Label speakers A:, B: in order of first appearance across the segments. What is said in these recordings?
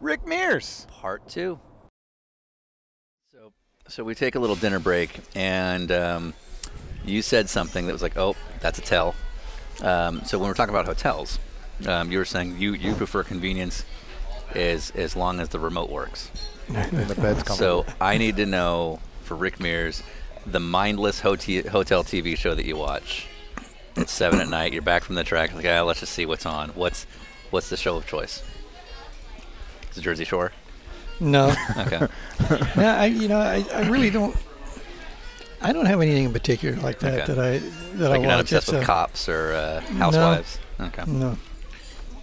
A: Rick Mears.
B: part two. So, so we take a little dinner break, and um, you said something that was like, "Oh, that's a tell." Um, so when we're talking about hotels, um, you were saying you, you prefer convenience as as long as the remote works.
C: And the bed's comfortable.
B: So I need to know for Rick Mears, the mindless hotel hotel TV show that you watch. It's seven at night. You're back from the track. Like, ah, let's just see what's on. What's what's the show of choice? It's Jersey Shore.
D: No,
B: Okay.
D: no, I, you know, I, I really don't. I don't have anything in particular like that
B: Okay.
D: that I that I
B: Like
D: watch.
B: you're not obsessed
D: It's
B: with
D: a-
B: cops or uh, housewives. Okay.
D: No,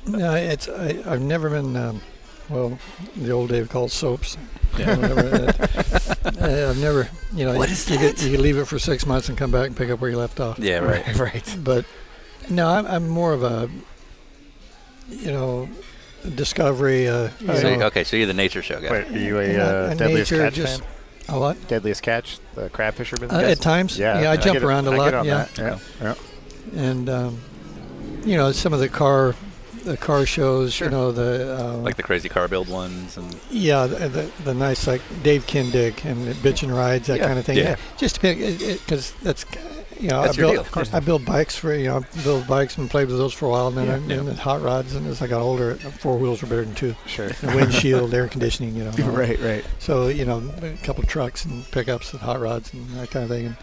D: no, it's I, I've never been. Um, well, the old day called soaps. Whatever that- I- I've never, you know,
B: What
D: you-
B: is
D: you, could,
B: that?
D: you could leave it for six months and come back and pick up where you left off.
B: Yeah. Right.
C: right.
D: But no, I'm, I'm more of a, you know, discovery. Uh, you
B: So you-
D: know,
B: okay. So you're the nature show guy.
C: Wait, are you a
D: and,
C: uh,
D: and
C: deadliest
D: nature
C: catch
D: just-
C: fan?
D: A lot.
C: Deadliest catch, the crab fisherman.
D: Uh, at times,
C: Yeah,
D: I
C: get
D: jump
C: it-
D: around a
C: I get
D: lot.
C: on
D: yeah,
C: that, Yeah, yeah.
D: and um, you know some of the car, the car shows. You know the uh,
B: Like the crazy car build ones and
D: yeah the, the, the nice like Dave Kindig and the Bitchin' Rides that
B: Yeah,
D: kind of thing.
B: yeah.
D: just because that's you know
B: That's
D: I
B: your
D: built
B: deal, of course.
D: I built bikes for you know I built bikes and played with those for a while and then I, and then hot rods and as I got older four wheels were better than two.
C: Sure.
D: The windshield, air conditioning, you know. and all that.
C: right, right.
D: So you know, a couple trucks and pickups and hot rods and that kind of thing. And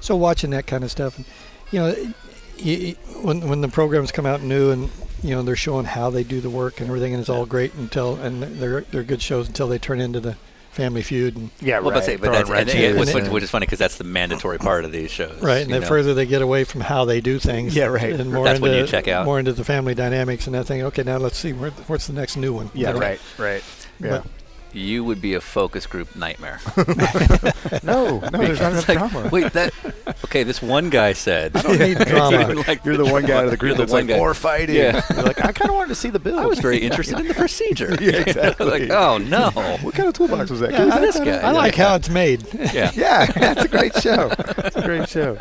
D: so watching that kind of stuff, and you know, it- you, when when the programs come out new and you know they're showing how they do the work and everything, and it's all great until and they're they're good shows until they turn into the Family Feud and
C: Yeah,
B: well, but,
C: right.
B: say, but
C: Throwing
B: that's, and,
C: wrenches
B: and, which,
C: and-
B: which is funny because that's the mandatory part of these shows.
D: right, and
B: you
D: the
B: know?
D: further they get away from how they do things,
C: Yeah, right.
D: and more
B: That's
D: into
B: when you check out.
D: more into the family dynamics and that thing. Okay, now let's see where, what's the next new one.
C: yeah, right, right. Yeah.
B: you would be a focus group nightmare.
C: no, no, there's not enough
B: It's like,
C: drama.
B: Wait, that okay? This one guy said.
D: I don't need drama.
B: Like,
C: You're the one guy out of the
B: You're
C: group
B: the
C: that's
B: one
C: like,
B: guy.
C: or fighting.
B: Yeah.
C: You're like, I kind of wanted to see the bill.
B: I was very interested in the procedure.
C: Yeah, exactly.
B: like, oh no.
C: what kind of toolbox was that?
D: Yeah,
C: Who's that
B: this
C: guy?
B: guy.
D: I like how it's made.
B: Yeah.
C: Yeah, that's a great show. It's a great show.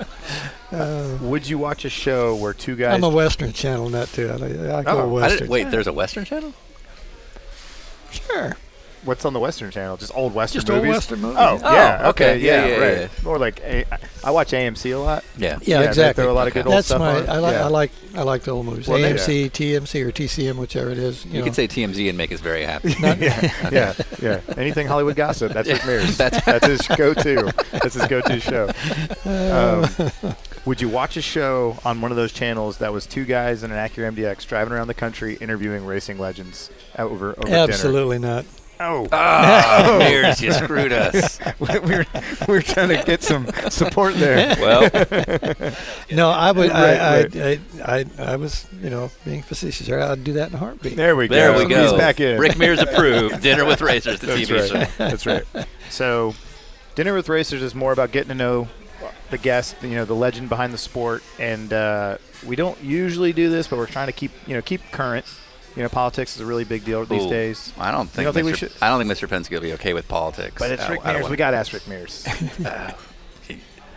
C: Would you watch a show where two guys?
D: Uh, I'm a Western channel nut too. I, like- I go
C: Oh, I
B: I
D: Western.
B: didn't, wait, there's a Western channel.
D: sure.
C: what's on the Western Channel? Just old Western
D: Just old
C: movies.
D: Western movies.
C: Oh,
B: Oh,
C: yeah.
B: okay,
C: Okay.
B: yeah,
C: Yeah,
B: yeah,
C: right.
B: yeah.
C: More like A- I watch AMC a lot.
B: Yeah.
D: Yeah,
C: they
D: exactly.
C: Throw a lot of good old
D: That's
C: stuff
D: my.
C: on.
D: I like.
C: Yeah.
D: I like. I like the old movies.
C: Well, they-
D: AMC, TMC, or TCM, whichever it is. You,
B: You
D: know.
B: could say TMZ and make us very happy.
C: yeah, yeah, yeah. Anything Hollywood gossip. That's Rick Mears.
B: That's-
C: That's, his go-to. That's his go-to show. Um, would you watch a show on one of those channels that was two guys in an Acura MDX driving around the country interviewing racing legends over over
D: Absolutely not.
C: dinner? Oh,
B: Ah, Mears, you screwed us.
C: we we're we we're trying to get some support there.
B: Well,
D: No, I would. I,
C: Right,
D: I, I, I. I was. You know, being facetious. there. I'd do that in a heartbeat.
C: There we go.
B: There we go.
C: He's back in.
B: Rick Mears approved. Dinner with Razors, the
C: That's
B: TV
C: right.
B: show.
C: That's right. So, dinner with racers is more about getting to know the guest, you know, the legend behind the sport, and uh, we don't usually do this, but we're trying to keep, you know, keep current. You know, politics is a really big deal these
B: Ooh,
C: days.
B: I don't think,
C: don't think
B: Mr.
C: we should-
B: I don't think Mr. Penske will be okay with politics.
C: But it's
B: I-
C: Rick
B: I don't
C: Mears. We
B: wanna-
C: got to ask Rick Mears.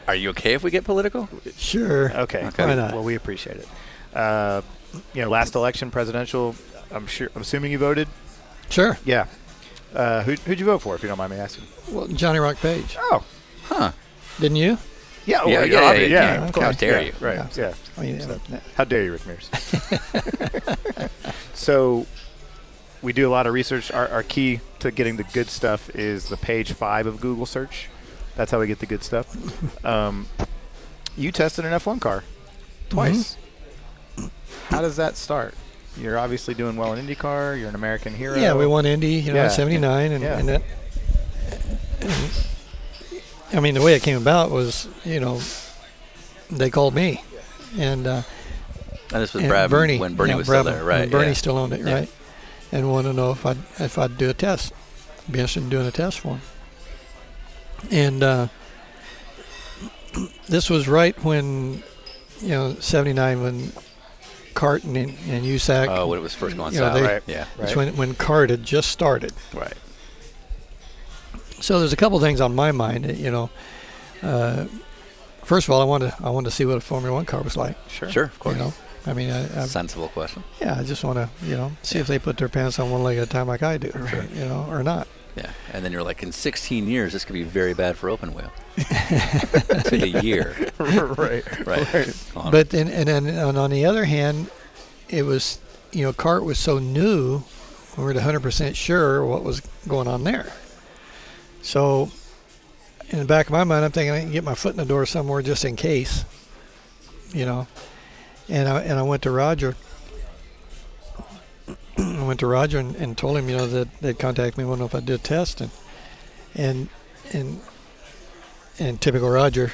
B: Are you okay if we get political?
D: Sure.
C: Okay.
B: Okay.
D: Why not?
C: Well, we appreciate it. Uh, you know, last election, presidential. I'm sure. I'm assuming you voted.
D: Sure.
C: Yeah. Uh, who, who'd you vote for, if you don't mind me asking?
D: Well, Johnny Rock Page.
C: Oh,
B: Huh?
D: Didn't you?
C: yeah. oh,
B: Yeah, yeah,
C: obvi-
B: yeah, yeah.
C: of
B: How
C: course.
B: dare
C: Yeah,
B: you.
C: Right. Yeah.
D: Oh, yeah.
C: How dare you, Rick Mears? so, we do a lot of research. Our, our key to getting the good stuff is the page five of Google search. That's how we get the good stuff. Um, you tested an F1 car twice.
D: Mm-hmm.
C: How does that start? You're obviously doing well in IndyCar. You're an American hero.
D: Yeah, we won Indy, you know,
C: Yeah.
D: in '79, and,
C: Yeah.
D: and that. and, I mean, the way it came about was, you know, they called me, and, uh,
B: And this was
D: and
B: Brad
D: Bernie
B: when Bernie
D: yeah,
B: was
D: Brabham,
B: still there, right?
D: when Bernie
B: yeah.
D: still owned it,
B: Yeah.
D: right? And wanted to know if I'd if I'd do a test. Be interested in doing a test for him. And uh, this was right when, you know, '79 when Carton and, and USAC.
B: Oh, when it was first going
D: You know,
B: south.
D: they-
C: Right.
B: Yeah.
D: It's
C: Right.
D: when when CART had just started.
B: Right.
D: So there's a couple things on my mind. You know, uh, first of all, I wanted I wanted to see what a Formula One car was like.
C: sure.
B: Sure, of course.
D: You know, uh, I mean, I, I,
B: Sensible question.
D: yeah, I just want to, you know, see if they put their pants on one leg at a time like I do, you know, or not.
B: Yeah. And then you're like, in 16 years, this could be very bad for open whale. it took a year.
C: right.
B: Right. On-
D: But then, and then and on the other hand, it was, you know, CART was so new, we weren't 100% sure what was going on there. So, in the back of my mind, I'm thinking I can get my foot in the door somewhere just in case, you know. And I, and I went to Roger. I went to Roger and, and told him, you know, that they'd contact me, wonder if I'd do a test. And, and, and, and typical Roger,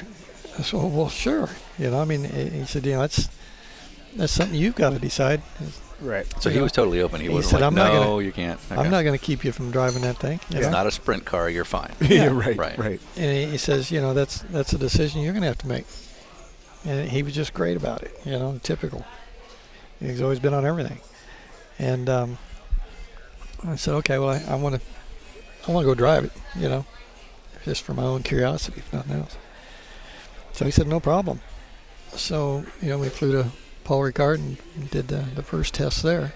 D: I said, "Oh, well, sure. You know, I mean, he he said, you know, that's that's something you've got to decide.
C: Right.
B: so he was totally open. He,
D: He
B: wasn't
D: said,
B: like,
D: "I'm
B: no,
D: not gonna-
B: you can't. Okay.
D: I'm not going to keep you from driving that thing. you
C: Yeah.
B: It's
D: know?
B: not a sprint car. You're fine.
C: yeah.
D: Yeah.
C: Right.
B: Right.
C: Right.
D: And he- he says, you know, that's that's a decision you're going to have to make. And he was just great about it. You know, typical. He's always been on everything. And um, I said, okay, well, I want to, I want to go drive it. You know, just for my own curiosity, if nothing else. So he said, no problem. So you know, we flew to Paul Ricard and did the, the first test there.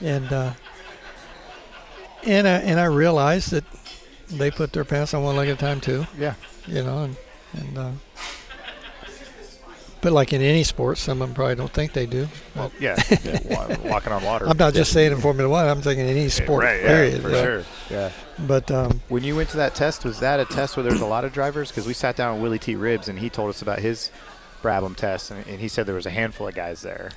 D: And uh, and I, and I realized that they put their pants on one leg at a time too
C: Yeah.
D: you know, and, and uh, but like in any sport, some of them probably don't think they do.
C: Well, yeah. Wa- Walking on water.
D: I'm not just saying in Formula One. I'm thinking in any sport,
C: Right, yeah,
D: period.
C: for
D: you know.
C: sure. Yeah.
D: But um,
C: When you went to that test, was that a test where there was a lot of drivers? Because we sat down with Willie T. Ribs and he told us about his Brabham test, and, and he said there was a handful of guys there.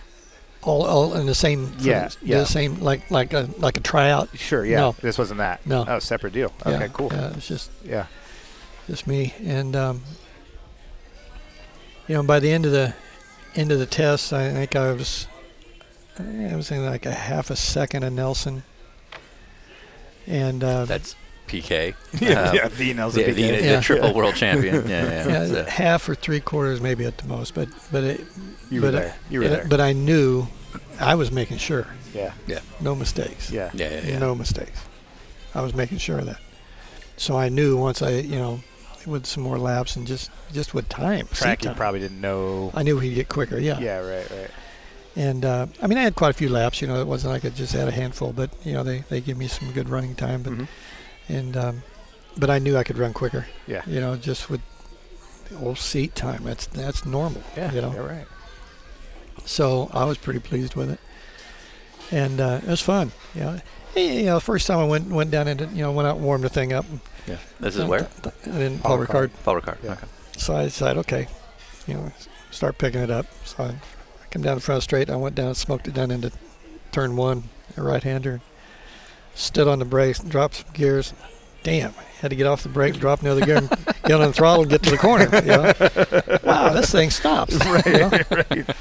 D: all, all in the same,
C: Yeah,
D: the
C: yeah.
D: same, like like a like a tryout.
C: Sure. Yeah.
D: No.
C: This wasn't that.
D: No.
C: Oh, separate deal. Okay.
D: yeah,
C: Cool.
D: Yeah, it's just
C: Yeah.
D: just me, and um, you know, by the end of the end of the test, I think I was I was in like a half a second of Nelson, and uh,
B: That's PK.
C: Yeah,
B: Um,
C: yeah, the emails
B: The,
C: would be
B: the,
C: good.
B: the
D: Yeah.
B: triple world champion. Yeah, yeah.
D: yeah,
B: So-
D: half or three quarters, maybe at the most. But but it,
C: You
D: but
C: were there. You were
D: but-
C: there.
D: But uh, I knew, I was making sure,
C: yeah,
D: no mistakes.
C: yeah,
B: yeah, yeah, yeah.
D: no mistakes. I was making sure of that. So I knew once I you know with some more laps and just just with time, seat
C: Track, you
D: time,
C: probably didn't know.
D: I knew he'd get quicker. Yeah.
C: Yeah, right, right.
D: And uh, I mean, I had quite a few laps. You know, it wasn't like I just had a handful, but you know, they they give me some good running time. But
C: Mhm.
D: and um, but I knew I could run quicker.
C: Yeah.
D: You know, just with the old seat time. That's that's normal.
C: Yeah,
D: You know.
C: yeah, right.
D: So I was pretty pleased with it, and uh, it was fun. You know, Hey, you know, the first time I went went down and you know went out and warmed the thing up.
B: yeah. This is where?
D: And then
C: Paul
D: Paul Ricard.
B: Paul Ricard.
C: Yeah.
B: Okay.
D: So I decided, okay, you know, s- start picking it up. So I come down the front straight. I went down, and smoked it down into turn one, a right hander. Stood on the brakes, dropped some gears. Damn, had to get off the brake, drop another gear, and get on the throttle, and get to the corner. You know? Wow, this thing stops. Right,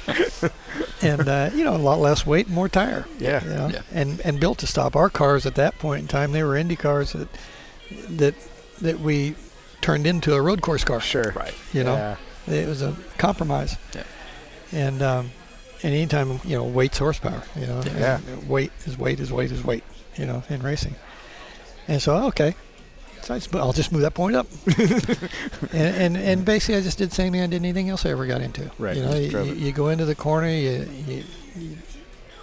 D: And uh, you know, a lot less weight, more tire.
C: Yeah.
D: You know,
B: Yeah.
D: and and built to stop. Our cars at that point in time, they were Indy cars that that that we turned into a road course car.
C: Sure.
B: Right.
D: You know,
C: Yeah.
D: it was a compromise.
B: Yeah.
D: And um, and anytime you know weight's horsepower, you know,
C: Yeah.
D: and weight is weight is weight is weight, you know, in racing. And so okay, so I just, I'll just move that point up. and, and and basically, I just did the same thing I did anything else I ever got into.
C: Right,
D: You know,
C: just
D: you,
C: drove it.
D: you go into the corner, you, you, you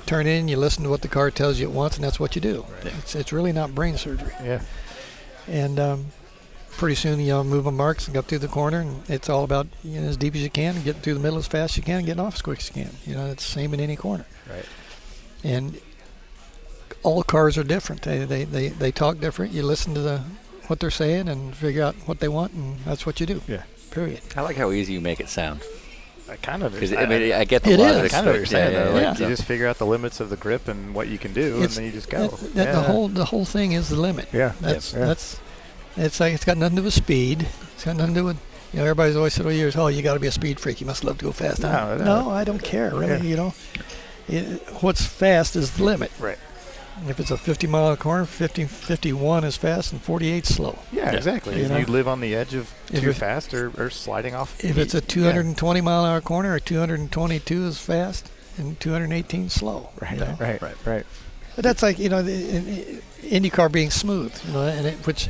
D: turn in, you listen to what the car tells you it wants, and that's what you do.
B: Yeah.
D: It's it's really not brain surgery.
C: Yeah.
D: And um, pretty soon, you know, move on marks and go through the corner, and it's all about you know, as deep as you can, getting through the middle as fast as you can, and getting off as quick as you can. You know, it's the same in any corner.
C: Right.
D: And all cars are different. They they, they, they talk different. You listen to the what they're saying and figure out what they want, and that's what you do.
C: Yeah.
D: Period.
B: I like how easy you make it sound.
C: I kind of.
B: Because
C: I,
B: I mean, I get the
D: It
B: lot of
D: is.
B: it.
C: kind of understand
B: yeah,
C: though.
B: yeah,
C: Like,
B: yeah.
C: You just figure out the limits of the grip and what you can do, and
D: It's-
C: then you just go.
D: That, that
C: yeah.
D: The whole the whole thing is the limit.
C: Yeah.
D: That's
C: Yeah.
D: that's it's like it's got nothing to do with speed. It's got nothing to do with you know everybody's always said over years, oh you got to be a speed freak. You must love to go fast.
C: No,
D: I-
C: no.
D: no, I don't care really.
C: Yeah.
D: You know, it, what's fast is the limit.
C: Right.
D: If it's a 50 mile an hour, 50 51 is fast and 48 is slow.
C: Yeah.
B: Yeah.
C: Exactly.
D: You
C: If
D: know?
C: you live on the edge of
D: If
C: too
D: it-
C: fast or, or sliding off.
D: If it's a 220 mile an hour corner, or 222 is fast and 218 is slow. you
C: Right.
D: know?
C: Right. Right.
B: Right.
C: Right.
D: But that's like you know, the, in, in- IndyCar being smooth, you know, and it, which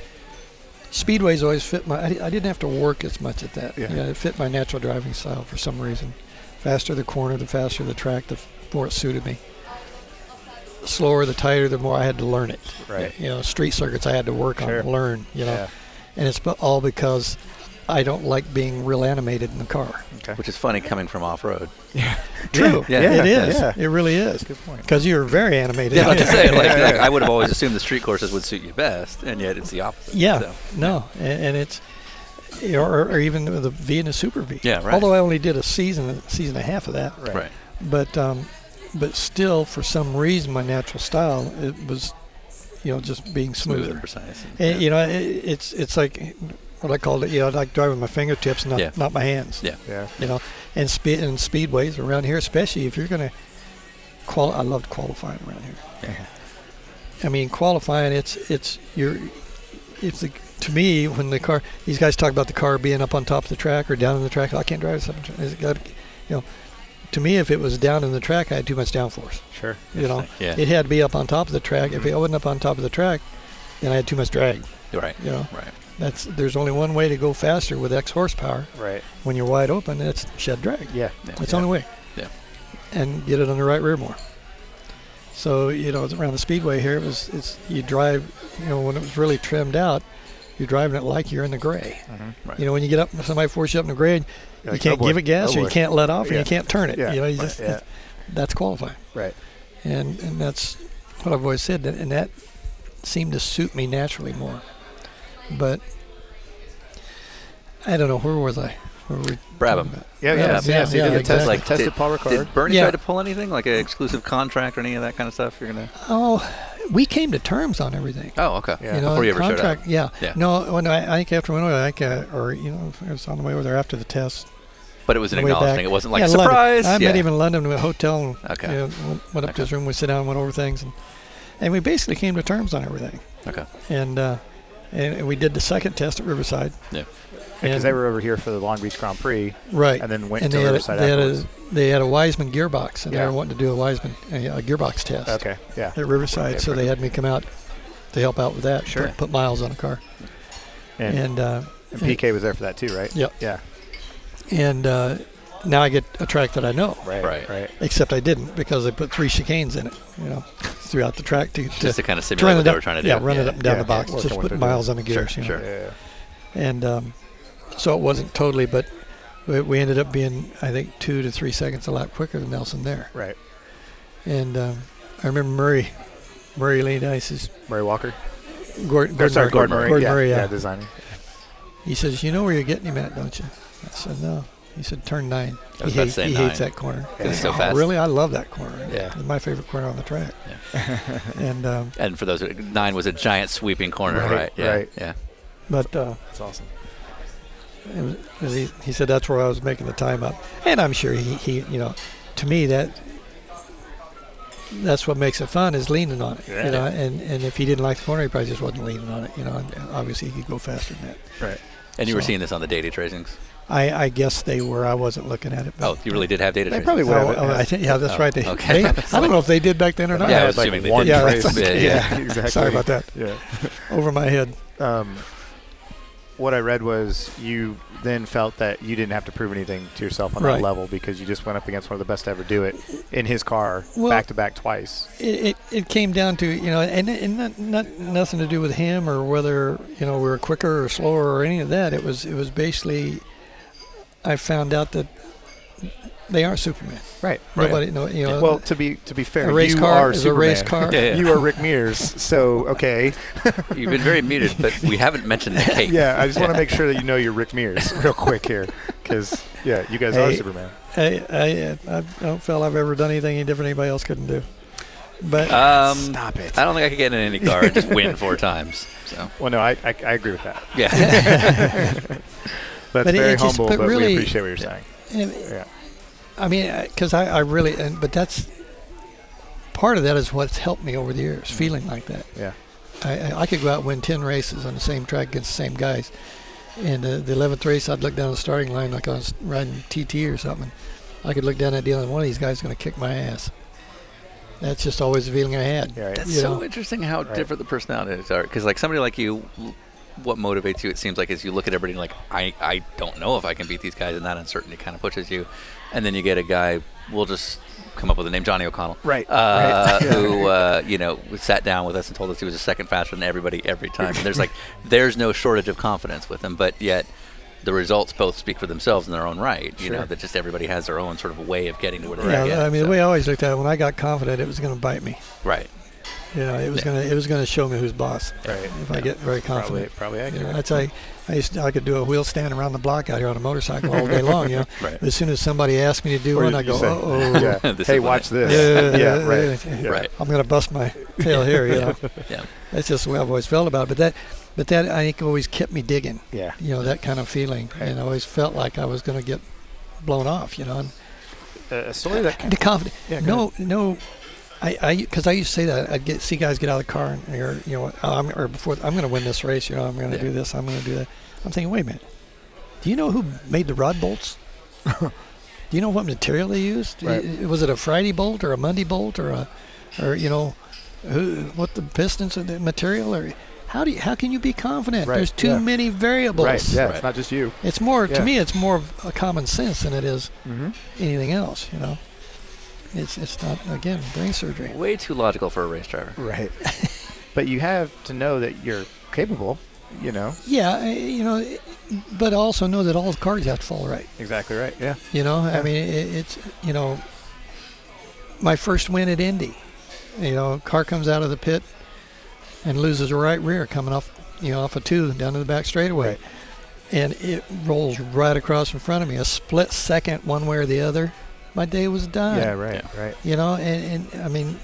D: speedways always fit my. I, di- I didn't have to work as much at that.
C: Yeah.
D: You know, it fit my natural driving style for some reason. faster the corner, the faster the track, the f- more it suited me. The slower, the tighter, the more I had to learn it.
C: Right.
D: You know, street circuits I had to work
C: Sure.
D: on, learn. You know,
C: Yeah.
D: and it's bu- all because I don't like being real animated in the car.
C: Okay.
B: Which is funny coming from off road.
D: True.
B: Yeah.
D: it is.
C: Yeah.
D: It really is.
C: Good point.
D: Because you're very animated.
B: Yeah,
D: out
B: like to
D: there.
B: say, like, like, I would have always assumed the street courses would suit you best, and yet it's the opposite.
D: Yeah,
B: so.
D: no, a- and, and it's or, or even the V and the Super V.
B: Yeah, right.
D: Although I only did a season, a season and a half of that,
C: Right.
B: right.
D: but um, but still, for some reason, my natural style it was, you know, just being
B: Smooth and
D: smoother.
B: precise. and-
D: And,
B: yeah.
D: You know, it, it's it's like what I called it. You know, like driving my fingertips, not
B: Yeah.
D: not my hands.
B: Yeah.
C: Yeah.
D: You know, and speed and speedways around here, especially if you're gonna qual. I loved qualifying around here.
B: Yeah.
D: I mean, qualifying, it's it's you're if the to me when the car these guys talk about the car being up on top of the track or down in the track. I can't drive this up. on track. It's got, you know, to me if it was down in the track, I had too much downforce.
C: Sure.
D: You know,
B: Yeah. Mm-hmm.
D: it had to be up on top of the track. If it wasn't up on top of the track, then I had too much drag.
B: right.
D: You know,
B: Right.
D: that's there's only one way to go faster with X horsepower
C: Right.
D: when you're wide open. and It's shed drag.
C: Yeah.
B: Yeah.
D: That's
B: yeah.
D: the only way.
B: Yeah.
D: And get it on the right rear more. So you know, it's around the speedway here, it was it's you drive, you know, when it was really trimmed out, you're driving it like you're in the gray.
B: Right.
D: You know, when you get up, somebody forces you up in the gray, and you
C: Mm-hmm. Like,
D: can't
C: oh boy,
D: give it gas,
C: oh
D: or you
C: boy.
D: can't let off, or
C: Yeah.
D: you can't turn it.
C: Yeah,
D: You know, you
C: right,
D: just
C: yeah.
D: that's, that's qualifying,
C: Right.
D: and and that's what I've always said, and, and that seemed to suit me naturally more. But I don't know where was I? Where were we
B: Brabham.
D: talking about?
C: Yeah. Yeah.
D: Yeah,
C: Yes. yes, he
D: yeah,
C: did the
D: exactly.
C: test.
B: Like,
C: tested
B: did-
C: Paul Ricard.
B: Did Bernie
D: Yeah.
B: try to pull anything like an exclusive contract or any of that kind of stuff? You're gonna.
D: Oh, we came to terms on everything.
B: Oh, okay.
C: Yeah.
D: you know,
B: Before you
D: the
B: ever showed up.
D: contract, Yeah.
B: Yeah.
D: No, when I, I think after we went over, I think, uh, or you know, it was on the way over there after the test.
B: But it was an
D: way
B: acknowledged
D: back.
B: thing. It wasn't like
D: yeah, London.
B: surprise.
D: I
B: yeah.
D: met him in London in a hotel. And,
B: Okay.
D: you know, went- went up
B: Okay.
D: to his room. We sit down and went over things, and and we basically came to terms on everything.
B: Okay.
D: And uh, and we did the second test at Riverside.
B: Yeah.
D: And,
C: Because they were over here for the Long Beach Grand Prix.
D: right.
C: and then went
D: and
C: to
D: they had, a,
C: Riverside
D: they, had
C: afterwards.
D: a, they had a Wiseman gearbox, and they
C: Yeah.
D: were wanting to do a Wiseman a, a gearbox test
C: Okay. Yeah.
D: at Riverside, so they had me come out to help out with that.
C: Sure.
D: Put, put miles on a car.
C: And,
D: And, uh,
C: and PK was there for that too, right?
D: Yep.
C: Yeah.
D: and uh, now I get a track that I know.
C: Right.
B: Right.
C: Right.
D: Except I didn't because they put three chicanes in it, you know, throughout the track to, to,
B: Just to kind of
D: to run
B: simulate
D: it
B: what they
D: up-
B: were trying to do.
D: Yeah, run it up and down
C: Yeah.
D: the box,
C: Working
D: just
C: what
D: put
C: they're
D: miles on the gears.
B: Sure,
D: you know.
B: sure.
C: Yeah.
D: And um, so it wasn't totally, but we, we ended up being I think two to three seconds a lap quicker than Nelson there.
C: Right.
D: And um, I remember Murray, Murray leaned out. He says,
C: Murray Walker.
D: Gordon,
C: Or, sorry, Gordon Murray.
D: Gordon
C: yeah,
D: Murray,
C: yeah.
D: yeah.
C: designer.
D: He says, "You know where you're getting him at, don't you?" I said, "No." He said, "Turn nine.
B: I was about to
D: he hates,
B: say
D: he
B: nine.
D: hates that corner.
C: Yeah. It's
B: so
D: Oh,
B: fast.
D: Really, I love that corner.
C: Yeah.
D: it's my favorite corner on the track. and um,
B: And for those who, nine was a giant sweeping corner,
C: Right,
B: right? Yeah.
C: right.
B: Yeah.
D: but uh,
C: That's awesome.
D: it was, it was- he, he said that's where I was making the time up, and I'm sure he, he you know, to me that that's what makes it fun is leaning on it.
C: Yeah.
D: You know, and and if he didn't like the corner, he probably just wasn't leaning on it. You know, and obviously he could go faster than that.
C: Right.
B: And you were
D: So-
B: seeing this on the data tracings.
D: I, I guess they were. I wasn't looking at it. But
B: Oh, you really did have data
C: They
B: tracings.
C: probably would
D: Oh,
C: have.
D: oh, I
C: it.
D: think, yeah, that's
B: Oh,
D: right. They,
B: okay.
D: they- I don't know if they did back then or not.
B: Yeah, I
C: Had
B: was
C: like
B: assuming they
C: one
B: did.
D: Yeah,
C: trace.
D: that's
B: okay.
C: yeah, exactly.
D: Sorry about that.
C: Yeah.
D: Over my head.
C: um, what I read was you then felt that you didn't have to prove anything to yourself on
D: Right.
C: that level because you just went up against one of the best to ever do it in his car
D: Well-
C: back to back twice.
D: It, it, it came down to you know, and, and not, not nothing to do with him or whether you know we were quicker or slower or any of that. It was it was basically, I found out that they aren't Superman.
C: Right.
D: Nobody, no, you know,
C: Well, to be to be fair,
D: a race
C: you
D: car
C: are
D: is
C: Superman.
D: a race car.
B: Yeah, yeah.
C: You are Rick Mears, so okay.
B: You've been very muted, but we haven't mentioned the cake.
C: Yeah, I just want to make sure that you know you're Rick Mears real quick here, because yeah, you guys are
D: Hey.
C: Superman.
D: I, I I don't feel I've ever done anything any different anybody else couldn't do. But
B: Um,
C: Stop it.
B: I don't think I could get in any car and just win four times. So
C: Well, no, I, I, I agree with that.
B: yeah,
C: That's
D: But it-
C: very
D: it just-
C: humble,
D: but
C: but,
D: really-
C: we appreciate what you're saying.
D: and-
C: Yeah.
D: I mean, because I, I really, and, but that's part of that is what's helped me over the years, feeling like that.
C: Mm-hmm. Yeah.
D: I, I- I could go out and win 10 races on the same track against the same guys. And uh, the 11th race, I'd look down the starting line like I was riding TT or something. I could look down that deal, and one of these guys is going to kick my ass. That's just always the feeling I had.
C: Yeah. Right.
B: that's
D: You
B: so
D: know.
B: interesting how
C: Right.
B: different the personalities are. Because like somebody like you l- what motivates you. It seems like as you look at everybody, like I, I don't know if I can beat these guys, and that uncertainty kind of pushes you. And then you get a guy. We'll just come up with the name Johnny O'Connell,
C: Right,
B: Uh,
C: right.
B: Who uh, you know sat down with us and told us he was a second faster than everybody every time. And there's like there's no shortage of confidence with him, but yet the results both speak for themselves in their own right. You know
C: Sure.
B: that just everybody has their own sort of way of getting to where they're
D: Yeah,
B: at.
D: I mean,
B: so-
D: we always looked at it. When I got confident, it was going to bite me.
B: right.
D: Yeah, it was
B: Yeah.
D: gonna it was gonna show me who's boss.
C: Right.
D: If I get very
C: Probably,
D: confident,
C: probably
D: you know,
C: accurate.
D: that's I I used to, I could do a wheel stand around the block out here on a motorcycle all day long. You know,
B: Right.
D: but as soon as somebody asked me to do
C: Or
D: one,
C: you-
D: I
C: you
D: go,
C: say-
D: oh, oh,
C: yeah.
B: This
C: hey,
B: is what
C: watch
B: I-
C: this.
D: Yeah, yeah,
C: right.
D: yeah,
C: Yeah.
B: Right.
D: I'm gonna bust my tail here. You know,
B: Yeah.
D: that's just the way I've always felt about it. But that, but that I think always kept me digging.
C: Yeah.
D: You know, that kind of feeling, and I always felt like I was gonna get blown off. You know, and
C: Uh, a story that
D: the confidence.
C: Yeah, go
D: no, no. I, I, because I used to say that I'd get see guys get out of the car and or you know "Oh, I'm, or before I'm going to win this race. You know I'm going to
B: Yeah.
D: do this. I'm going to do that. I'm thinking, wait a minute. Do you know who made the rod bolts? do you know what material they used? I-
C: Right.
D: I- was it a Friday bolt or a Monday bolt or a, or you know, who what the pistons and the material or how do you, how can you be confident?
C: Right,
D: There's too
C: yeah.
D: many variables.
C: Right. Yeah.
B: Right.
C: It's not just you.
D: It's more
C: Yeah.
D: to me. It's more of a common sense than it is
C: Mm-hmm.
D: anything else. You know, it's it's not again brain surgery.
B: Way too logical for a race driver.
C: Right. but you have to know that you're capable. You know.
D: Yeah, I- you know, it- but also know that all the cards have to fall right.
C: Exactly right. Yeah.
D: You know,
C: Yeah.
D: I mean, it, it's you know, my first win at Indy. You know, car comes out of the pit and loses a right rear coming off you know off a two down to the back straightaway,
C: Right.
D: and it rolls right across in front of me. A split second, one way or the other, my day was done.
C: Yeah. Right. Right.
D: You know, and, and I mean,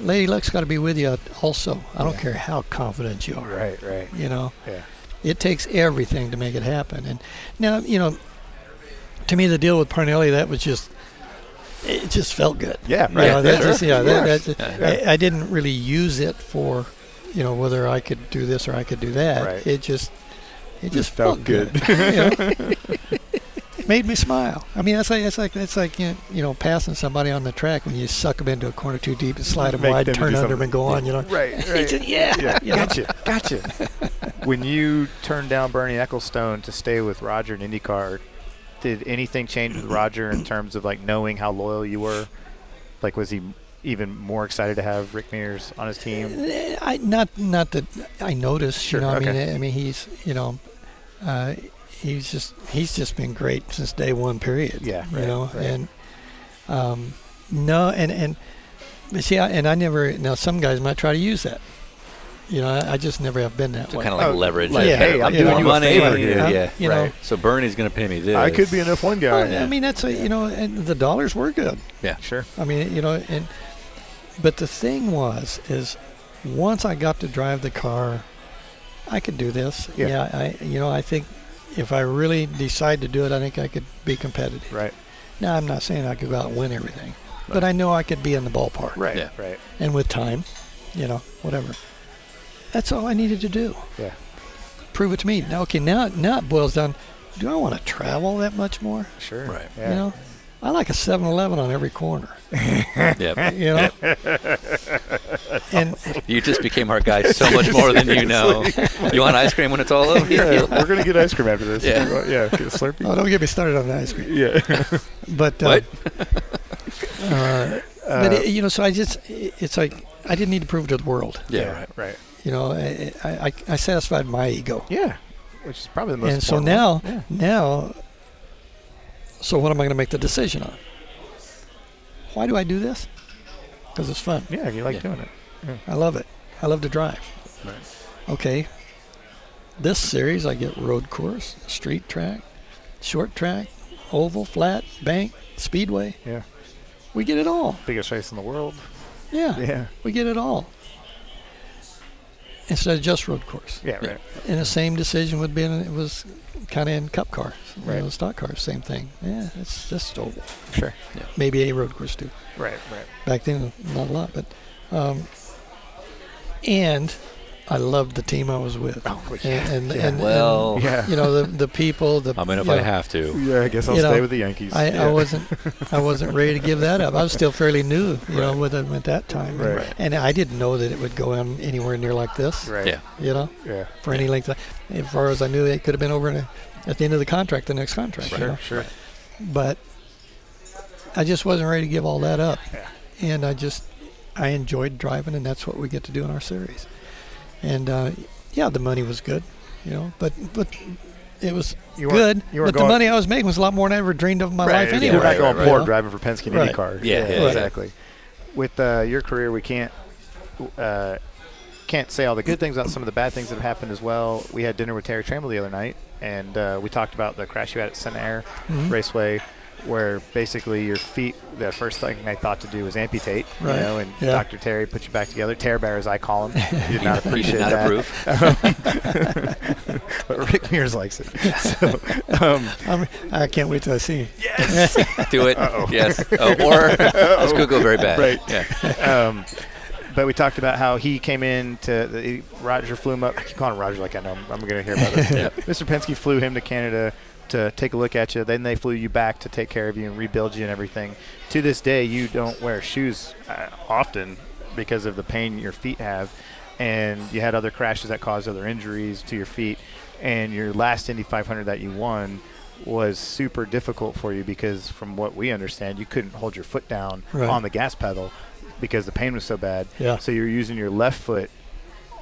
D: Lady Luck's got to be with you also. I don't
C: Yeah.
D: care how confident you are.
C: Right. Right.
D: You know,
C: Yeah.
D: it takes everything to make it happen. And now, you know, to me, the deal with Parnelli, that was just, it just felt good.
C: Yeah. Right.
D: You know, that
C: Sure.
D: just- yeah,
C: Of
D: that-
C: course.
D: that's-
C: Yeah.
D: I, I didn't really use it for, you know, whether I could do this or I could do that.
C: Right.
D: It just, it just
C: felt
D: felt, good. You know? Made me smile. I mean, that's like that's like that's like you know passing somebody on the track when you suck them into a corner too deep and slide them
C: Make
D: wide,
C: them
D: turn
C: do
D: under them
C: something.
D: and go on. You know,
C: Right.
D: It's
C: Right.
D: just- yeah.
C: yeah.
D: you know?
C: Gotcha. Gotcha. when you turned down Bernie Ecclestone to stay with Roger in IndyCar, did anything change with Roger in terms of like knowing how loyal you were? Like, was he even more excited to have Rick Mears on his team?
D: Eh, I not not that I noticed.
C: Sure,
D: you know, I
C: okay.
D: mean, I mean, he's you know, uh, he's just he's just been great since day one. Period.
C: Yeah,
D: You
C: right,
D: know,
C: right.
D: and um, no, and and but see, I, and I never now. Some guys might try to use that. You know, I, I just never have been that
B: To
D: way.
B: kind of like
C: Oh,
B: leverage.
C: like,
B: it,
D: hey,
B: kinda like
D: I'm doing
B: more
D: you a
B: money,
D: favor
B: yeah,
D: here, huh?
B: Yeah.
D: You know.
B: So Bernie's going to pay me this.
C: an F1
D: Well,
B: Oh, yeah.
D: I mean, that's a, you know, and the dollars were good.
C: Sure.
D: I mean, you know, and but the thing was is once I got to drive the car, I could do this.
C: Yeah.
D: I you know, I think if I really decide to do it, I think I could be competitive.
C: Right.
D: Now, I'm not saying I could go out and win everything, but I know I could be in the ballpark.
C: Right.
B: Yeah.
C: Right.
D: And with time, you know, whatever. That's all I needed to do.
C: Yeah.
D: Prove it to me. Now, okay, now, now it boils down. Do I want to travel that much more?
C: Sure.
B: Right.
C: Yeah.
D: You know, I like a 7-Eleven on every corner.
B: yeah.
D: You know, and
B: You just became our guy so much more than you know. You want ice cream when it's all over?
C: yeah, we're gonna get ice cream after this.
B: Yeah.
C: yeah, get a Slurpee.
D: Oh, don't get me started on the ice cream.
C: Yeah,
D: But uh,
B: What?
D: uh, but it, you know, so I just it- it's like I didn't need to prove it to the world.
B: Yeah. Right.
C: right.
D: You know, I I, I- I satisfied my ego,
C: Yeah, which is probably the most.
D: and so
C: important
D: now
C: one. Yeah.
D: now. So what am I going to make the decision on? Why do I do this? Because it's fun.
C: yeah, you like
B: Yeah.
C: doing it.
D: I love it. I love to drive.
B: Right.
D: Okay. This series, I get road course, street track, short track, oval, flat, bank, speedway.
C: Yeah,
D: We get it all.
C: biggest race in the world.
D: Yeah,
C: Yeah,
D: we get it all. Instead of just road course.
C: yeah, right.
D: And the same decision would be in, it was kind of in cup cars, you
C: Right.
D: know, stock cars, same thing. Yeah, it's just oval.
C: Sure.
D: Maybe a road course too.
C: Right, right.
D: Back then, not a lot, but. Um, and I loved the team I was with.
C: Oh, well, yeah,
D: and, and,
C: yeah.
D: and,
B: Well,
C: Yeah.
D: and, you know the the people. The
A: I mean, if
D: you
A: I
D: know,
A: have to.
C: Yeah, I guess I'll
D: You
C: stay
D: know,
C: with the Yankees.
D: I,
C: yeah.
D: I wasn't I wasn't ready to give that up. I was still fairly new, you know, with them at that time,
C: Right. Right.
D: and I didn't know that it would go on anywhere near like this.
C: Right.
A: Yeah.
D: You know,
C: Yeah.
D: for any length. Of, as far as I knew, it could have been over in a, at the end of the contract, the next contract. You
C: Sure.
D: know?
C: Sure.
D: But I just wasn't ready to give all that up,
C: Yeah.
D: and I just I enjoyed driving, and that's what we get to do in our series. And uh, yeah, the money was good, you know, but but it was
C: You weren't-
D: good.
C: you weren't
D: but the
C: going-
D: money I was making was a lot more than I ever dreamed of in my
B: Right,
D: life.
B: yeah,
D: Anyway,
C: You're not
B: right,
C: going
B: right,
C: poor
D: right.
C: driving for Penske in
D: Right.
C: any car.
B: Yeah, yeah,
C: exactly. With uh, your career, we can't uh, can't say all the good things about some of the bad things that have happened as well. We had dinner with Terry Trammell the other night, and uh, we talked about the crash you had at Santa Air
D: Mm-hmm.
C: Raceway, where basically your feet. The first thing I thought to do was amputate,
D: Right.
C: you know, and
D: Yeah.
C: Dr. Terry put you back together. Tear bear, as I call him, he did not
B: You
C: appreciate
B: did not
C: that
B: approve.
C: but Rick Mears likes it. So, um,
D: I'm, I can't wait till I see.
B: Do it. Yes. Oh, or this could go very bad.
C: Right.
B: Yeah.
C: um, but we talked about how he came in to the, Roger flew him up. I keep calling him Roger like I know him. I'm going to hear about it.
B: Yeah.
C: Mr. Penske flew him to Canada to take a look at you. Then they flew you back to take care of you and rebuild you and everything. To this day, you don't wear shoes uh, often because of the pain your feet have, and you had other crashes that caused other injuries to your feet. And your last Indy 500 that you won was super difficult for you because, from what we understand, you couldn't hold your foot down
D: Right.
C: on the gas pedal because the pain was so bad.
D: Yeah.
C: So you're using your left foot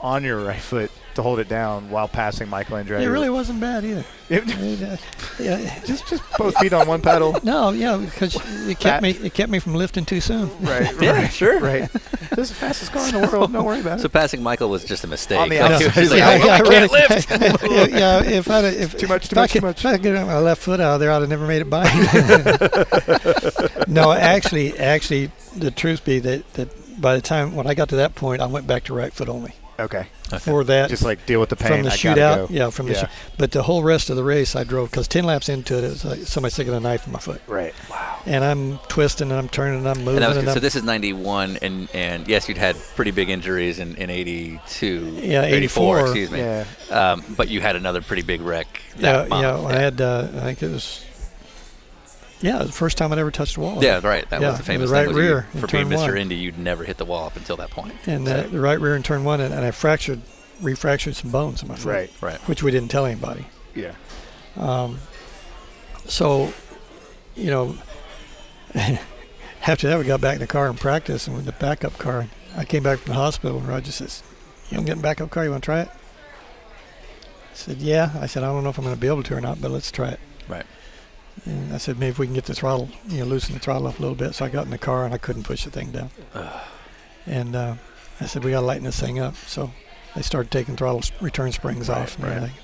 C: on your right foot to hold it down while passing Michael Andretti.
D: It really wasn't bad either.
C: It-
D: It, uh, yeah,
C: just just both feet on one pedal.
D: no, yeah, because it
C: That-
D: kept me it kept me from lifting too soon.
C: Right.
B: Yeah, sure.
C: Right. This is the fastest car in the world. Don't worry about
B: So
C: it.
B: passing Michael was just a mistake.
C: On the
B: Like,
C: outside.
B: he's like,
D: Yeah,
B: "Oh,
D: yeah,
B: I can't
D: really.
B: lift."
D: yeah, yeah, if I if
C: Too much,
D: if
C: too
D: I
C: much, too
D: could-
C: much.
D: If I could get my left foot out of there, I'd have never made it by. no, actually, actually, the truth be that that by the time when I got to that point, I went back to right foot only
C: Okay.
D: for that
C: Just like deal with the pain.
D: from the
C: I gotta
D: shootout.
C: go.
D: Yeah, from the
C: Yeah.
D: shoo- but the whole rest of the race I drove because ten laps into it, it was like somebody sticking a knife in my foot,
C: Right. Wow.
D: and I'm twisting and I'm turning and I'm moving
B: And that was
D: and
B: good. So
D: I'm-
B: this is 91, and, and yes, you'd had pretty big injuries in, in 82.
D: Yeah, 84.
B: excuse me.
C: Yeah.
B: Um, but you had another pretty big wreck
D: yeah,
B: that
D: yeah,
B: month.
D: I had uh, I think it was yeah, it was the first time I'd ever touched a wall.
B: Yeah, right. That
D: Yeah,
B: was the famous
D: the right
B: thing. was you-
D: rear in
B: for being
D: turn
B: Mr.
D: one.
B: Indy, you'd never hit the wall up until that point.
D: and uh, the, the right rear in turn one, and, and I fractured, refractured some bones in my foot,
C: Right.
B: Right.
D: which we didn't tell anybody.
C: Yeah.
D: So, you know, after that we got back in the car and practiced, and with the backup car, and I came back from the hospital, and Roger says, "You don't get in backup car. You want to try it?" I said, "Yeah." I said, "I don't know if I'm going to be able to or not, but let's try it."
B: Right.
D: And I said, maybe if we can get the throttle, you know, loosen the throttle up a little bit. So I got in the car and I couldn't push the thing down. and uh, I said, we got to lighten this thing up. So they started taking throttle s- return springs off and
C: right.
D: everything.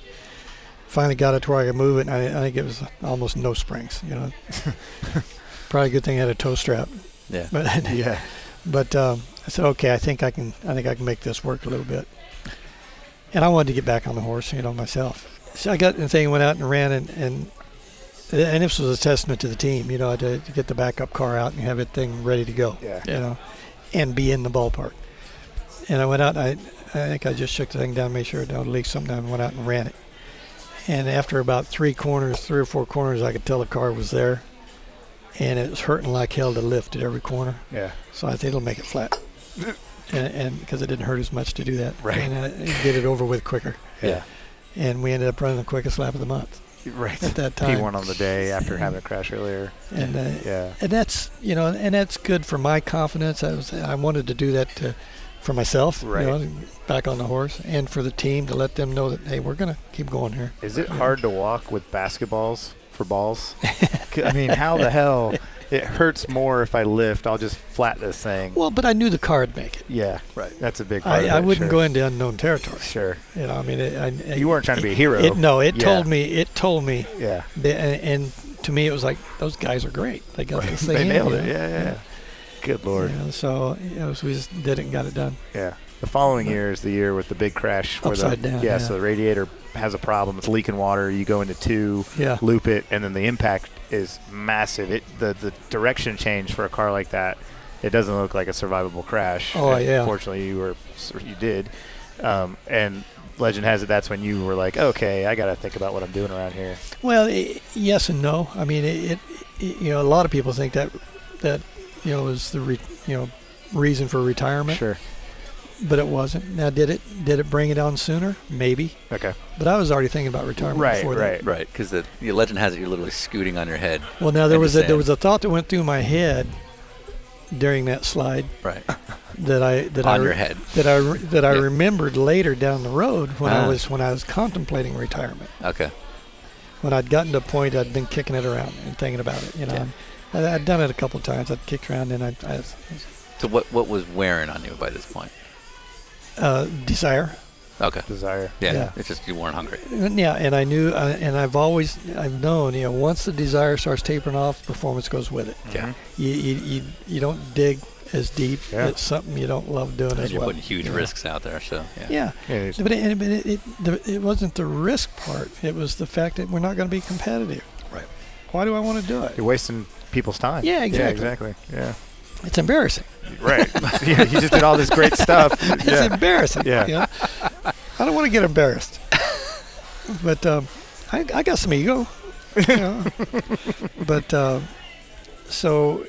D: Finally got it to where I could move it, and I, I think it was almost no springs, you know. Probably a good thing I had a toe strap.
B: Yeah.
D: But
C: Yeah.
D: but um, I said, okay, I think I can. I think I can make this work a little bit. And I wanted to get back on the horse, you know, myself. So I got in the thing, went out and ran, and and, and this was a testament to the team, you know, to, to get the backup car out and have it thing ready to go,
C: Yeah.
D: you know, and be in the ballpark. And I went out. And I I think I just shook the thing down, made sure it don't leak something, and went out and ran it. And after about three corners, three or four corners, I could tell the car was there, and it was hurting like hell to lift at every corner.
C: Yeah.
D: So I think it'll make it flat. And because it didn't hurt as much to do that,
C: Right.
D: And uh, and get it over with quicker.
C: Yeah.
D: And we ended up running the quickest lap of the month
C: Right.
D: at that
C: He
D: time.
C: won on the day after having a crash earlier.
D: And uh,
C: Yeah.
D: and that's you know, and that's good for my confidence. I was I wanted to do that to, for myself, you
C: Right.
D: know, back on the horse, and for the team to let them know that hey, we're gonna keep going here.
C: Is it hard to walk with basketballs for balls? I mean, how the hell? It hurts more if I lift. I'll just flat this thing.
D: Well, but I knew the car would make it.
C: Yeah,
B: Right.
C: That's a big. Part
D: I,
C: of
D: I
C: it,
D: wouldn't
C: sure.
D: go into unknown territory.
C: Sure.
D: You know, I mean, it, I,
C: You weren't trying to be a hero.
D: It, no, it
C: Yeah.
D: told me. It told me
C: Yeah.
D: They, and, and to me, it was like those guys are great. They got this thing.
C: They
D: in,
C: nailed
D: you
C: it.
D: know?
C: Yeah, yeah. yeah. Good lord.
D: You know, so you know, so we just did it and got it done.
C: Yeah. The following year is the year with the big crash where
D: Upside
C: the
D: down,
C: yeah,
D: yeah.
C: so the radiator has a problem. It's leaking water. You go into two,
D: Yeah.
C: loop it, and then the impact is massive. It the the direction change for a car like that, it doesn't look like a survivable crash.
D: Oh,
C: And
D: yeah.
C: Fortunately, you were you did, Um, and legend has it that's when you were like, okay, I got to think about what I'm doing around here.
D: Well, i yes and no. I mean, it, it. You know, a lot of people think that that you know is the re, you know reason for retirement,
C: Sure.
D: but it wasn't. Now, did it did it bring it on sooner? Maybe,
C: Okay.
D: but I was already thinking about retirement
C: Right.
D: before
C: Right.
B: Right, because the, the legend has it you're literally scooting on your head.
D: that. Well, now there was a, there
B: Understand.
D: was a thought that went through my head during that slide
B: Right.
D: that I that I
B: on
D: re-
B: your head.
D: that I re- that I
B: Yeah.
D: remembered later down the road when I
B: Ah.
D: was when I was contemplating retirement.
B: Okay.
D: When I'd gotten to a point, I'd been kicking it around and thinking about it. You know,
B: Yeah.
D: I, I'd done it a couple of times. I'd kicked around and I, I
B: So what what was wearing on you by this point?
D: uh, desire.
B: Okay.
C: Desire.
B: Yeah.
D: Yeah.
B: It's just you weren't hungry.
D: Yeah, and I knew, uh, and I've always, I've known, you know, once the desire starts tapering off, performance goes with it.
B: Yeah.
D: You, you, you, you don't dig as deep.
C: Yeah.
D: It's something you don't love doing
B: And
D: as
B: you're
D: well.
B: putting huge
D: you know.
B: risks out there. So yeah.
D: Yeah,
C: Yeah, it's-
D: but it, but it, it, the, it wasn't the risk part. It was the fact that we're not going to be competitive.
B: Right.
D: Why do I want to do it?
C: You're wasting people's time.
D: Yeah, exactly.
C: Yeah, exactly. Yeah.
D: It's embarrassing.
C: Right. yeah, you just did all this great stuff.
D: It's
C: Yeah.
D: embarrassing.
C: Yeah.
D: you know? I don't want to get embarrassed. but um, I, I got some ego. you know? but uh, so,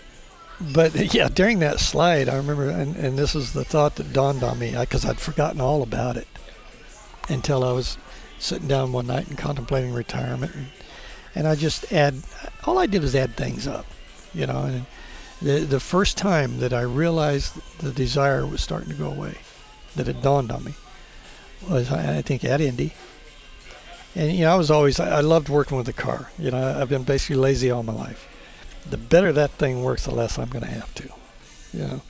D: but yeah, during that slide, I remember, and, and this is the thought that dawned on me because I'd forgotten all about it until I was sitting down one night and contemplating retirement. And, and I just add, all I did was add things up, you know. And the, the first time that I realized the desire was starting to go away, that it dawned on me, was I, I think at Indy. And you know, I was always I I loved working with the car. You know, I- I've been basically lazy all my life. The better that thing works, the less I'm going to have to. You know,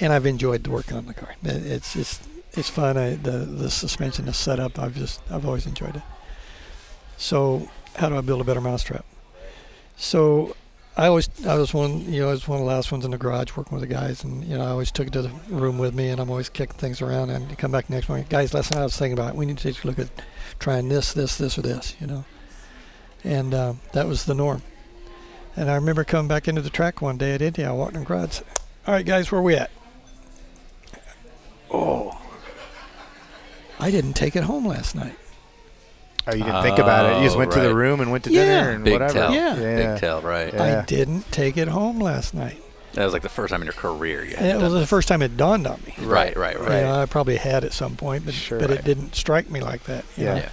D: and I've enjoyed working on the car. It- It's it's it's fun. I, the the suspension is set up. I've just I've always enjoyed it. So how do I build a better mousetrap? So I always I was one you know I was one of the last ones in the garage working with the guys, and you know I always took it to the room with me, and I'm always kicking things around. And you come back next morning, guys. Last night I was thinking about it. we need to take a look at trying this, this, this, or this, you know. And uh, that was the norm. And I remember coming back into the track one day at India. I walked in the garage. said, All right, guys, where we at? Oh, I didn't take it home last night.
C: Oh, you didn't think about it. You just
B: Oh,
C: went to the
B: right.
C: room and went to
D: Yeah.
C: dinner and
B: Big
C: whatever.
B: tell.
D: Yeah.
B: Big tell, right?
C: Yeah.
D: I didn't take it home last night.
B: That was like the first time in your career you
D: And
B: had
D: it was
B: done
D: the first time it dawned on me.
B: that. Right, right,
D: You
B: right.
D: know, I probably had at some point, but,
C: Sure.
D: but
C: Right.
D: it didn't strike me like that. you
C: Yeah.
D: know.
B: Yeah.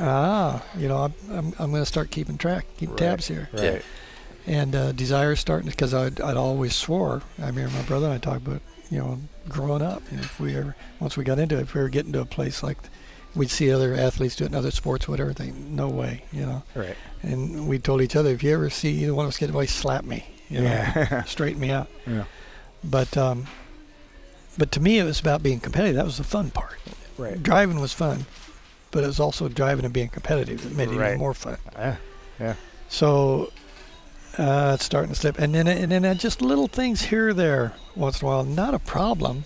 D: Ah, you know, I'm, I'm, I'm going to start keeping track, keeping
C: Right.
D: tabs here.
B: Yeah.
C: Right.
D: and uh, desire starting because I'd, I'd always swore. I mean, my brother and I talked about you know growing up. You know, if we ever once we got into it, if we were getting to a place like we'd see other athletes do it in other sports, whatever. Think no way, you know.
C: Right.
D: And we told each other, if you ever see either one of us get away, slap me, you know,
C: Yeah.
D: straighten me out.
C: Yeah.
D: But um, but to me, it was about being competitive. That was the fun part.
C: Right.
D: Driving was fun, but it was also driving and being competitive that made it
C: Right.
D: even more fun.
C: Uh, Yeah.
D: So uh, it's starting to slip, and then and then uh, just little things here or there once in a while, not a problem,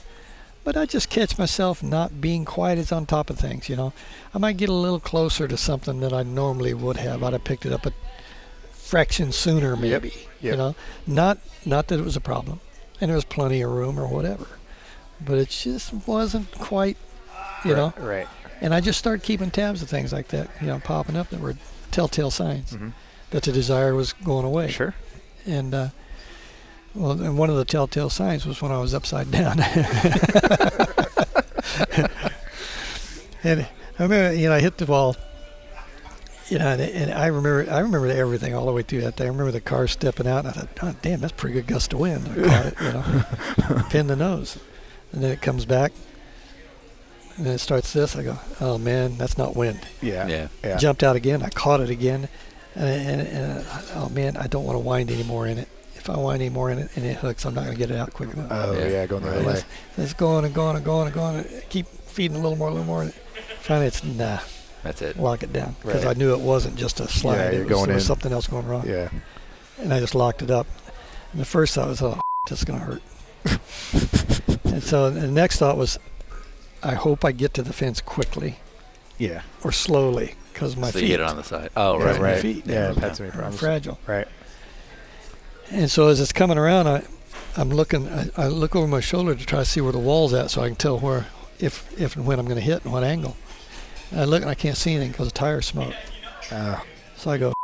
D: but I just catch myself not being quite as on top of things. You know, I might get a little closer to something that I normally would have. I'd have picked it up a fraction sooner, maybe.
C: Yep.
D: You know, not not that it was a problem, and there was plenty of room or whatever, but it just wasn't quite. You know,
C: Right.
D: and I just started keeping tabs of things like that, you know, popping up that were telltale signs
C: Mhm.
D: that the desire was going away.
C: Sure.
D: And uh, well, and one of the telltale signs was when I was upside down. and I remember, you know, I hit the wall. You know, and, and I remember, I remember everything all the way through that day. I remember the car stepping out, and I thought, "Oh, damn, that's a pretty good gust of wind." I caught it, you know, pin the nose, and then it comes back, and then it starts this. I go, "Oh man, that's not wind."
C: Yeah.
B: Yeah.
C: Yeah.
D: jumped out again. I caught it again, and, and, and oh man, I don't want to wind any more in it. If I wind any more in it and it hooks, I'm not going to get it out quick enough.
C: Oh yeah.
B: Yeah.
C: Going the
D: And
C: other way.
D: it's, it's going and going and going and going. and keep feeding a little more, a little more. and Finally, it's nah,
B: That's it.
D: lock it down because
C: Right.
D: I knew it wasn't just a slide.
C: Yeah,
D: it
C: you're
D: was,
C: going
D: there was
C: in.
D: something else going wrong,
C: Yeah.
D: and I just locked it up. And the first thought was, oh, that's going to hurt. and so the next thought was, I hope I get to the fence quickly
C: Yeah.
D: or slowly because my
B: so
D: feet
B: you hit it on the side. Oh,
D: Yeah,
B: right,
D: my
B: right.
D: feet.
C: Yeah.
B: Yeah.
C: That's me.
D: are
C: Problems.
D: fragile.
C: Right.
D: And so as it's coming around, I, I'm looking. I, I look over my shoulder to try to see where the wall's at, so I can tell where if if and when I'm going to hit and what angle. And I look and I can't see anything because the tire's smoked.
C: Ah.
D: So I go,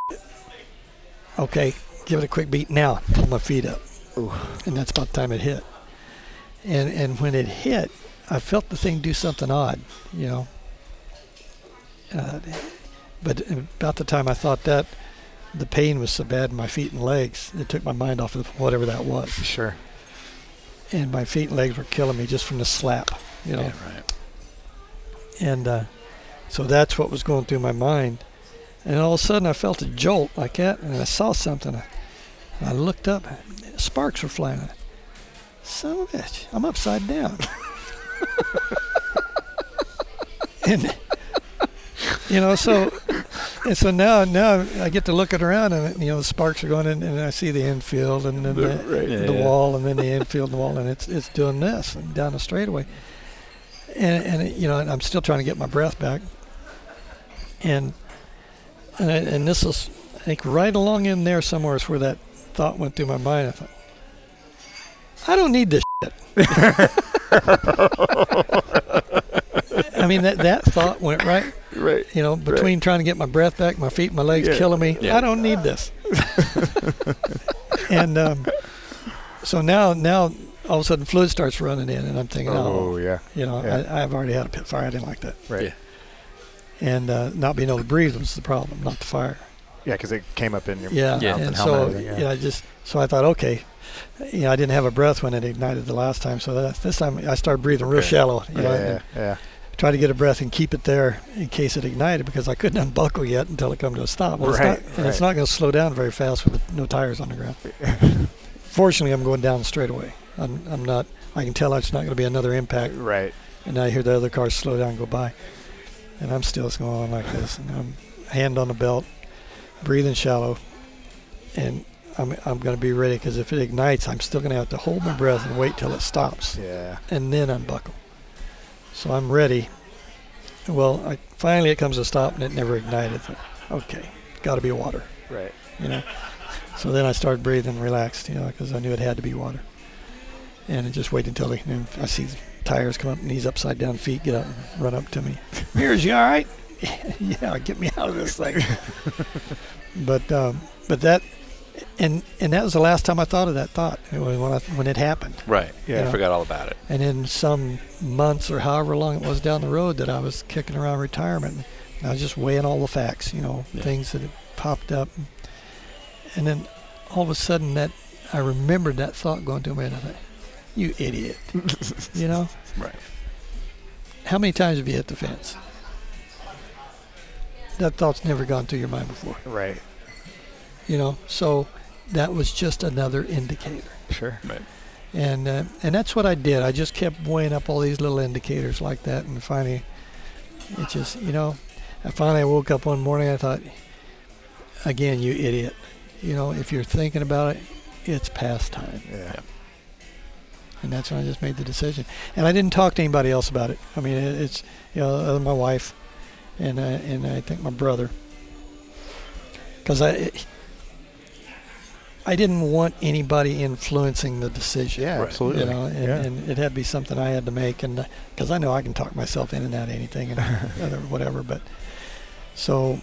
D: okay, give it a quick beat now. Pull my feet up,
C: Ooh.
D: and that's about the time it hit. And and when it hit, I felt the thing do something odd, you know. Uh, but about the time I thought that, the pain was so bad in my feet and legs, it took my mind off of whatever that was
C: Sure.
D: and my feet and legs were killing me just from the slap, you know.
B: Yeah, right.
D: And uh, so that's what was going through my mind. And all of a sudden, I felt a jolt like that, and I saw something. I, I looked up, sparks were flying. I- Son of a bitch, I'm upside down. and you know, so and so now now I get to looking around, and you know, the sparks are going, in, and I see the infield, and then the,
B: Yeah,
D: the
B: yeah.
D: wall and then the infield and the wall and it's it's doing this and down the straightaway and and it- you know and I'm still trying to get my breath back and and, I, and this is I think right along in there somewhere is where that thought went through my mind I thought I don't need this shit. I mean that that thought went right
C: Right.
D: you know between trying to get my breath back my feet my legs
C: Yeah.
D: killing me
B: Yeah.
D: I don't need this and um, so now now all of a sudden fluid starts running in and I'm thinking oh,
C: Oh yeah.
D: you know
C: yeah.
D: I, I've already had a pit fire I didn't like that
C: Right.
B: Yeah.
C: Yeah,
D: and uh, not being able to breathe was the problem not the fire
C: because it came up in your.
D: yeah,
B: Yeah,
D: and
B: the helmet,
D: so
C: I think,
D: yeah. I just so I thought okay you know I didn't have a breath when it ignited the last time so that, this time I started breathing real
B: Okay.
D: shallow you
C: Yeah.
D: know,
C: Yeah.
D: and
C: yeah.
D: try to get a breath and keep it there in case it ignited because I couldn't unbuckle yet until it come to a stop well,
C: Right,
D: it's not, and it's
C: right.
D: not going to slow down very fast with no tires on the ground fortunately I'm going down straight away I'm, I'm not I can tell it's not going to be another impact
C: Right.
D: and I hear the other cars slow down and go by. And I'm still just going on like this. And I'm hand on the belt, breathing shallow. And I'm, I'm going to be ready because if it ignites, I'm still going to have to hold my breath and wait till it stops
C: Yeah.
D: and then unbuckle. So I'm ready. Well, I, finally it comes to a stop and it never ignited. Okay, got to be water
C: Right.
D: you know. So then I started breathing relaxed, you know, because I knew it had to be water. And I just waited until they, and I see the tires come up, knees upside down, feet get up, and run up to me. Here's you all right? yeah, get me out of this thing. but um, but that, and and that was the last time I thought of that thought. It was when I, when it happened.
B: Right.
C: Yeah.
B: I forgot all about it.
D: And then some months or however long it was down the road that I was kicking around retirement, and I was just weighing all the facts, you know,
B: Yeah.
D: things that had popped up. And then all of a sudden that I remembered that thought going through my head. I thought, you idiot. you know?
B: Right.
D: How many times have you hit the fence? That thought's never gone through your mind before,
C: Right.
D: you know? So that was just another indicator.
C: Sure.
B: Right.
D: and uh, and that's what I did. I just kept weighing up all these little indicators like that, and finally, it just you know, I finally woke up one morning. I thought, again, you idiot. You know, if you're thinking about it, it's past time,
C: Yeah.
D: and that's when I just made the decision. And I didn't talk to anybody else about it. I mean, it, it's you know, other than my wife, and uh, and I think my brother, because I. I didn't want anybody influencing the decision.
C: Yeah.
B: Right.
C: Absolutely.
D: You know, and,
C: yeah.
D: and it had to be something I had to make, and because I know I can talk myself in and out of anything and other, whatever, but so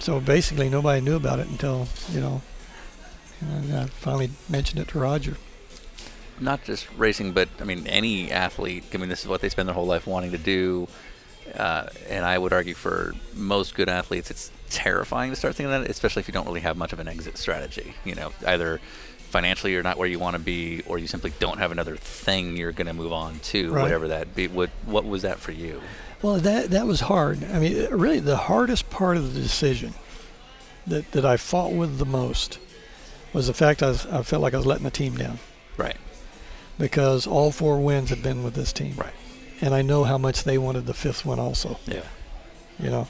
D: so basically nobody knew about it until you know, and I finally mentioned it to Roger.
B: Not just racing, but I mean, any athlete. I mean, this is what they spend their whole life wanting to do. Uh, and I would argue for most good athletes, it's terrifying to start thinking that, especially if you don't really have much of an exit strategy. You know, either financially you're not where you want to be, or you simply don't have another thing you're going to move on to,
D: Right.
B: whatever that be. What, what was that for you?
D: Well, that that was hard. I mean, it- really, the hardest part of the decision that that I fought with the most was the fact I, was, I felt like I was letting the team down
B: Right.
D: because all four wins had been with this team,
B: Right.
D: and I know how much they wanted the fifth one also.
B: Yeah.
D: you know.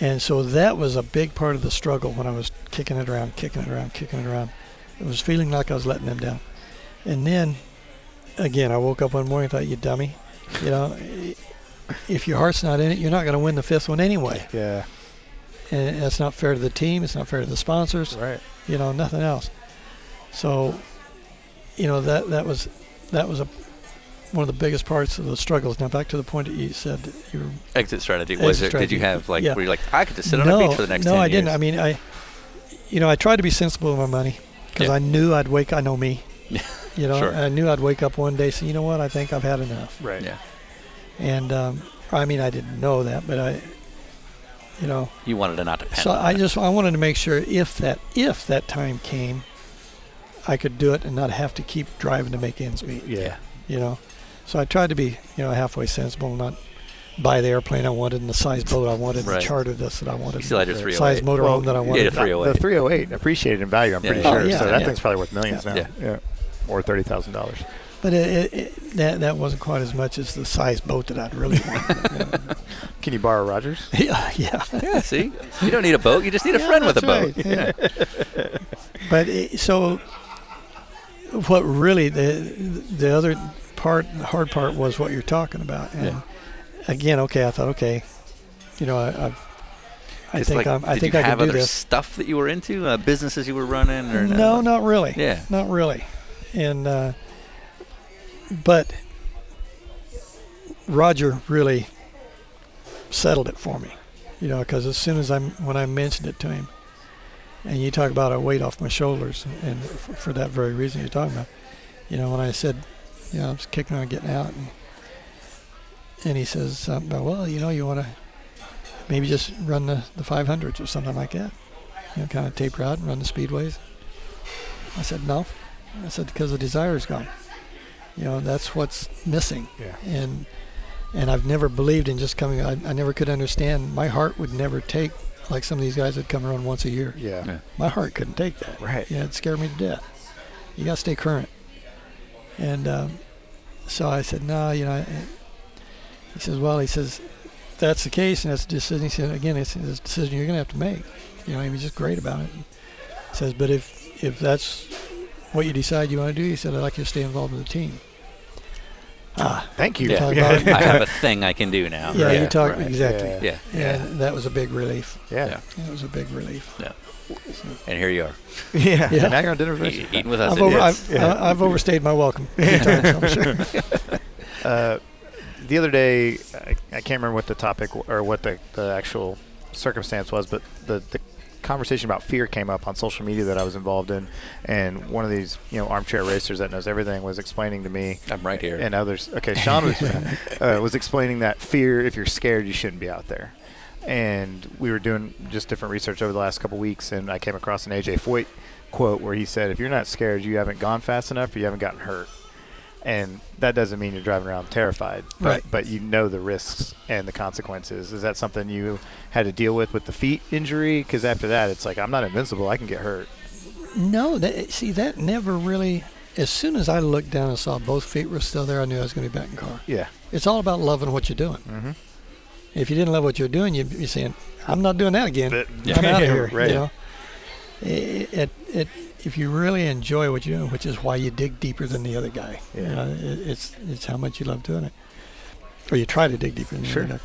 D: And so that was a big part of the struggle when I was kicking it around, kicking it around, kicking it around. It was feeling like I was letting them down. And then, again, I woke up one morning and thought, you dummy. You know, if your heart's not in it, you're not going to win the fifth one anyway.
C: Yeah.
D: And that's not fair to the team. It's not fair to the sponsors.
C: Right.
D: You know, nothing else. So, you know, that, that was that was a one of the biggest parts of the struggles. Now back to the point that you said that you were
B: Exit strategy. Was
D: Exit
B: there, did you
D: strategy.
B: have like?
D: Yeah.
B: Were you like I could just sit on
D: no,
B: a beach for the next
D: no,
B: 10
D: I
B: years?
D: didn't. I mean, I, you know, I tried to be sensible with my money because
B: Yeah.
D: I knew I'd wake. I know me.
B: Yeah.
D: You know,
B: Sure.
D: I knew I'd wake up one day. So you know what? I think I've had enough.
C: Right.
B: Yeah.
D: And um, I mean, I didn't know that, but I, you know,
B: You wanted to not depend.
D: so
B: on
D: I
B: it.
D: just I wanted to make sure if that if that time came, I could do it and not have to keep driving to make ends meet.
C: Yeah.
D: You know, so I tried to be you know halfway sensible, and not buy the airplane I wanted and the size boat I wanted, and
B: Right.
D: the charter this that I wanted,
B: You still had your
D: the
B: 308.
D: size motorhome
C: Well,
D: that I
C: yeah,
D: wanted.
B: the
C: Not-
B: 308.
C: The 308 appreciated in value, I'm
B: Yeah,
C: pretty
D: yeah.
C: sure.
D: Oh, yeah.
C: so that
D: Yeah.
C: thing's probably worth millions now.
B: Yeah.
C: yeah. Or $30,000.
D: But it, it, it, that that wasn't quite as much as the size boat that I'd really wanted.
C: Can you borrow Rogers?
D: yeah, yeah.
B: yeah. See, you don't need a boat. You just need a
D: Yeah,
B: friend with a
D: that's
B: boat.
D: right, yeah. but it, so, what really the the other part, the hard part, was what you're talking about. And
B: Yeah.
D: Again, okay, I thought, okay, you know, I, I've, I
B: It's like,
D: think I'm, I
B: did
D: think
B: you
D: I
B: have
D: can do
B: other
D: this.
B: stuff that you were into, uh, businesses you were running, or
D: No, not really.
B: Yeah.
D: Not really. And uh, but Roger really settled it for me, you know, because as soon as I when I mentioned it to him, and you talk about a weight off my shoulders, and for, for that very reason you're talking about, you know, when I said, you know, I was kicking on getting out, and, and he says something about, well, you know, you want to maybe just run the the 500s or something like that, you know, kind of taper out and run the speedways. I said, no. I said, because the desire's gone. You know, that's what's missing.
C: Yeah.
D: And and I've never believed in just coming. I, I never could understand. My heart would never take, like some of these guys that come around once a year.
C: Yeah.
B: Yeah.
D: My heart couldn't take that.
C: Right.
D: Yeah, it scared me to death. You got to stay current. And um, so I said, no, you know, I- he says, well, he says, if that's the case, and that's a decision. He said, again, it's, it's a decision you're going to have to make. You know, he was just great about it. He says, but if, if that's what you decide you want to do, he said, I'd like you to stay involved with the team. Ah,
C: Thank you.
B: Yeah.
D: Talk
C: Yeah.
D: about
B: I have a thing I can do now.
D: yeah,
B: yeah,
D: you talk,
B: right.
D: exactly.
C: Yeah.
B: Yeah, yeah,
D: And that was a big relief.
C: Yeah.
D: That was a big relief.
B: and here you are,
C: Yeah.
D: Yeah.
C: Now you're on dinner with
B: e-
C: us.
B: eating with us.
D: I've, over,
B: idiots.
D: I've, I- I've overstayed my welcome. a few times, I'm sure.
C: Uh, the other day, I, I can't remember what the topic w- or what the, the actual circumstance was, but the, the conversation about fear came up on social media that I was involved in, and one of these you know armchair racers that knows everything was explaining to me
B: I'm right here.
C: and others. Okay, Sean was uh, was explaining that fear. If you're scared, you shouldn't be out there. And we were doing just different research over the last couple weeks, and I came across an AJ Foyt quote where he said, "If you're not scared, you haven't gone fast enough, or you haven't gotten hurt." And that doesn't mean you're driving around terrified, but,
D: Right.
C: but you know the risks and the consequences. Is that something you had to deal with with the feet injury? Because after that, it's like I'm not invincible. I can get hurt.
D: No, that, eh, see, that never really. As soon as I looked down and saw both feet were still there, I knew I was going to be back in car.
C: Yeah,
D: It's all about loving what you're doing.
C: mm-hmm.
D: If you didn't love what you're doing, you, you're saying, "I'm not doing that again. I'm out of here."
C: right.
D: You know, Eh, it, it, it, if you really enjoy what you're doing, which is why you dig deeper than the other guy. You
C: Yeah.
D: know, it, it's it's how much you love doing it, or you try to dig deeper than the
C: Sure.
D: other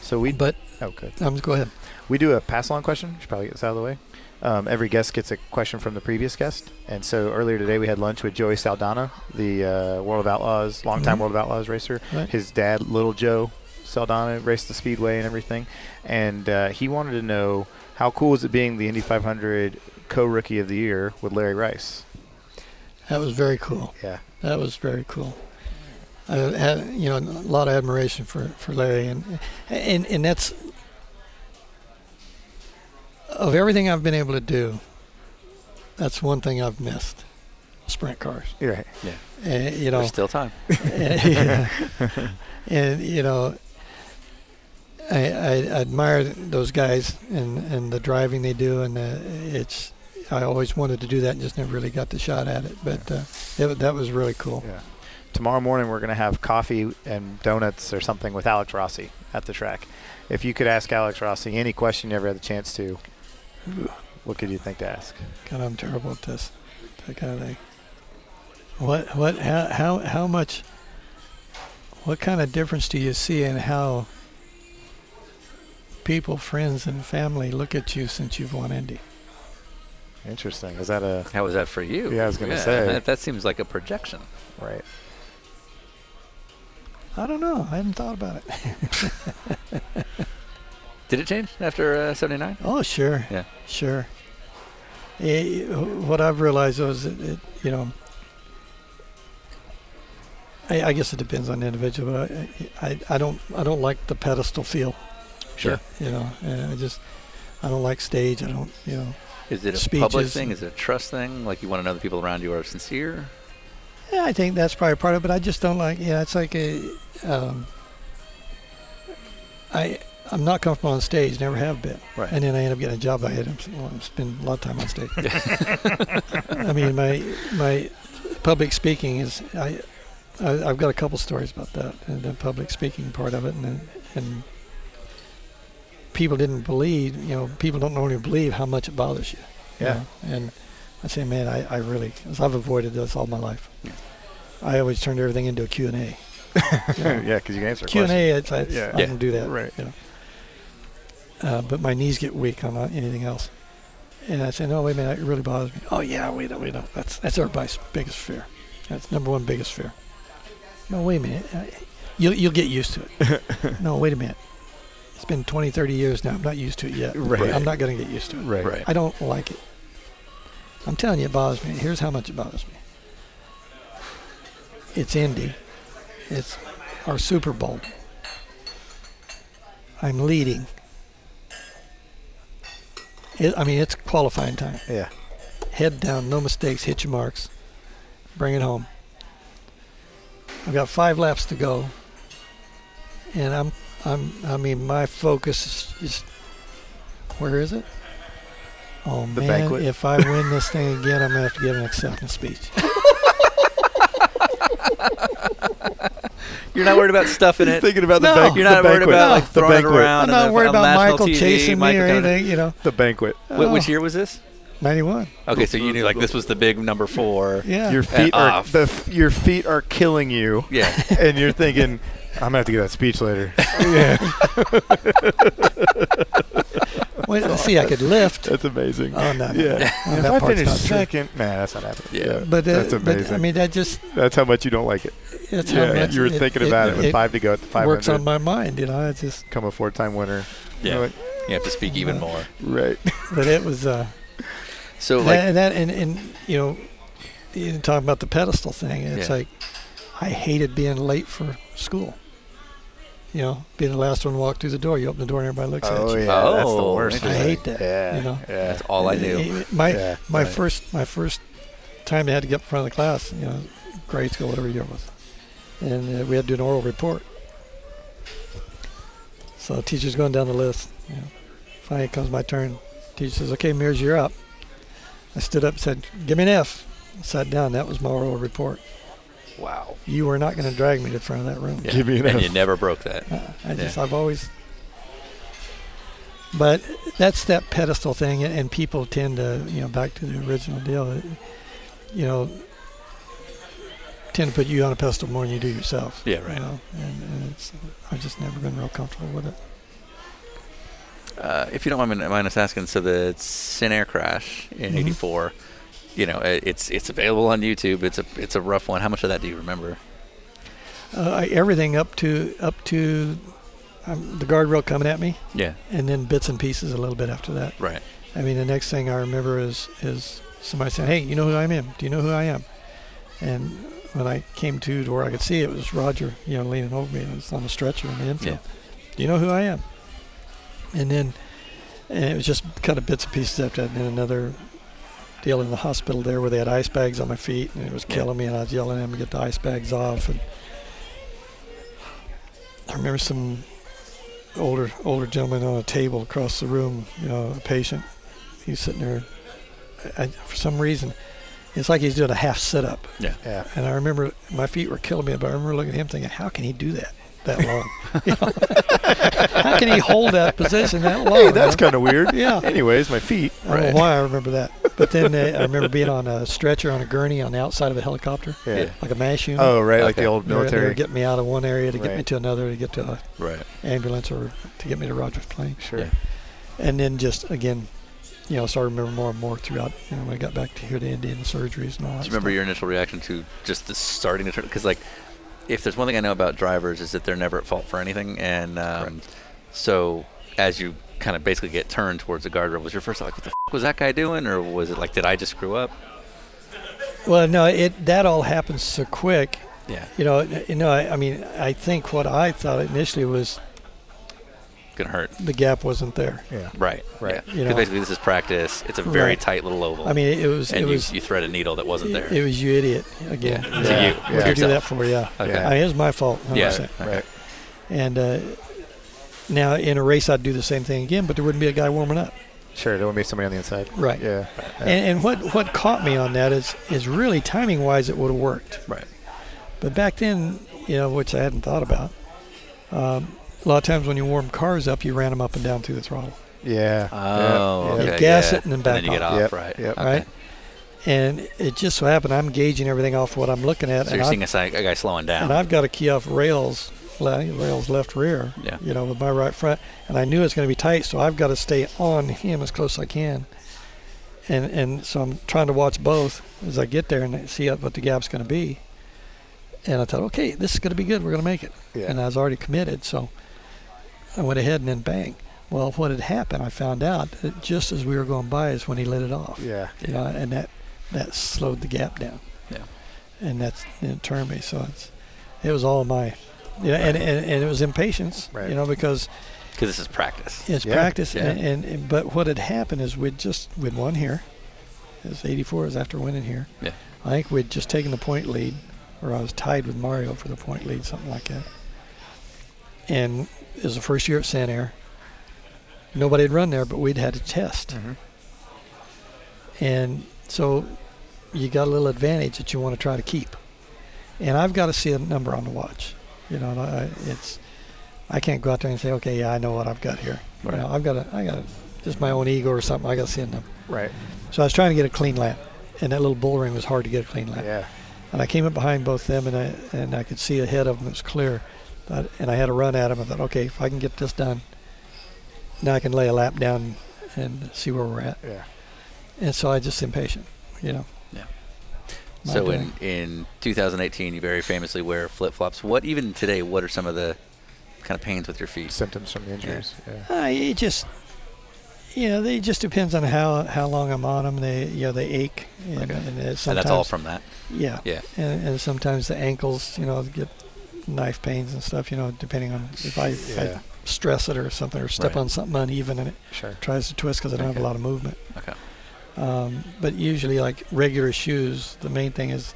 C: So
D: guy.
C: we
D: But
C: oh good.
D: um, go ahead.
C: We do a pass along question. Should probably get this out of the way. Um, every guest gets a question from the previous guest. And so earlier today, we had lunch with Joey Saldana, the uh, World of Outlaws, longtime
D: Mhm.
C: World of Outlaws racer.
D: Right.
C: His dad, Little Joe Saldana, raced the Speedway and everything. And uh, he wanted to know how cool is it being the Indy 500 co rookie of the year with Larry Rice?
D: That was very cool.
C: Yeah.
D: That was very cool. I had, you know, a lot of admiration for, for Larry, and, and and that's of everything I've been able to do. That's one thing I've missed: sprint cars.
C: You're right.
D: Eh, you know,
B: There's still time.
D: and, and you know, I, I admire those guys and, and the driving they do, and uh it's I always wanted to do that and just never really got the shot at it. But uh, that, wa- that was really cool.
C: Yeah. Tomorrow morning, we're going to have coffee and donuts or something with Alex Rossi at the track. If you could ask Alex Rossi any question you ever had the chance to, what could you think to ask?
D: God, I'm terrible at this, that kind of thing. What what how how how much? What kind of difference do you see in how people, friends, and family look at you since you've won Indy?
C: Interesting. Is that a
B: How was that for you?
C: Yeah, I was gonna say.
B: That, that seems like a projection.
C: right?
D: I don't know. I hadn't thought about it.
B: Did it change after uh, 79?
D: Oh, sure.
B: Yeah.
D: Sure. Eh, what I've realized though is, it, it, you know, I, I guess it depends on the individual, but I, I, I don't, I don't like the pedestal feel.
B: Sure.
D: You know, and I just, I don't like stage. I don't, you know,
B: Is it a public
D: Speeches.
B: thing? Is it a trust thing? Like you want to know the people around you are sincere?
D: Yeah, I think that's probably part of it. But I just don't like. Yeah, it's like a. Um, I I'm not comfortable on stage. Never have been.
B: Right.
D: And then I end up getting a job I hate. I'm, s- well, I'm spending a lot of time on stage. I mean, my my public speaking is I, I I've got a couple stories about that and the public speaking part of it and and people didn't believe. You know, people don't normally believe how much it bothers you. you
C: Yeah.
D: know? And I say, man, I, I really, 'cause I've avoided this all my life.
B: Yeah.
D: I always turned everything into a Q&A. You know,
C: yeah, because you can answer
D: Q&A,
C: questions.
D: it's, it's,
C: Yeah.
D: I
B: Yeah.
D: don't do that.
C: Right.
D: You know. uh, but my knees get weak on uh, anything else. And I say, no, wait a minute, it really bothers me. Oh, yeah, we know, we know. That's, that's everybody's biggest fear. That's number one biggest fear. No, wait a minute. I- You'll, you'll get used to it. no, wait a minute. It's been 20, 30 years now. I'm not used to it yet.
C: Right.
D: I'm not going to get used to it.
C: Right.
B: Right.
D: I don't like it. I'm telling you, it bothers me. Here's how much it bothers me. It's Indy. It's our Super Bowl. I'm leading. It, I mean, it's qualifying time.
C: Yeah.
D: Head down, no mistakes, hit your marks, bring it home. I've got five laps to go, and I'm, I'm, I mean, my focus is, is where is it? Oh
C: The
D: man,
C: banquet.
D: if I win this thing again, I'm gonna have to give an acceptance speech.
B: You're not worried about stuffing it.
C: Thinking about the,
D: No.
C: banquet.
B: You're not
C: the
B: worried
C: banquet.
B: about like
C: the
B: throwing it
C: banquet.
B: around.
D: I'm
B: and
D: not
B: the-
D: worried
B: on
D: about
B: national
D: Michael
B: TV,
D: chasing me
B: Michael
D: or
B: coming-
D: anything, you know.
C: The banquet.
B: Wh- Which
D: Oh.
B: year was this?
D: 91.
B: Okay, so you knew like this was the big number four.
D: Yeah.
C: Your feet
B: Ah,
C: are
B: f-
C: the f- your feet are killing you,
B: Yeah.
C: and you're thinking, "I'm gonna have to get that speech later."
D: Wait, see, I could lift.
C: That's amazing.
D: Oh,
B: Uh,
D: no, no.
C: Yeah.
D: No,
C: if
D: that
C: I
D: part's
C: finish
D: not true.
C: second, man, that's not happening.
B: Yeah.
D: But, uh,
C: that's amazing.
D: but I mean, that just
C: that's how much you don't like it.
D: it's how
C: Yeah,
D: much
C: you were
D: it-
C: thinking about it, with
D: it
C: five to go at the five
D: works
C: hundred.
D: on my mind, you know. It's just,
C: Come a four-time winner.
B: Yeah.
C: You're like,
B: You have to speak even more.
C: right.
D: but it was uh,
B: So like
D: that, that and, and you know, you talking about the pedestal thing. It's
B: Yeah.
D: like I hated being late for school. You know, being the last one to walk through the door. You open the door and everybody looks at you.
C: yeah, that's the
B: Oh,
C: worst.
D: I
B: interesting.
D: hate that.
C: Yeah,
D: you know?
C: yeah.
B: that's all I knew.
D: It- it- my
C: Yeah,
D: my
C: right.
D: first my first time I had to get in front of the class, you know, grade school, whatever year it was, and uh, we had to do an oral report. So the teacher's going down the list. You know. Finally comes my turn. Teacher says, "Okay, Mears, you're up." I stood up and said, "Give me an F." Sat down. That was my oral report.
B: Wow.
D: You were not going to drag me to the front of that room.
B: Yeah.
C: Give me an
B: and
C: F.
B: you never broke that.
D: Uh, I just I've always. But that's that pedestal thing, and, and people tend to you know back to the original deal, uh, you know, tend to put you on a pedestal more than you do yourself.
B: Yeah,
D: You
B: right.
D: know, and, and it's I've just never been real comfortable with it.
B: Uh, if you don't mind, me- mind us asking, so the Sinair crash in
D: Mhm.
B: '84, you know, it, it's it's available on YouTube. It's a it's a rough one. How much of that do you remember?
D: Uh, I- everything up to up to um, the guardrail coming at me,
B: Yeah.
D: and then bits and pieces a little bit after that.
B: Right.
D: I mean, the next thing I remember is is somebody saying, "Hey, you know who I am? Do you know who I am?" And when I came to to where I could see, it was Roger, you know, leaning over me, and it's on a stretcher in the infield. Do you know who I am? And then, and it was just kind of bits and pieces after that. And then another deal in the hospital there where they had ice bags on my feet, and it was
B: Yeah.
D: killing me, and I was yelling at them to get the ice bags off. And I remember some older older gentleman on a table across the room, you know, a patient. He's sitting there. I, I- for some reason, it's like he's doing a half sit up.
C: Yeah.
D: And I remember my feet were killing me, but I remember looking at him thinking, how can he do that that long? You know? how can he hold that position that long?
C: Hey, that's
D: huh?
C: kind of weird.
D: Yeah.
C: Anyways, my feet.
D: I don't
B: Right.
D: know why I remember that. But then uh, I remember being on a stretcher on a gurney on the outside of a helicopter,
C: Yeah.
B: Yeah.
D: like a mass unit.
C: Oh, right, like the
B: Okay.
C: old
D: They were- They were
C: military.
D: getting me out of one area to get me
C: Right.
D: to another to get to an
B: Right.
D: ambulance or to get me to Rogers Plain.
C: Sure.
B: Yeah.
D: And then just again, you know, so I remember more and more throughout. You know, when I got back to here to Indian surgeries and all that.
B: Do you remember
D: stuff.
B: your initial reaction to just the starting to turn? Because like, if there's one thing I know about drivers is that they're never at fault for anything, and um, so as you kind of basically get turned towards the guardrail, was your first thought like, what the f- was that guy doing, or was it like, did I just screw up?
D: Well, no, it that all happens so quick.
B: Yeah,
D: You know, you know. I, I mean, I think what I thought initially was
B: gonna hurt.
D: the gap wasn't there.
C: Yeah.
B: Right,
C: Right.
B: Yeah.
D: You
B: 'Cause
D: know.
B: basically, this is practice. It's a very
D: Right.
B: tight little oval.
D: I mean, it was
B: and
D: it
B: you,
D: was
B: you thread a needle that wasn't there.
D: it, was you idiot again.
B: yeah,
C: Yeah.
B: So you,
D: What did you do that
B: yourself.
D: for? Yeah.
B: Okay.
D: I mean, it was my fault. 100%.
B: Yeah.
C: Right.
D: And uh, now in a race, I'd do the same thing again, but there wouldn't be a guy warming up.
C: Sure. There will be somebody on the inside.
D: Right.
C: Yeah.
D: And, and what, what caught me on that is is really timing wise, it would have worked.
B: Right.
D: But back then, you know, which I hadn't thought about. Um, a lot of times when you warm cars up, you ran them up and down through the throttle,
C: Yeah.
B: Oh,
C: Yeah.
B: okay.
D: You gas
B: yeah.
D: it and then back
B: then you get
D: off.
B: off,
C: Yep,
B: right?
C: yep.
B: Okay.
D: right? And it just so happened I'm gauging everything off what I'm looking at,
B: So
D: and,
B: you're
D: I've,
B: seeing a, si- a guy slowing down.
D: and I've got a key off rails, le- rails left rear,
B: Yeah.
D: you know, with my right front, and I knew it's going to be tight, so I've got to stay on him as close as I can. And and so I'm trying to watch both as I get there and see what the gap's going to be. And I thought, okay, this is going to be good. We're going to make it.
C: Yeah.
D: and I was already committed, so I went ahead and then bang. Well, what had happened, I found out that just as we were going by is when he let it off.
C: yeah.
D: You know, and that that slowed the gap down.
B: Yeah.
D: And that's it turned me. So it's it was all my yeah, and, and, and it was impatience,
C: Right.
D: you know, because
B: Because this is practice.
D: it's
C: Yeah.
D: practice.
B: Yeah.
D: And, and but what had happened is we'd just we'd won here. It's 84 is after winning here.
B: Yeah.
D: I think we'd just taken the point lead, or I was tied with Mario for the point lead, something like that. And it was the first year at San Air. Nobody had run there, but we'd had a test,
C: Mhm.
B: Mm-hmm.
D: and so you got a little advantage that you want to try to keep. And I've got to see a number on the watch. You know, and I, it's I can't go out there and say, okay, yeah, I know what I've got here. You know, I've got to, I got to, just my own ego or something. I got to see a number.
C: Right.
D: So I was trying to get a clean lap, and that little bull ring was hard to get a clean lap.
C: Yeah.
D: And I came up behind both them, and I and I could see ahead of them. It was clear, but, and I had a run at them. I thought, okay, if I can get this done, now I can lay a lap down and see where we're at.
C: Yeah.
D: And so I just impatient, you know.
B: Yeah.
D: My
B: so
D: doing.
B: in, in 2018, you very famously wear flip flops. What even today? What are some of the kind of pains with your feet?
C: Symptoms from the injuries. Yeah.
D: Uh, it just, you know, they it just depends on how, how long I'm on them. They, you know, they ache, and,
B: Okay.
D: and it's
B: And
D: sometimes
B: that's all from that.
D: yeah,
B: Yeah.
D: and, and sometimes the ankles, you know, get knife pains and stuff. You know, depending on if I, if I
C: Yeah.
D: stress it or something, or step
B: Right.
D: on something uneven and it
C: Sure.
D: tries to twist because I don't have
B: Okay.
D: a lot of movement.
B: Okay.
D: Um, but usually, like regular shoes, the main thing is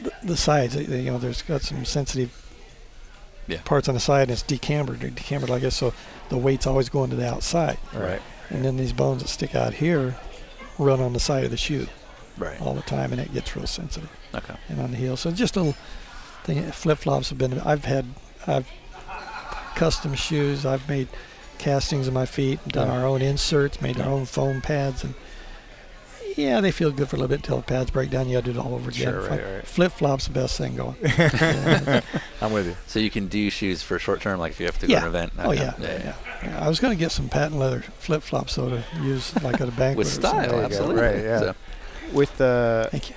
D: the, the sides. uh, You know, there's got some sensitive
B: Yeah.
D: parts on the side, and it's decambered, or decambered like this, so the weight's always going to the outside.
C: Right.
D: And then these bones that stick out here run on the side of the shoe
B: Right.
D: all the time, and it gets real sensitive
B: Okay.
D: and on the heel. So just little thing. Flip flops have been. I've had. I've custom shoes. I've made castings of my feet. Done
C: Yeah.
D: our own inserts. Made our own foam pads. And yeah, they feel good for a little bit till the pads break down. You got to do it all over again.
C: Sure, right, right.
D: Flip flops the best thing going.
C: I'm with you.
B: So you can do shoes for short term, like if you have to go
D: Yeah.
B: to an event.
D: Oh
B: Okay.
D: yeah, yeah. yeah. Yeah, I was going to get some patent leather flip flops though to use like at a banquet.
B: With
D: or something.
C: There
B: style,
C: you go.
B: absolutely.
C: Right, yeah.
B: So-
C: With uh, the
D: Thank you.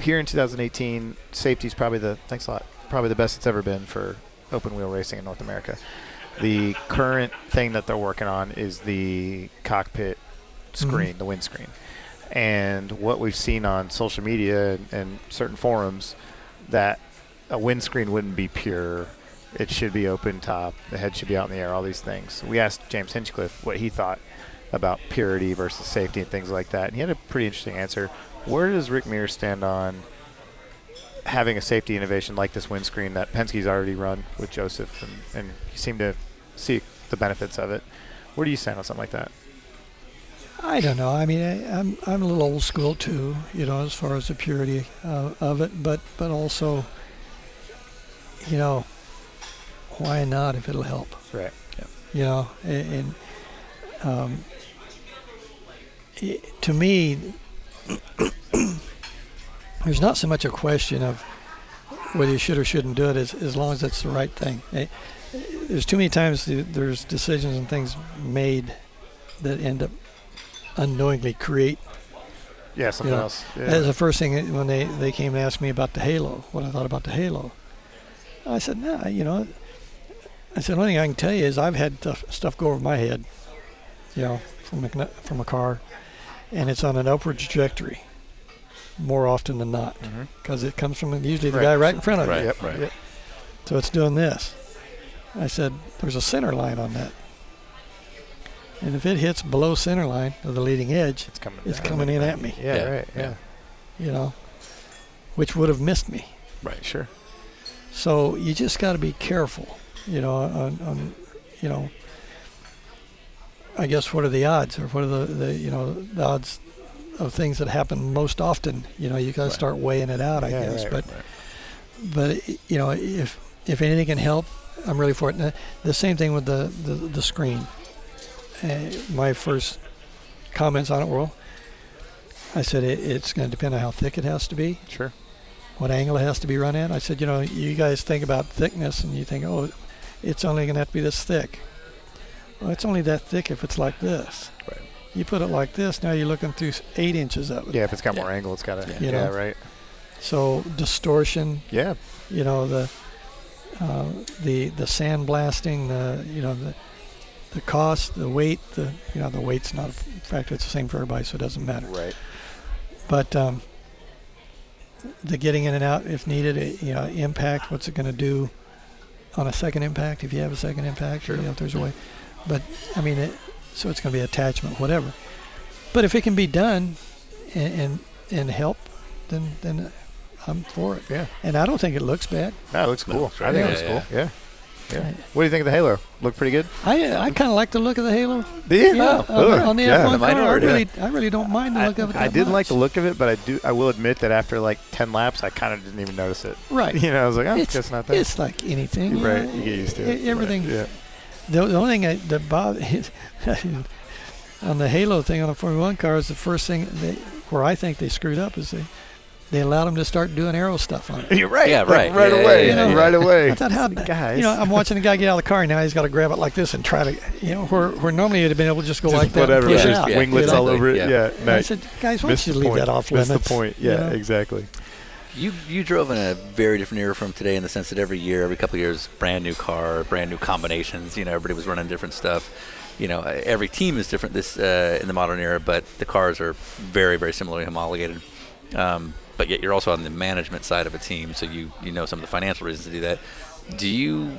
C: here in 2018, safety's probably the thanks a lot, probably the best it's ever been for open wheel racing in North America. The current thing that they're working on is the cockpit screen, the windscreen, and what we've seen on social media and, and certain forums that a windscreen wouldn't be pure. It should be open top. The head should be out in the air. All these things. We asked James Hinchcliffe what he thought about purity versus safety and things like that, and he had a pretty interesting answer. Where does Rick Mears stand on having a safety innovation like this windscreen that Penske's already run with Joseph, and, and you seem to see the benefits of it. Where do you stand on something like that?
D: I don't know. I mean, I, I'm I'm a little old school too, you know, as far as the purity uh, of it, but but also, you know, why not if it'll help?
C: Right.
D: You know, a- and, um, i to me, there's not so much a question of whether you should or shouldn't do it, as as long as it's the right thing. Eh, there's too many times th- there's decisions and things made that end up unknowingly create
C: Yeah, something
D: Yeah.
C: else.
D: That was
C: Yeah.
D: the first thing when they, they came and asked me about the Halo, what I thought about the Halo. I said, nah, you know, I said, the only thing I can tell you is I've had stuff, stuff go over my head, you know, from a, kn- from a car, and it's on an upward trajectory more often than not
C: Mhm.
D: because it comes from usually the
C: Right.
D: guy right in front of you.
B: Right,
C: Yep,
B: right.
C: yep.
D: So it's doing this. I said, there's a center line on that. And if it hits below center line of the leading edge,
C: It's coming.
D: it's
C: down.
D: coming in at me,
C: Yeah,
B: Yeah,
C: Right. Yeah.
D: you know, which would have missed me.
C: Sure.
D: So you just got to be careful, you know, on, on, you know, I guess what are the odds or what are the, the you know, the odds of things that happen most often? You know, you got to
B: Right.
D: start weighing it out, I
C: Yeah,
D: guess.
C: right,
D: but, but you know, if if anything can help, I'm really for it. And The same thing with the the, the screen. Uh, my first comments on it were, I said it, it's going to depend on how thick it has to be
C: Sure.
D: what angle it has to be run at. I said, you know, you guys think about thickness and you think, oh, it's only going to have to be this thick. Well, it's only that thick if it's like this.
B: Right.
D: You put it like this, now you're looking through s- eight inches of it.
C: Yeah. If it's got
B: Yeah.
C: more angle, it's got to.
B: Yeah.
C: Yeah.
D: You know.
C: Right.
D: So distortion,
C: Yeah.
D: you know, the uh, the the sandblasting, the you know the the cost, the weight, the you know the weight's not a factor. It's the same for everybody, so it doesn't matter.
C: Right.
D: but um, the getting in and out if needed, it, you know, impact. What's it going to do on a second impact if you have a second impact?
B: Sure.
D: You know, if there's a way, but I mean, it, so it's going to be attachment, whatever. But if it can be done and and, and help, then then I'm for it.
C: Yeah.
D: And I don't think it looks bad.
C: That looks cool.
B: Looks
C: I
B: right.
C: think
B: Yeah,
C: it looks
B: yeah.
C: cool. Yeah. Yeah. What do you think of the Halo? Look pretty good.
D: I I kind of like the look of the Halo.
C: Do you?
D: Yeah, on the- on the
C: Oh, yeah.
D: F1
B: The
D: car, I
B: minority.
D: really I really don't mind the
C: I,
D: look of it.
C: I
D: that
C: did like
D: much.
C: the look of it, but I do. I will admit that after like ten laps, I kind of didn't even notice it.
D: Right.
C: You know, I was like, oh, it's
D: It's,
C: just not there.
D: it's like anything. you
C: Right.
D: know,
C: You get used to it.
D: e-
C: Right.
D: Everything
C: Yeah.
D: The, the only thing I, that bothers on the Halo thing on a Formula One car is the first thing they, where I think they screwed up is they they allowed them to start doing arrow stuff on it.
C: You're right.
B: Yeah,
C: like,
B: right.
C: right
B: Yeah,
C: away.
D: yeah, yeah.
C: Right away.
D: I thought how
C: Guys.
D: you know I'm watching the guy get out of the car and now he's got to grab it like this and try to you know where where normally you'd have been able to just go
C: Just
D: like that
C: whatever.
D: and push
B: yeah.
D: it
C: Just
D: out.
B: yeah,
C: winglets
D: you know?
C: all over it.
B: Yeah.
C: Yeah.
D: And I
C: nice.
D: said guys why
C: Missed
D: don't you
C: the
D: leave
C: point.
D: that off
C: Missed
D: limits
C: the point.
D: you
C: Yeah.
D: know?
C: Exactly.
B: You you drove in a very different era from today in the sense that every year, every couple of years, brand new car, brand new combinations. You know, everybody was running different stuff. You know, uh, every team is different this uh, in the modern era, but the cars are very very similarly homologated. Um, but yet you're also on the management side of a team, so you you know some of the financial reasons to do that. Do you?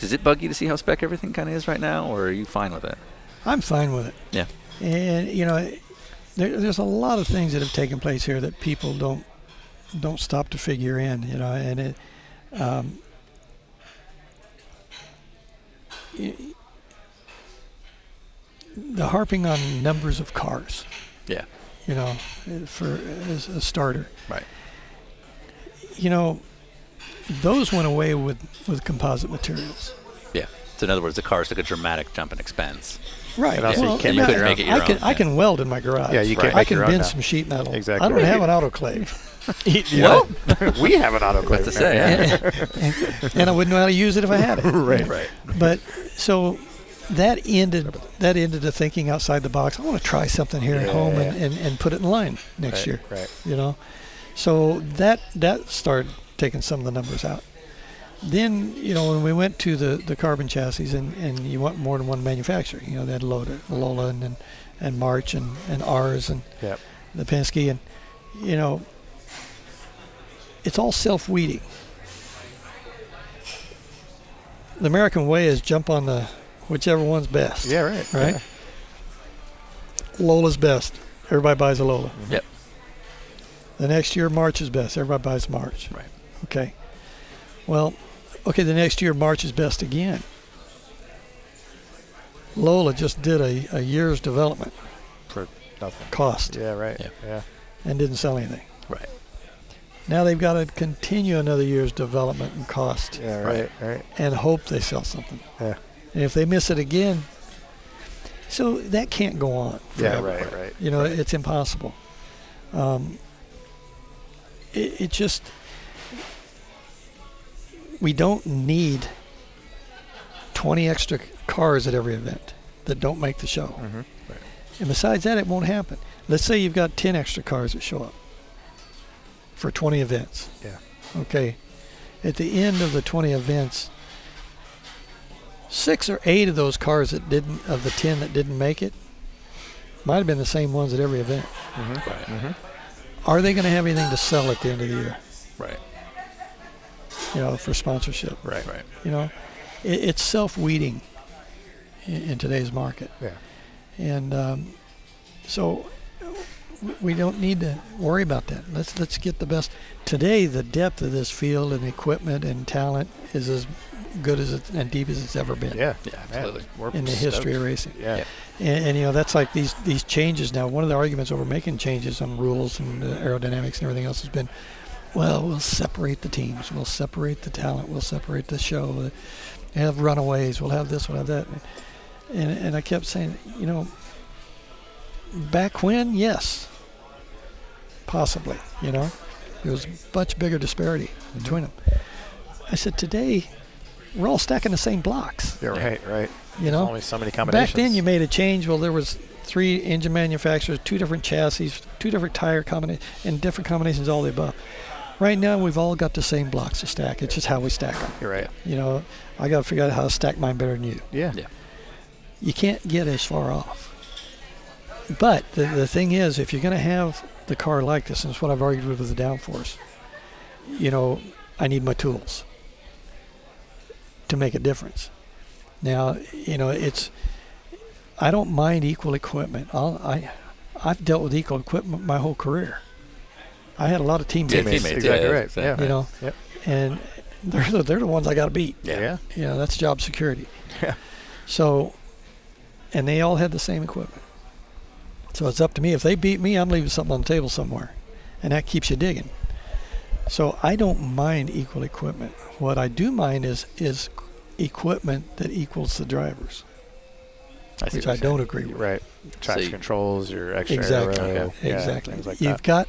B: Does it bug you to see how spec everything kind of is right now, or are you fine with it?
D: I'm fine with it
B: Yeah.
D: and you know there, there's a lot of things that have taken place here that people don't don't stop to figure in you know and it um, y- the harping on numbers of cars
B: Yeah.
D: you know for as a starter
B: Right.
D: you know those went away with with composite materials
B: Yeah. So in other words, the cars took a dramatic jump in expense.
D: right
C: And also you can't
D: I
C: make
D: mean,
C: it
D: I,
B: make it your
D: can
B: own,
D: I
B: yeah.
D: can weld in my garage
C: Yeah. You can't.
B: Right.
D: I
C: make
D: can
C: your own
D: bend
C: now.
D: some sheet metal.
C: Exactly.
D: I don't have an autoclave.
B: What?
C: we have an autoclave.
B: What to say?
C: now.
B: Yeah.
D: and I wouldn't know how to use it if I had it.
C: Right.
B: Right.
D: But so that ended that ended the thinking outside the box. I want to try something here at
C: Yeah,
D: home and,
C: yeah.
D: and, and put it in line next
C: Right,
D: year.
C: Right.
D: You know, so that that started taking some of the numbers out. Then you know when we went to the, the carbon chassis and, and you want more than one manufacturer. You know they had Loda, Lola and and, and March and, and ours and
C: Yep.
D: the Penske, and you know, it's all self-weeding. The American way is jump on the whichever one's best.
C: Yeah. Right.
D: Right. Lola's best. Everybody buys a Lola.
B: Yep.
D: The next year, March is best. Everybody buys March.
B: Right.
D: Okay. Well, okay. The next year, March is best again. Lola just did a, a year's development
C: For nothing.
D: cost
C: Yeah. Right.
B: Yeah.
C: Yeah.
D: and didn't sell anything.
B: Right.
D: Now they've got to continue another year's development and cost
C: Yeah. Right.
B: Right.
C: Right.
D: and hope they sell something.
C: Yeah.
D: And if they miss it again, so that can't go on.
C: Yeah.
D: forever.
C: Right. Right.
D: You know, it's impossible. Um, it, it just, we don't need 20 extra cars at every event that don't make the show.
C: Mhm.
D: And besides that, it won't happen. Let's say you've got 10 extra cars that show up for 20 events.
C: Yeah.
D: Okay. At the end of the 20 events, six or eight of those cars that didn't, of the 10 that didn't make it, might have been the same ones at every event.
C: Mm-hmm.
B: Right.
D: Are they going to have anything to sell at the end of the year,
B: Right.
D: you know, for sponsorship?
C: Right.
B: Right.
D: You know, it, it's self weeding in, in today's market.
C: Yeah.
D: and um, so w- we don't need to worry about that. Let's let's get the best today. The depth of this field and equipment and talent is as good as it and deep as it's ever been
C: Yeah.
B: Yeah,
C: Man,
B: absolutely.
C: we're
D: in the
C: stoked.
D: history of racing.
C: Yeah.
B: Yeah.
D: And, and you know that's like these these changes now. One of the arguments over making changes on rules and uh, aerodynamics and everything else has been, well, we'll separate the teams, we'll separate the talent, we'll separate the show, we'll have runaways, we'll have this, we'll have that, and and I kept saying, you know, back when, yes, possibly, you know, there was much bigger disparity between them. I said today, we're all stacking the same blocks,
C: Yeah,
B: Yeah.
C: Right. Right.
D: you know.
C: There's only so many
D: Back
C: combinations.
D: then, you made a change. Well, there was three engine manufacturers, two different chassis, two different tire combinations, and different combinations all the above. Right now, we've all got the same blocks to stack. It's just how we stack them.
C: You're right.
D: You know, I got to figure out how to stack mine better than you.
C: Yeah.
B: Yeah.
D: You can't get as far off. But the, the thing is, if you're going to have the car like this, and it's what I've argued with with the downforce, you know, I need my tools to make a difference. Now, you know, it's I don't mind equal equipment. I'll, I I've dealt with equal equipment my whole career. I had a lot of teammates,
C: teammates, exactly right, yeah.
D: you know,
C: Yep.
D: and they're the, they're the ones I got to beat.
B: Yeah.
C: Yeah.
D: You know, that's job security.
C: Yeah.
D: So, and they all had the same equipment. So it's up to me. If they beat me, I'm leaving something on the table somewhere. And that keeps you digging. So I don't mind equal equipment. What I do mind is is equipment that equals the drivers,
B: I see
D: which
B: what
D: I
B: you're saying.
D: don't agree with.
C: Right. Traction
B: you-
C: controls, your extra
D: Exactly.
C: aero, yeah,
D: exactly.
C: things like
D: you've
C: that.
D: got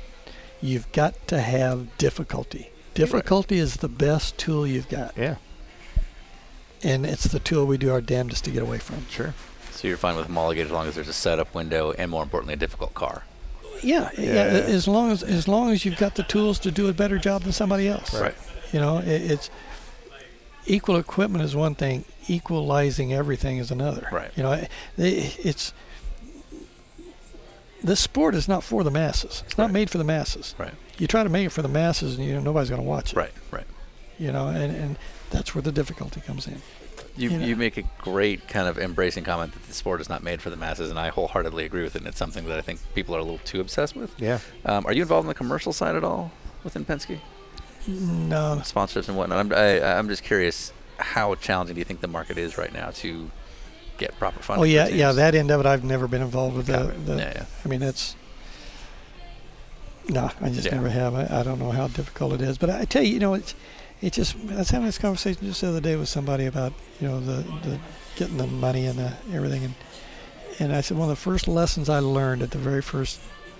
D: you've got to have difficulty. Difficulty is the best tool you've got,
C: Yeah.
D: and it's the tool we do our damnedest to get away from.
C: Sure.
B: So you're fine with homologate as long as there's a setup window and more importantly a difficult car.
D: Yeah, yeah.
C: Yeah.
D: As long as as long as you've got the tools to do a better job than somebody else,
C: Right.
D: You know, it, it's equal equipment is one thing, equalizing everything is another.
B: Right.
D: You know, it, it's this sport is not for the masses. It's not
B: Right.
D: made for the masses.
B: Right.
D: You try to make it for the masses, and you know nobody's going to watch it.
B: Right. Right.
D: You know, and and that's where the difficulty comes in.
B: You,
D: You know-
B: you make a great kind of embracing comment that the sport is not made for the masses, and I wholeheartedly agree with it. And it's something that I think people are a little too obsessed with.
C: Yeah.
B: Um, are you involved in the commercial side at all within Penske?
D: No,
B: Sponsorships and whatnot. I'm, I, I'm just curious how challenging do you think the market is right now to get proper funding?
D: Oh
B: for
D: yeah, yeah.
B: teams?
D: That end of it, I've never been involved with
B: Got
D: the.
B: it.
D: the
B: Yeah, yeah.
D: I mean, that's. No, I just
B: Yeah.
D: never have. I, I don't know how difficult it is, but I tell you, you know, it's it just. I was having this conversation just the other day with somebody about you know the, the getting the money and the, everything, and and I said one of the first lessons I learned at the very first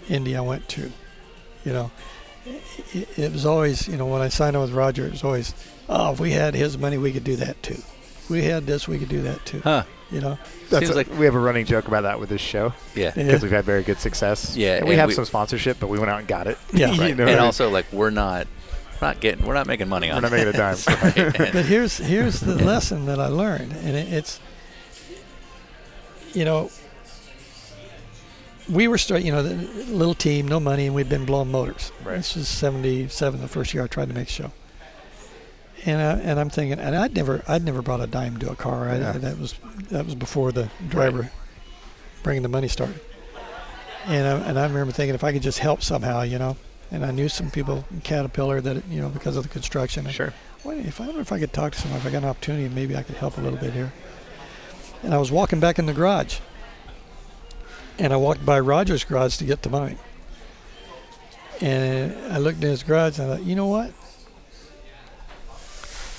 D: Indy I went to, you know, it, it was always you know when I signed on with Roger, it was always, oh, if we had his money, we could do that too. If we had this, we could do that too.
B: Huh?
D: You know.
C: That's
B: Seems
C: a-
B: like
C: we have a running joke about that with this show
B: yeah.
C: because we've had very good success.
B: Yeah,
C: And we
B: and
C: have
B: we-
C: some sponsorship, but we went out and got it.
D: Yeah.
C: Right. You know what I
B: and
C: mean?
B: also like we're not we're not getting we're not making money
C: we're
B: on
C: not making a dime.
B: this. Right. And-
D: but here's here's the lesson that I learned, and it, it's you know we were straight, you know, the little team, no money, and we'd been blowing motors.
C: Right.
D: This was '77, the first year I tried to make the show. And I, and I'm thinking, and I'd never I'd never brought a dime to a car. I,
C: Yeah.
D: that was that was before the driver bringing the money started. And I, and I remember thinking if I could just help somehow, you know. And I knew some people in Caterpillar that you know because of the construction. and
C: Sure.
D: Wait, if I wonder if I could talk to someone, if I got an opportunity, maybe I could help a little bit here. And I was walking back in the garage, and I walked by Roger's garage to get to mine. And I looked in his garage, and I thought, you know what?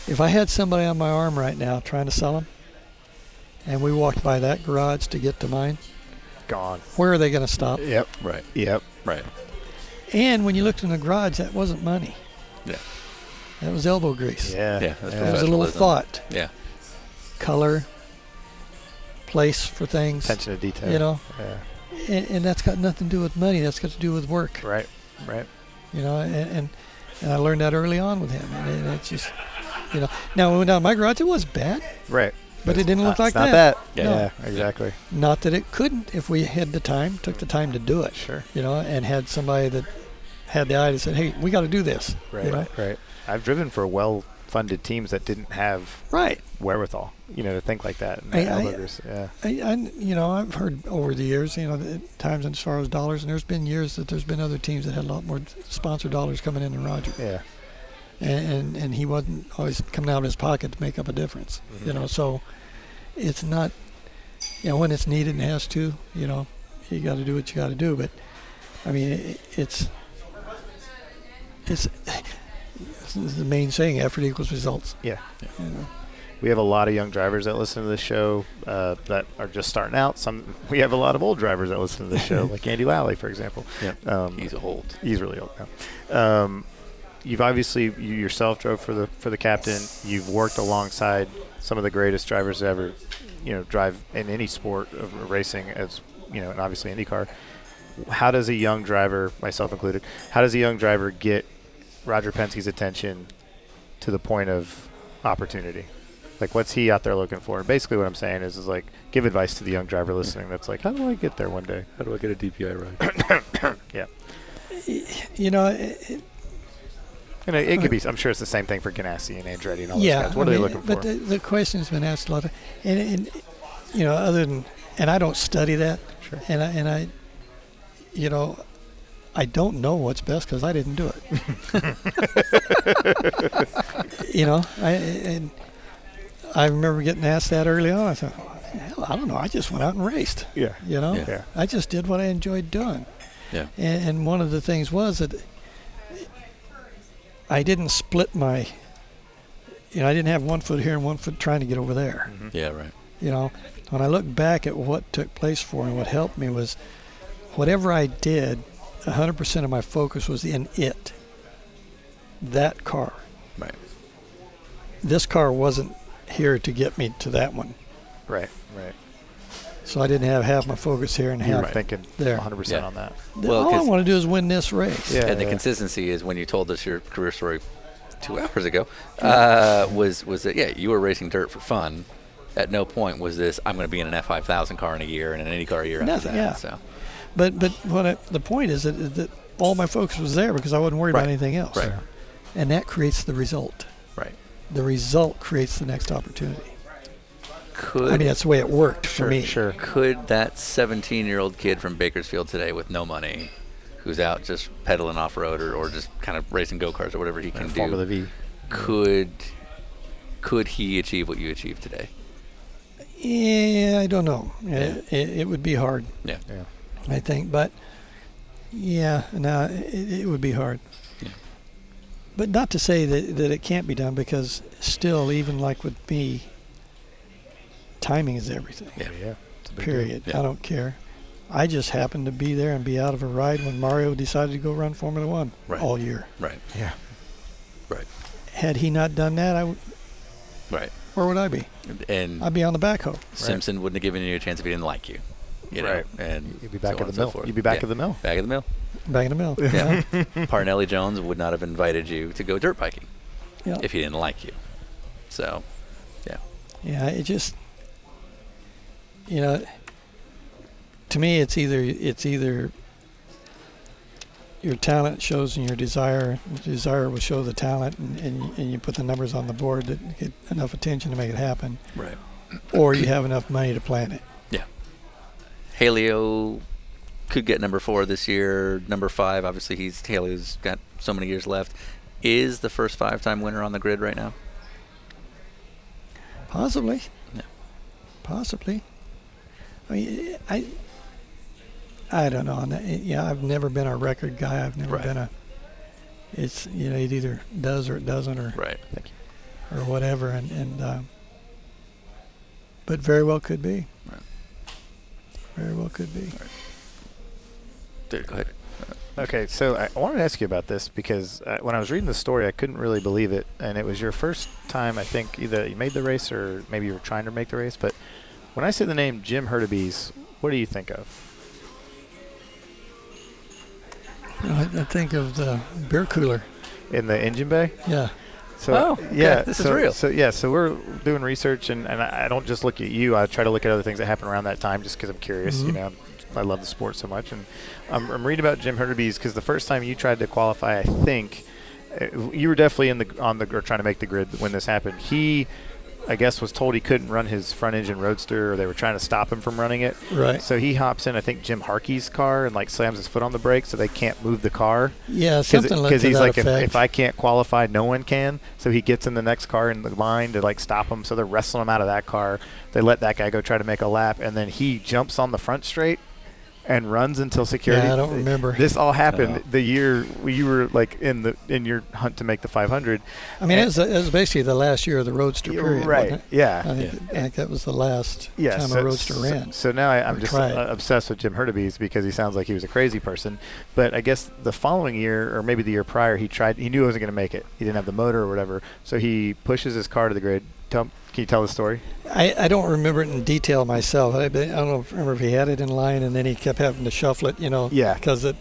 D: If I had somebody on my arm right now trying to sell them, and we walked by that garage to get to mine,
C: Gone.
D: where are they going to stop?
C: Yep.
B: right.
C: Yep.
B: Right.
D: And when you looked in the garage, that wasn't money.
B: Yeah.
D: That was elbow grease.
C: Yeah.
B: Yeah, that's
D: It was a little
B: Professionalism.
D: thought.
B: Yeah.
D: color, place for things.
C: Attention to detail.
D: You know,
C: Yeah.
D: and, and that's got nothing to do with money. That's got to do with work.
C: Right. Right.
D: You know, and and, and I learned that early on with him. And it, it's just, you know, now when we went down to my garage, it was bad,
C: Right.
D: but it didn't
C: Uh,
D: look
C: it's
D: like
C: not
D: that.
C: that.
B: Yeah.
C: Yeah. Exactly.
D: Not that it couldn't if we had the time, took the time to do it.
C: Sure.
D: You know, and had somebody that had the eye to say, "Hey, we got to do this." you
C: Right.
D: know?
C: Right. I've driven for well-funded teams that didn't have
D: Right.
C: wherewithal, you know, to think like that. And
D: I-
C: that
D: I-
C: Elberger's- yeah.
D: I, I, you know, I've heard over the years, you know, the times as far as dollars, and there's been years that there's been other teams that had a lot more sponsor dollars coming in than Roger,
C: Yeah.
D: and and, and he wasn't always coming out of his pocket to make up a difference, you know. So it's not, you know, when it's needed and has to, you know, you got to do what you got to do. But I mean, it, it's it's this is the main saying: effort equals results.
C: Yeah.
D: You know?
C: We have a lot of young drivers that listen to this show uh, that are just starting out. Some we have a lot of old drivers that listen to this show, like Andy Lally, for example.
B: Yeah.
C: Um,
B: He's old.
C: he's really old now. Um, you've obviously you yourself drove for the for the captain. You've worked alongside some of the greatest drivers to ever, you know, drive in any sport of racing, as you know, and obviously IndyCar. How does a young driver, myself included, how does a young driver get Roger Penske's attention to the point of opportunity? Like, what's he out there looking for? And basically, what I'm saying is, is like, give advice to the young driver listening. That's like, how do I get there one day?
A: How do I get a DPI ride?
C: Yeah.
D: You know, it,
C: And it, it could be. I'm sure it's the same thing for Ganassi and Andretti and all those guys. What
D: Uh, I
C: are
D: mean,
C: they looking
D: but
C: for?
D: the, the question's been asked a lot, of, and, and you know, other than, and I don't study that,
C: Sure.
D: and I, and I, you know, I don't know what's best because I didn't do it. you know, I and I remember getting asked that early on. I thought, hell, I don't know. I just went out and raced.
C: Yeah.
D: You know,
B: Yeah.
C: Yeah.
D: I just did what I enjoyed doing.
B: Yeah.
D: And, and one of the things was that I didn't split my, you know, I didn't have one foot here and one foot trying to get over there.
C: Mm-hmm.
B: Yeah, right.
D: You know, when I look back at what took place for me, what helped me was whatever I did, 100% of my focus was in it, that car.
B: Right.
D: This car wasn't here to get me to that one.
C: Right. Right.
D: So I didn't have half my focus here and
C: You
D: half.
C: were thinking
D: There.
C: 100%
B: Yeah.
C: on that.
B: Well,
D: All I
B: 'cause-
D: want to do is win this race.
C: Yeah.
B: and the consistency is when you told us your career story two hours ago uh, was was that yeah you were racing dirt for fun at no point was this i'm going to be in an f5000 car in a year and an indy car a year after
D: Nothing,
B: that
D: yeah.
B: so
D: But but what I, the point is that, that all my focus was there because I wasn't worried
B: Right.
D: about anything else.
B: Right.
D: And that creates the result.
B: right
D: The result creates the next opportunity.
B: could
D: I mean, that's the way it worked for me.
C: Sure.
B: could that 17 year old kid from bakersfield today with no money who's out just pedaling off road or, or just kind of racing go-karts or whatever he can
C: Formula
B: do
C: V.
B: could could he achieve what you achieved today
D: Yeah, I don't know. It, it, it would be hard,
B: yeah
C: Yeah.
D: I think. But yeah, no, it, it would be hard.
B: Yeah.
D: But not to say that, that it can't be done because still, even like with me, timing is everything.
B: Yeah.
C: Yeah. It's a big deal.
D: Period.
B: Yeah.
D: I don't care. I just happened to be there and be out of a ride when Mario decided to go run Formula One
B: Right.
D: all year.
B: right
C: Yeah.
B: right
D: Had he not done that, I w-
B: right
D: where would I be?
B: and
D: I'd be on the backhoe.
B: Simpson wouldn't have given you a chance if he didn't like you. You know,
C: Right.
B: and
C: You'd be back
B: so
C: at
B: on
C: the
B: and so
C: mill.
B: forth.
C: You'd be back
B: Yeah.
C: at the mill.
B: Back at the mill.
D: Back in the mill.
B: Yeah.
C: Hmm.
B: Parnelli Jones would not have invited you to go dirt biking
D: Yeah.
B: if he didn't like you. So, yeah,
D: Yeah, it just you know to me it's either it's either your talent shows in your desire, the desire will show the talent and, and, and you put the numbers on the board that get enough attention to make it happen.
B: right.
D: Or you have enough money to plan it.
B: Haleo could get number four this year. Number five, obviously, he's Haleo's got so many years left. Is the first five-time winner on the grid right now?
D: Possibly.
B: Yeah.
D: Possibly. I mean, I, I don't know. on that. Yeah, I've never been a record guy. I've never
B: Right.
D: been a. It's you know it either does or it doesn't or
B: Right.
D: or whatever and and. Uh, but very well could be.
B: Right.
D: Very well could be.
B: Dude, go ahead.
C: Okay, so I I wanted to ask you about this because uh, when I was reading the story, I couldn't really believe it, and it was your first time, I think, either you made the race or maybe you were trying to make the race. But when I say the name Jim Hurtubise, what do you think of?
D: I, I think of the beer cooler.
C: in the engine bay.
D: Yeah.
C: So
B: Oh, okay.
C: yeah,
B: This is
C: so,
B: real.
C: So yeah, so we're doing research, and, and I I don't just look at you. I try to look at other things that happen around that time, just because I'm curious. You
B: Mm-hmm.
D: Mhm.
C: know, I love the sport so much, and I'm, I'm reading about Jim Herdebees because the first time you tried to qualify, I think uh, you were definitely in the on the or trying to make the grid when this happened. He, I guess, was told he couldn't run his front engine roadster, or they were trying to stop him from running it.
D: Right.
C: So he hops in, I think, Jim Harkey's car, and like slams his foot on the brake, so they can't move the car
D: Yeah, something like
C: because
D: to
C: he's
D: that
C: like, if,
D: effect.
C: if I can't qualify, no one can. So he gets in the next car in the line to like stop him. So they're wrestling him out of that car. They let that guy go try to make a lap, and then he jumps on the front straight and runs until security.
D: Yeah, I don't remember.
C: This all happened
B: Oh.
C: the year you were like in the in your hunt to make the 500.
D: I mean, it was, it was basically the last year of the Roadster period.
C: right?
D: wasn't it?
C: Yeah.
D: I think, I think that was the last
C: yeah,
D: time
C: so,
D: a Roadster
C: so-
D: ran.
C: So now I, I'm
D: Or
C: just
D: tried.
C: uh, obsessed with Jim Hurtubise because he sounds like he was a crazy person. But I guess the following year, or maybe the year prior, he tried. He knew he wasn't going to make it. He didn't have the motor or whatever. So he pushes his car to the grid. Tell, can you tell the story?
D: I, I don't remember it in detail myself. I, I don't know if, remember if he had it in line and then he kept having to shuffle it, you know.
C: Yeah.
D: Because it,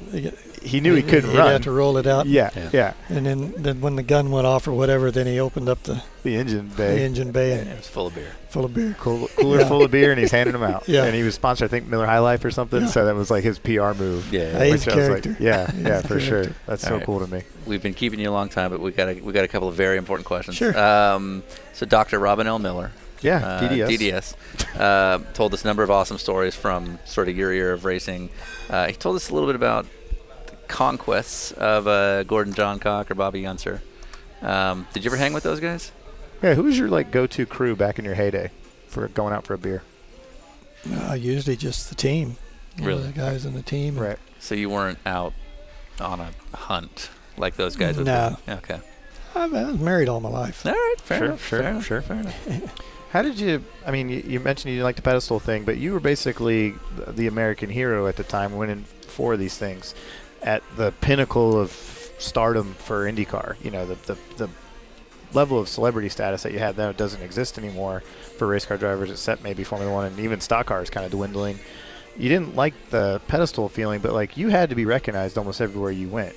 C: He knew he, couldn't
D: he'd
C: run.
D: have to roll it out.
C: yeah, yeah,
B: Yeah.
D: And then, then when the gun went off or whatever, then he opened up the,
C: The engine
D: the
C: bay.
D: engine bay and
B: It was full of beer.
D: full of beer.
C: Cool, cooler
D: Yeah.
C: full of beer, and he's handing them out.
D: Yeah.
C: and he was sponsored, I think, Miller High Life or something.
D: Yeah.
C: So that was like his PR move.
B: Yeah.
D: Hey.
C: Which
D: He's
C: I was like,
D: character.
C: yeah,
D: He's
C: yeah, for sure.
D: character.
C: That's
B: All
C: so
B: right.
C: cool to me.
B: We've been keeping you a long time, but we got a, we got a couple of very important questions.
D: Sure.
B: Um, so Dr. Robin L. Miller,
C: Yeah,
B: uh,
C: DDS.
B: DDS, uh, told us a number of awesome stories from sort of your year of racing. Uh, he told us a little bit about the conquests of uh, Gordon Johncock or Bobby Unser. Um, did you ever hang with those guys?
C: Yeah, who was your like go-to crew back in your heyday for going out for a beer?
D: Uh, usually just the team. You know,
B: Really?
D: the guys in the
B: Mm.
D: team.
C: Right.
B: So you weren't out on a hunt like those guys would
D: No.
B: be? Okay.
D: I was married all my life.
B: All right. Fair
C: Sure,
B: enough.
C: sure,
B: fair enough,
C: sure.
B: Fair enough.
C: How did you? I mean, you, you mentioned you didn't like the pedestal thing, but you were basically th- the American hero at the time, winning four of these things at the pinnacle of stardom for IndyCar. You know, the the, the level of celebrity status that you had then doesn't exist anymore for race car drivers, except maybe Formula One and even stock cars kind of dwindling. You didn't like the pedestal feeling, but like you had to be recognized almost everywhere you went.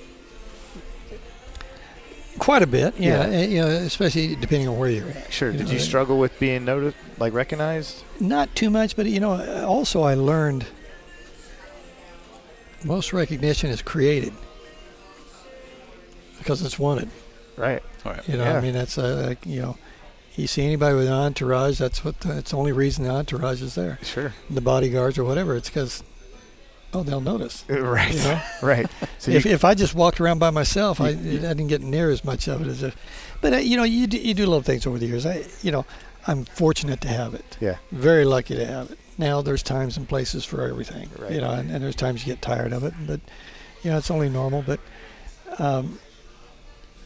D: Quite a bit. Yeah.
C: Yeah.
D: uh, You know, especially depending on where you're at.
C: Sure.
D: You
C: Did
D: know,
C: you
D: it-
C: struggle with being noticed, like recognized?
D: not too much, but you know, also I learned most recognition is created because it's wanted.
C: Right.
B: All right.
D: You know,
C: Yeah.
D: I mean, that's uh, like, you know, you see anybody with an entourage, that's what that's the only reason the entourage is there.
C: Sure.
D: The bodyguards or whatever, it's because oh, they'll notice.
C: Right.
D: You know,
C: Right. So
D: if,
C: you,
D: if I just walked around by myself, I, I
C: You- you-
D: didn't get near as much of it as if. But uh, you know, you do, you do little things over the years. I, you know, I'm fortunate to have it.
C: yeah.
D: very lucky to have it. Now there's times and places for everything,
C: Right.
D: you know, and, and there's times you get tired of it, but you know it's only normal. But um,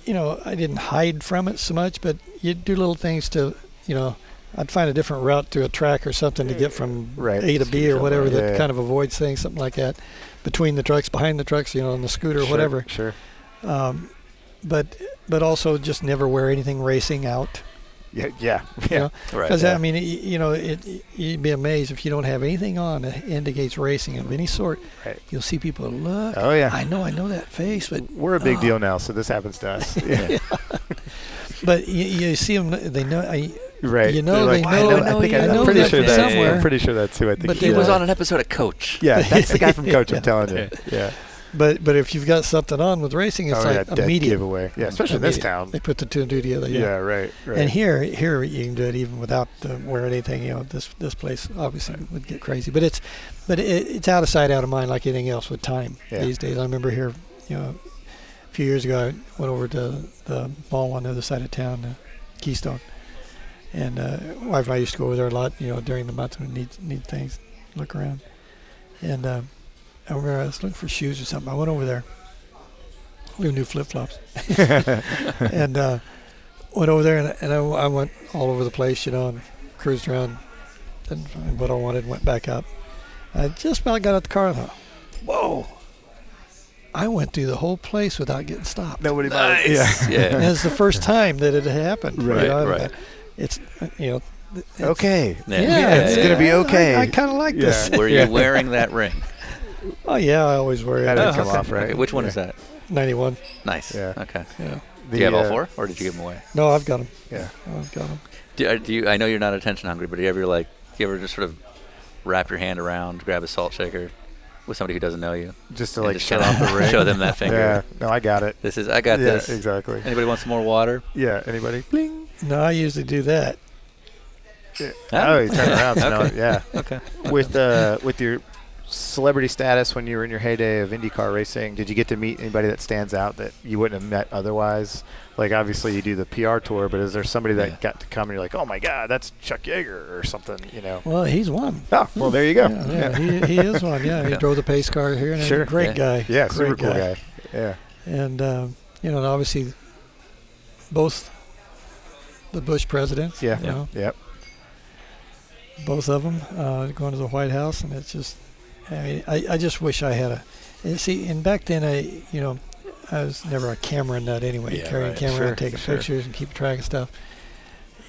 D: you know, I didn't hide from it so much, but you do little things to, you know, I'd find a different route to a track or something to get from
C: Right.
D: A to B or whatever
C: Yeah,
D: that
C: yeah.
D: kind of avoids things, something like that, between the trucks, behind the trucks, you know, on the scooter, or
C: Sure,
D: whatever.
C: Sure.
D: Um, but but also just never wear anything racing out.
C: Yeah. Yeah.
D: You
C: yeah.
D: know, um,
B: Right.
D: because
C: Yeah.
D: I mean, y- you know, it, y- you'd be amazed if you don't have anything on that indicates racing of any sort.
C: Right.
D: You'll see people look.
C: Oh yeah.
D: I know, I know that face, but
C: We're a big
D: Oh.
C: deal now, so this happens to us. Yeah.
D: but you, you see them. They know. I,
C: Right.
D: You know,
C: They're
D: they know-
C: I,
B: I know
C: think I,
B: you
C: am
B: know
C: pretty
B: that
C: sure
B: from
C: that's
B: somewhere.
C: I'm pretty sure that's who I think
D: But
B: He
D: Yeah.
B: was on an episode of Coach.
C: Yeah, that's the guy from Coach.
D: Yeah.
C: I'm telling you. Yeah.
D: but but if you've got something on with racing, it's
C: oh yeah.
D: like
C: Dead
D: immediate.
C: giveaway. Yeah. Especially in this
D: Immediate.
C: town.
D: They put the two and two together.
C: Yeah.
D: Yeah.
C: Right. Right.
D: And here, here you can do it even without the wearing anything. You know, this this place obviously would get crazy, but it's, but it, it's out of sight, out of mind, like anything else with time
C: Yeah.
D: these days. I remember here, you know, a few years ago, I went over to the mall on the other side of town, uh, Keystone, and uh, wife and I used to go over there a lot. You know, during the month when we need need things, look around, and um I remember I was looking for shoes or something. I went over there. We new flip flops, and. uh went over there and, and I, I went all over the place, you know, and cruised around, didn't find what I wanted, went back up. I just about got out the car and thought, whoa, I went through the whole place without getting stopped.
C: Nobody.
B: Nice.
C: bothered- Yeah.
D: And
B: yeah.
D: it's the first time that it had happened. you
C: Right,
D: know, and,
B: right.
D: uh, It's, uh, you know, th- it's-
C: Okay.
D: Yeah,
C: it's gonna be
D: I-
C: okay.
D: I, kind of like
C: Yeah.
D: this.
B: Were
C: Yeah.
B: you wearing that ring?
D: Oh yeah, I always worry.
C: That didn't
D: about
C: come off, right?
B: Okay, which one is that?
D: Ninety-one.
B: Nice.
C: Yeah.
B: Okay.
D: Yeah.
B: do you have all
C: uh,
B: four, or did you give them away?
D: No, I've got them.
C: Yeah.
D: I've got them.
B: Do, uh, do you? I know you're not attention hungry, but do you ever like? Do you ever just sort of wrap your hand around, grab a salt shaker with somebody who doesn't know you,
C: Just to
B: and
C: like
B: just
C: shut off
B: kinda
C: the ring.
B: show them that finger?
C: Yeah. No, I got it.
B: This is. I got
C: yeah,
B: this.
C: exactly.
B: Anybody want some more water?
C: Yeah. Anybody? Bling.
D: No, I usually do that.
C: Yeah.
B: Oh.
C: Oh, you turn around. so now-
B: Okay.
C: yeah.
B: Okay.
C: With uh, with your celebrity status when you were in your heyday of IndyCar racing, did you get to meet anybody that stands out that you wouldn't have met otherwise? Like obviously you do the PR tour, but is there somebody that
B: Yeah.
C: got to come and you're like, oh my god, that's Chuck Yeager or something? You know.
D: Well, he's one.
C: Oh, well, there you go.
D: Yeah, yeah, he, he is one. Yeah, he
B: Yeah.
D: drove the pace car here. And he's
C: Sure,
D: a great guy.
C: Yeah,
D: great
C: super cool guy. Yeah.
D: And um, you know, and obviously, both the Bush presidents.
C: Yeah.
D: You know,
C: Yep.
D: both of them uh, going to the White House, and it's just, I mean, I, I just wish I had a, and see, and back then I, you know, I was never a camera nut anyway,
B: Yeah,
D: carrying
B: right.
D: a camera,
C: Sure,
D: and taking
C: sure.
D: pictures and keeping track of stuff,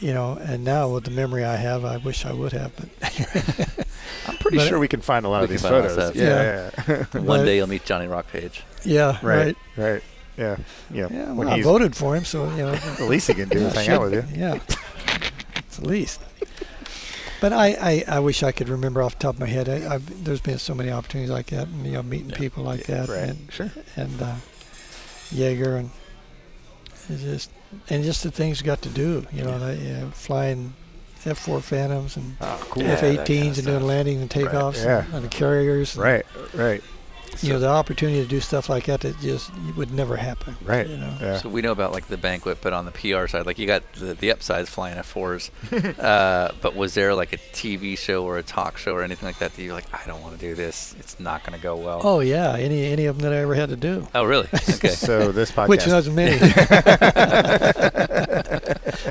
D: you know, and now with the memory I have, I wish I would have, but
C: I'm pretty
D: But-
C: sure we can find a lot
B: We
C: of
B: can
C: these
B: find a lot of
C: photos.
B: stuff.
C: Yeah. yeah.
B: One
D: But-
B: day you'll meet Johnny Rockpage.
D: yeah,
C: Right.
D: right.
C: right. Yeah. Yeah.
D: Yeah,
C: When
D: well, I
C: he's-
D: voted for him, so you know,
C: The least he can do is hang out with you.
D: Yeah, it's the least. But I, I, I wish I could remember off the top of my head. I, I've, there's been so many opportunities like that, and, you know, meeting
B: Yeah.
D: people like that,
C: Right.
D: and
C: Sure.
D: and uh, Jaeger, and it's just and just the things you got to do. You know,
B: Yeah.
D: that, you know, flying F4 Phantoms and
C: Oh, cool.
B: Yeah, that
D: F18s
B: kinda
D: and
B: stuff.
D: doing landings and
C: Right,
D: takeoffs
C: yeah.
D: and, and the carriers. and,
C: Right. Right.
D: You know, the opportunity to do stuff like that that just would never happen.
C: Right.
D: You know.
C: Yeah.
B: So we know about like the banquet, but on the PR side, like you got the, the upsides flying F4s. uh, but was there like a TV show or a talk show or anything like that that you're like, I don't want to do this. It's not going to go well.
D: Oh yeah, any any of them that I ever had to do.
B: Oh, really? Okay.
C: So this podcast.
D: Which was many.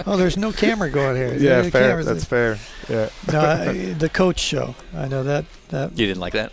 D: oh, there's no camera going here.
C: yeah,
D: The
C: fair.
D: cameras-
C: That's fair. Yeah.
D: No, I- the coach show. I know that. That.
B: you didn't like that?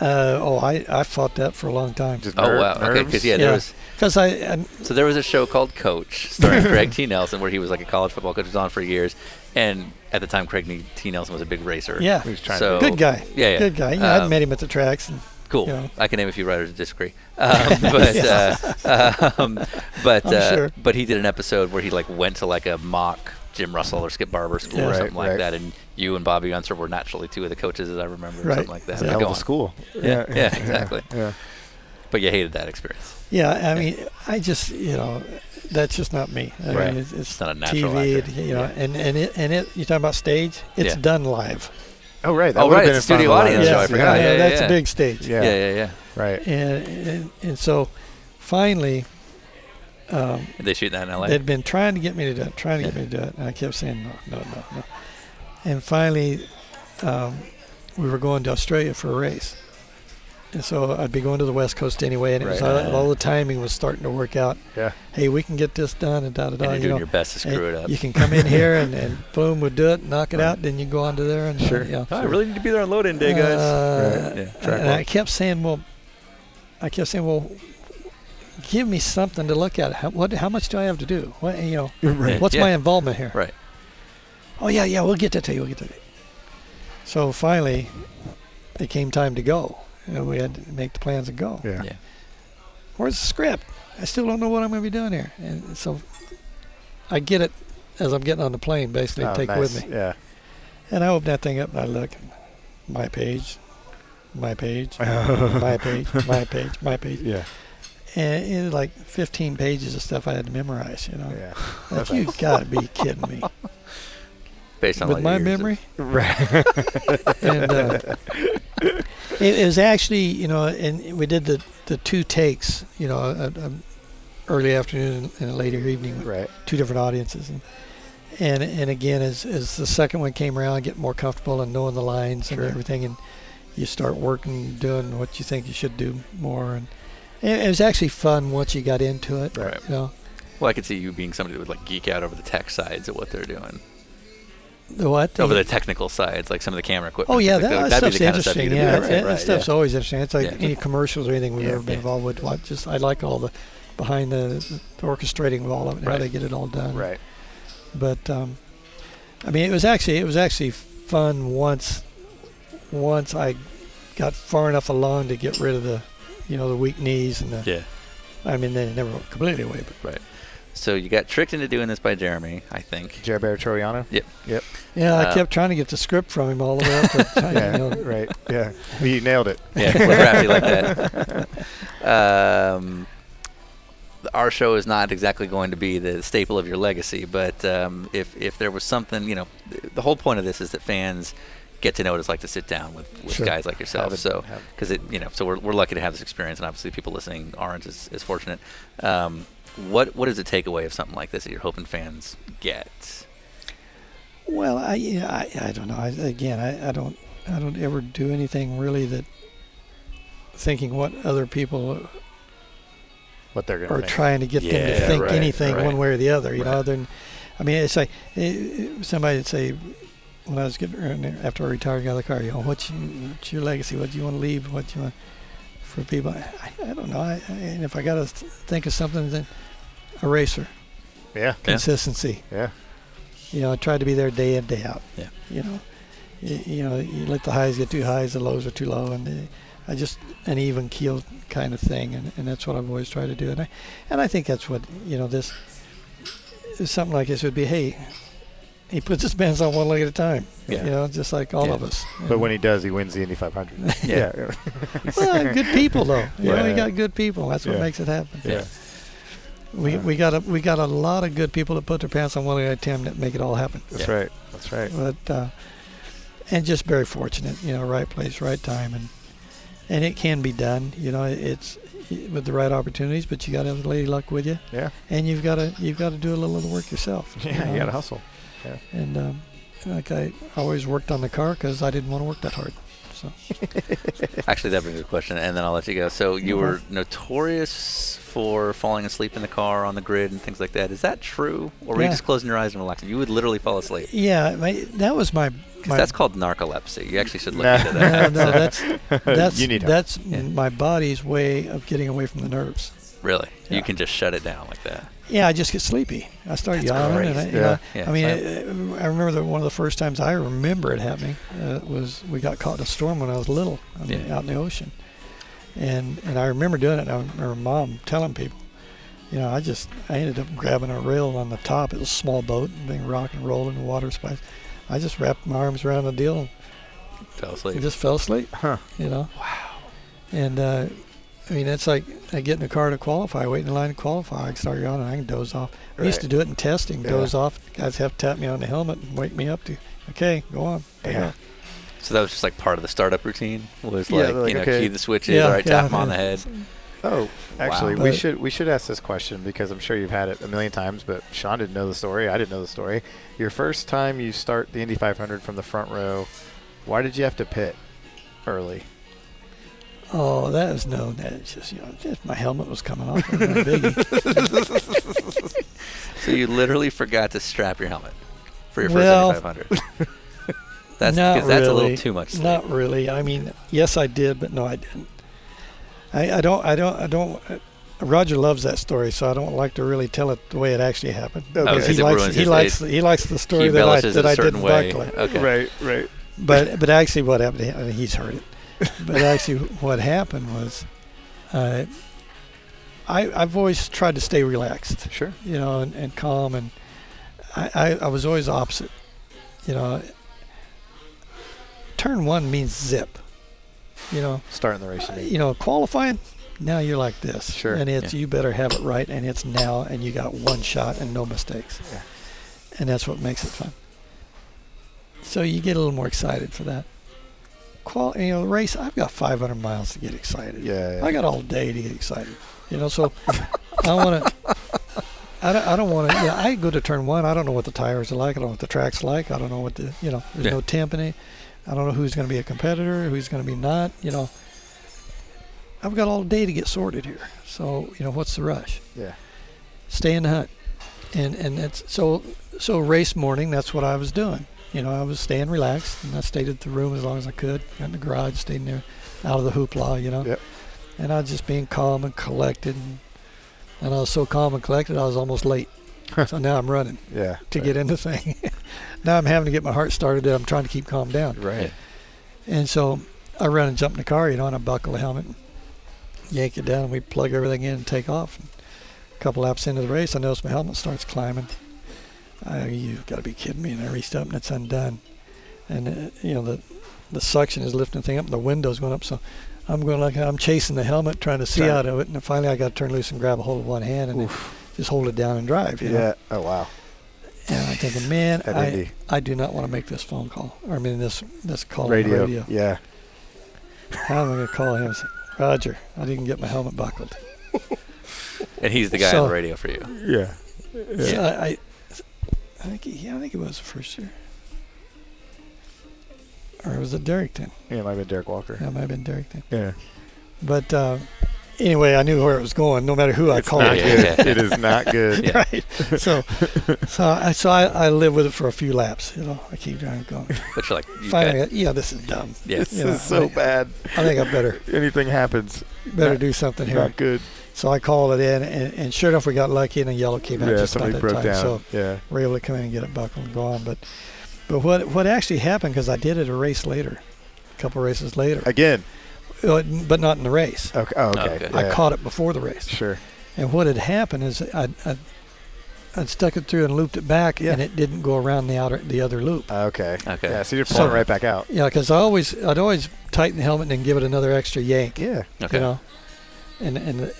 D: Uh, oh, I, I fought that for a long time.
C: Just
B: Oh,
C: ner-
B: wow. Okay.
C: nerves.
B: 'cause, yeah, there
D: Yeah.
B: was
D: Because I, um, I,
B: So there was a show called Coach, starring Craig T. Nelson, where he was like a college football coach. It was on for years, and at the time, Craig T. Nelson was a big racer.
D: yeah,
C: He was trying
B: So-
D: good guy.
B: Yeah, yeah.
D: Good guy. Yeah,
B: Um,
D: I'd met him at the tracks. And
B: Cool.
D: Yeah.
B: I can name a few writers that disagree, um, but uh, um, but
D: I'm
B: uh,
D: sure.
B: but he did an episode where he like went to like a mock Jim Russell or Skip Barber school
D: Yeah.
B: or
D: Right,
B: something like
C: right.
B: that, and you and Bobby Unser were naturally two of the coaches as I remember, or
D: Right.
B: something like that.
C: It's a
B: But
C: hell
B: go
C: of a
B: on.
C: school.
B: Yeah, yeah, exactly.
C: Yeah.
B: But you hated that experience.
D: yeah, I mean, I just you know, that's just not me. I
B: Right.
D: mean, it's, it's,
B: It's not a natural
D: TV.
B: actor.
D: You know,
B: Yeah.
D: and and it and it. You talking about stage? It's
B: Yeah.
D: done live.
C: Oh, right. That
B: Oh,
C: would've
B: right,
C: Been
B: it's
C: in front of
B: studio
C: a lot of
B: audience,
C: us.
B: so I forgot.
D: I know,
B: Yeah, yeah,
D: that's
B: yeah.
D: a big stage.
C: Yeah.
B: Yeah, yeah, yeah.
C: Right.
D: And and, and so, finally. Um,
B: They shoot that in L.A.
D: They'd been trying to get me to do it, trying to get me to do it, and I kept saying no, no, no, no. And finally, um, we were going to Australia for a race, and so I'd be going to the West Coast anyway, and it was
B: Right.
D: all, all the timing was starting to work out.
C: Yeah.
D: Hey, we can get this done, and da da
B: and
D: da.
B: you're
D: You
B: doing
D: know,
B: your best to screw it up.
D: you can come in here and, and boom, we do it, knock it out, then you go on to there and
C: Sure.
D: yeah.
B: Oh, I really need to be there on load in day, guys.
D: Uh,
B: Right. Yeah.
C: Track
D: and I
C: walk.
D: kept saying, well, I kept saying, well, give me something to look at. How, what, how much do I have to do? What, you know,
B: Right.
D: what's
B: Yeah.
D: my involvement here?
B: Right.
D: Oh yeah, yeah, we'll get that to you. We'll get that. To you. So finally, it came time to go. You know, we had to make the plans and go.
C: Yeah.
B: Yeah.
D: Where's the script? I still don't know what I'm going to be doing here. And so, I get it as I'm getting on the plane, basically,
C: Oh,
D: to take
C: nice.
D: with me.
C: Yeah.
D: And I open that thing up and I look, my page, my page, my page, my page, my page.
C: Yeah.
D: And it was like 15 pages of stuff I had to memorize, you know.
C: Yeah.
D: Like, you got to be kidding me.
B: Based on
D: With
B: like
D: my
B: years of-
D: memory.
C: Right.
D: and uh, it, it was actually, you know, and we did the, the two takes, you know, a, a early afternoon and a later evening with
C: Right.
D: two different audiences. And, and, and again, as, as the second one came around, getting more comfortable and knowing the lines
C: Sure.
D: and everything, and you start working, doing what you think you should do more. And it, it was actually fun once you got into it.
C: Right.
D: You know,
B: Well, I could see you being somebody that would like geek out over the tech sides of what they're doing,
D: the what?
B: over the technical sides, like some of the camera equipment.
D: Oh yeah,
B: Like,
D: that,
B: would
D: that stuff's
B: be the kind of stuff
D: interesting.
B: you'd be
D: yeah,
B: doing,
D: that,
B: right,
D: that
B: right,
D: stuff's
B: yeah.
D: always interesting. It's like
B: Yeah.
D: any commercials or anything we've
C: Yeah,
D: ever been
B: yeah.
D: involved with. What just I like all the behind the, the orchestrating of all of it, and how
B: Right.
D: they get it all done.
C: Right.
D: But um, I mean, it was actually it was actually fun once once I got far enough along to get rid of the, you know, the weak knees and the.
B: Yeah.
D: I mean, they never went completely away, but
B: Right. So you got tricked into doing this by Jeremy, I think.
C: Jerbear Troiano.
B: Yep.
C: Yep.
D: yeah,
B: Uh,
D: I kept trying to get the script from him all the way up to.
C: Yeah.
D: you know,
C: Right. Yeah. You nailed it.
B: Yeah, we're happy like that. Um, our show is not exactly going to be the staple of your legacy, but um, if if there was something, you know, th- the whole point of this is that fans get to know what it's like to sit down with, with
D: Sure.
B: guys like yourself.
C: Have it-
B: so
C: have-
B: because it, you know, so we're, we're lucky to have this experience, and obviously people listening aren't as, as fortunate. Um, what what is the takeaway of something like this that you're hoping fans get?
D: Well, I, yeah, I, I don't know. I, again, I, I don't, I don't ever do anything really that thinking what other people
C: What they're gonna
D: are
C: think.
D: trying to get them
B: Yeah,
D: to think
B: right,
D: anything
B: right.
D: one way or the other. You know,
B: Right.
D: other than, I mean, it's like eh, somebody would say when I was getting uh, after I retired, got out of the car. You know, what's your, what's your legacy? What do you want to leave? What do you want for people? I, I don't know. I, I, and if I got to think of something, then eraser
C: yeah.
B: Yeah.
D: consistency.
C: Yeah.
D: you know, I tried to be there day in, day out.
B: Yeah.
D: You know, you, you know, you let the highs get too high, the lows are too low, and uh, I just an even keel kind of thing, and, and that's what I've always tried to do, and I, and I think that's what you know this, something like this would be. Hey, he puts his bands on one leg at a time.
B: Yeah.
D: You know, just like all
B: Yeah.
D: of us.
C: But when he does, he wins the Indy 500.
B: Yeah.
D: well, good people though. You know,
C: Yeah.
D: we got good people. That's what
C: Yeah.
D: makes it happen.
C: Yeah.
D: We, we got a we got a lot of good people that put their pants on one leg at a time that make it all happen.
C: That's
B: Yeah.
C: right. That's right.
D: but uh, and just very fortunate, you know, right place, right time, and and it can be done, you know, it's with the right opportunities, but you got to have the lady luck with you,
C: Yeah.
D: and you've got to you've got to do a little of the work yourself.
C: Yeah. You
D: know.
C: gotta hustle.
D: And um, like I always worked on the car because I didn't want to work that hard. So
B: Actually, that brings a question, and then I'll let you go. So you were
D: Mm-hmm.
B: notorious for falling asleep in the car, on the grid, and things like that. Is that true, or were you
D: Yeah.
B: just closing your eyes and relaxing? You would literally fall asleep. 'Cause
D: yeah, my, that was my. my
B: that's called narcolepsy. You actually should look
C: Nah.
B: into
D: no, no,
B: that.
D: that's that's
C: You need help.
D: that's
B: Yeah.
D: my body's way of getting away from the nerves.
B: really,
D: Yeah.
B: you can just shut it down like that.
D: Yeah, I just get sleepy. I start
B: That's
D: yawning. And I,
B: crazy.
D: you know,
B: Yeah. Yeah,
D: I mean, I, I remember that one of the first times I remember it happening uh, was we got caught in a storm when I was little I mean,
B: Yeah.
D: out in the ocean. And and I remember doing it. And I remember mom telling people, you know, I just, I ended up grabbing a rail on the top. It was a small boat and being rock and rolling and water splash. I just wrapped my arms around the deal
B: Fell
D: and
B: asleep.
D: just fell asleep,
C: Huh.
D: you know. Wow. And, uh, I mean, it's like I get in the car to qualify, wait in line to qualify. I can start yawning, I can doze off. I used to
C: Right.
D: do it in testing,
C: Yeah.
D: doze off. Guys have to tap me on the helmet and wake me up to, okay, go on. take
C: Yeah.
D: off."
B: So that was just like part of the startup routine. Was
C: Yeah,
B: like,
C: they're like,
B: you know,
C: okay.
B: key the switches.
D: Yeah,
B: all right,
D: yeah,
B: tap 'em on
D: yeah.
B: the head.
C: Oh, actually, we
D: But-
C: should we should ask this question because I'm sure you've had it a million times, but Sean didn't know the story. I didn't know the story. Your first time you start the Indy 500 from the front row, why did you have to pit early?
D: Oh, that was no, that's just, you know, just my helmet was coming off. It was no biggie.
B: So you literally forgot to strap your helmet for your
D: Well,
B: first 500. That's
D: Not
B: because that's a
D: really.
B: little too much. Sleep.
D: Not really. I mean, yes, I did, but no, I didn't. I, I don't, I don't, I don't. uh, Roger loves that story, so I don't like to really tell it the way it actually happened.
C: Okay.
D: He
B: It
D: likes,
B: ruins
D: he
B: his-
D: likes,
B: it-
D: he likes the story
B: he
D: that I,
B: relishes
D: that
B: in
D: I
B: a
D: did in
B: certain way.
D: Buckley.
B: Okay.
C: Right, right.
D: but but actually, what happened? I mean, he's heard it. But actually, what happened was, uh, I I've always tried to stay relaxed,
C: Sure.
D: you know, and, and calm, and I, I I was always opposite, you know. Turn one means zip, you know.
C: Starting the race. you mean.
D: You know, qualifying. Now you're like this,
C: Sure.
D: and it's you better have it right, and it's now, and you got one shot and no mistakes,
C: Yeah.
D: and that's what makes it fun. So you get a little more excited for that. Qual, you know, the race. I've got 500 miles to get excited.
C: Yeah. yeah.
D: I got all day to get excited. You know, so I want to. I don't, I don't want to. You know, I go to turn one. I don't know what the tires are like. I don't know what the track's like. I don't know what the you know. There's
B: Yeah.
D: no temp in it. I don't know who's going to be a competitor, who's going to be not. You know, I've got all day to get sorted here. So you know, what's the rush?
C: yeah.
D: Stay in the hunt, and and that's so so race morning. That's what I was doing. You know, I was staying relaxed, and I stayed at the room as long as I could. Got in the garage, stayed in there, out of the hoopla. You know
C: Yep.
D: and I was just being calm and collected. And, and I was so calm and collected, I was almost late. so now I'm running
C: Yeah.
D: to
C: right.
D: get in the thing. now I'm having to get my heart started. That I'm trying to keep calm down.
C: Right.
D: And so I run and jump in the car, you know, and I buckle a helmet, yank it down, and we plug everything in and take off. And a couple laps into the race, I notice my helmet starts climbing. I, you've got to be kidding me! And I reached up and it's undone, and uh, you know the the suction is lifting the thing up, and the window's going up. So I'm going like I'm chasing the helmet, trying to see
C: Trying-
D: out of it, and then finally I got to turn loose and grab a hold of one hand and just hold it down and drive. You Know?
C: Yeah. Oh wow.
D: And I'm thinking, man,
C: At
D: I,
C: Indy.
D: I do not want to make this phone call. Or I mean this this call on
C: Radio.
D: the radio.
C: Yeah.
D: How am I going to call him? and say, Roger, I didn't get my helmet buckled.
B: And he's the guy on
D: So-
B: the radio for you.
C: Yeah.
D: So
B: Yeah.
D: I, I, I think he- yeah, I think it was the first year. Or was it Derrick then?
C: Yeah. It might have been Derek Walker.
D: That might have been Derrick then.
C: Yeah.
D: But uh, anyway, I knew where it was going, no matter who I
C: It's
D: called.
C: not
B: Yeah.
C: good. it is not good.
B: Yeah.
D: Right. So, so I so I, I live with it for a few laps. You know, I keep trying to go.
B: But you're like, you
D: Finally,
B: got,
D: I- yeah, this is dumb.
B: yeah.
C: This
D: Yeah,
C: is so
D: I-
C: bad.
D: I think I better
C: Anything happens,
D: better
C: Not-
D: do something here.
C: not good.
D: So I called it in, and, and sure enough, we got lucky, and a yellow came out
C: Yeah,
D: just about
C: somebody
D: that
C: broke
D: time.
C: down.
D: So
C: yeah.
D: we were able to come in and get it buckled and gone. But but what what actually happened? Because I did it a race later, a couple races later,
C: Again.
D: Uh, but not in the race.
C: Okay. Oh, okay.
B: Okay.
D: I
C: Yeah.
D: caught it before the race,
C: Sure.
D: and what had happened is I I, I stuck it through and looped it back,
C: Yeah.
D: and it didn't go around the outer the other loop.
C: Okay.
B: Okay.
C: Yeah. So you're
D: So-
C: pulling right back out.
D: Yeah, because I always I'd always tighten the helmet and then give it another extra yank.
C: Yeah.
B: Okay.
D: you know and and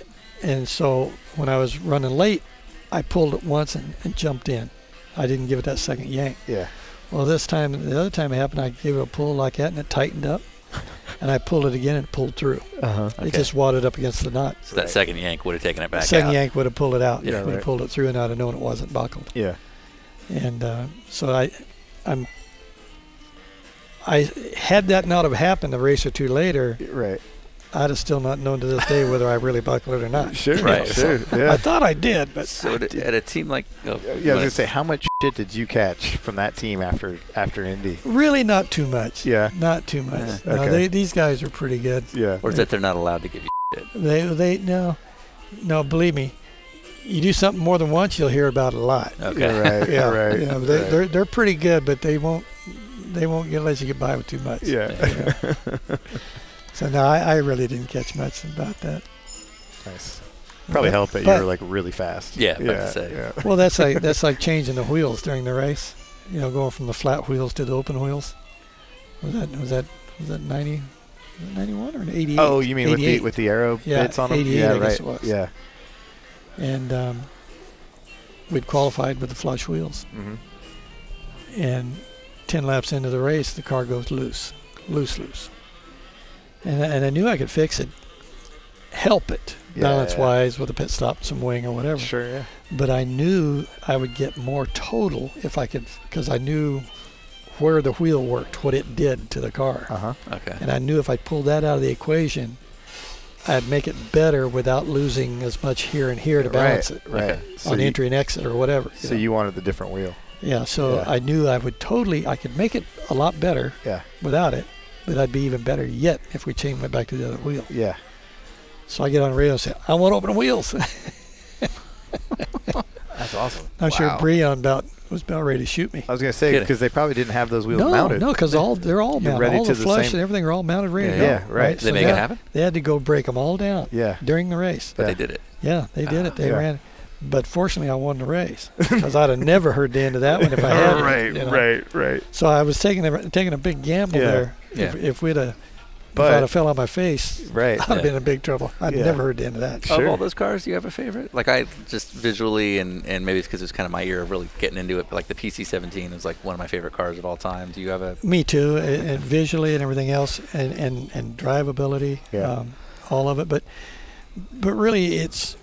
D: and so when i was running late i pulled it once and, and jumped in i didn't give it that second yank
C: Yeah.
D: well this time the other time it happened i gave it a pull like that and it tightened up and i pulled it again and it pulled through
C: Uh huh.
B: Okay.
D: it just wadded up against the knot
B: so that second yank would have taken it back
D: second
B: out.
D: yank would have pulled it out
B: Yeah,
D: would have
C: right.
D: pulled it through and i'd have known it wasn't buckled
C: Yeah.
D: and uh, so i i'm i had that not have happened a race or two later
C: Right.
D: i'd have still not known to this day whether i really buckled it or not
C: Sure.
B: Right.
C: Sure.
D: I
C: Yeah.
D: thought I did, but
B: So did, at a team like, oh,
C: Yeah, I was
B: you wanna-
C: gonna say, how much shit did you catch from that team after after Indy?
D: really not too much.
C: Yeah,
D: Not too much.
B: Yeah.
D: No,
C: Okay.
D: they, these guys are pretty good.
C: yeah,
B: or is that they're not allowed to give you?
D: They they no, no. Believe me, you do something more than once, you'll hear about it a lot.
B: Okay.
C: You're right,
D: Yeah,
C: you're right,
D: yeah.
C: you're
D: They,
C: right.
D: They're they're pretty good, but they won't they won't get let you get by with too much.
C: yeah.
D: You know? so no, I, I really didn't catch much about that.
C: Nice. Probably helped that you
D: But-
C: were like really fast.
B: Yeah, about to say.
C: yeah.
D: Well, that's like that's like changing the wheels during the race. You know, going from the flat wheels to the open wheels. Was that was that was that ninety? Ninety one or eighty eight?
C: Oh, you mean with the
D: 88.
C: with the arrow
D: Yeah,
C: bits on them?
D: 88,
C: yeah,
D: I
C: right.
D: guess it was.
C: Yeah.
D: and um, we'd qualified with the flush wheels.
C: hmm
D: And 10 laps into the race, the car goes loose, loose, loose. And, I- and I knew I could fix it, help it,
C: Yeah.
D: balance wise with a pit stop, some wing, or whatever.
C: Mm-hmm. Sure. Yeah.
D: But I knew I would get more total if I could, because I knew where the wheel worked, what it did to the car.
C: Uh huh.
B: Okay.
D: And I knew if I pulled that out of the equation, I'd make it better without losing as much here and here to balance
C: right.
D: it
C: Right.
B: Okay.
C: So
D: on
C: you,
D: entry and exit or whatever. you
C: So
D: know.
C: you wanted the different wheel.
D: Yeah, so
C: Yeah.
D: I knew I would totally, I could make it a lot better
C: Yeah.
D: without it, but I'd be even better yet if we chain went back to the other wheel.
C: Yeah.
D: So I get on the radio and say, I want open wheels. I'm
C: That's awesome.
D: sure Breon about was about ready to shoot me.
C: I was gonna say
B: Kidding.
C: because they probably didn't have those wheels
D: no,
C: mounted.
D: no, because all they're all
C: You're
D: mounted,
C: ready
D: all
C: to
D: the
C: the
D: flush
C: same-
D: and everything are all mounted, ready to
B: Yeah,
D: go.
B: yeah,
C: right. Did
B: they make
D: now-
B: it happen?
D: They had to go break them all down
C: Yeah.
D: during the race.
B: But
C: Yeah.
B: they did it.
D: Yeah, they did it. They
C: Ah, Yeah.
D: ran. But fortunately, I won the race because I'd have never heard the end of that one if I had.
C: right.
D: you know.
C: Right. Right.
D: So I was taking a, taking a big gamble
C: Yeah.
D: there.
B: Yeah.
D: If, if we'd have,
C: But-
D: if I'd have fell on my face,
C: Right.
D: I'd have
B: Yeah.
D: been in big trouble. I'd
C: Yeah.
D: never heard the end of that.
C: Sure.
B: Of all those cars, do you have a favorite? Like I just visually, and, and maybe it's because it was kind of my ear of really getting into it. But like the PC17 was like one of my favorite cars of all time. Do you have a?
D: Me too, and, and visually and everything else, and and and drivability,
C: Yeah.
D: um, all of it. But but really, it's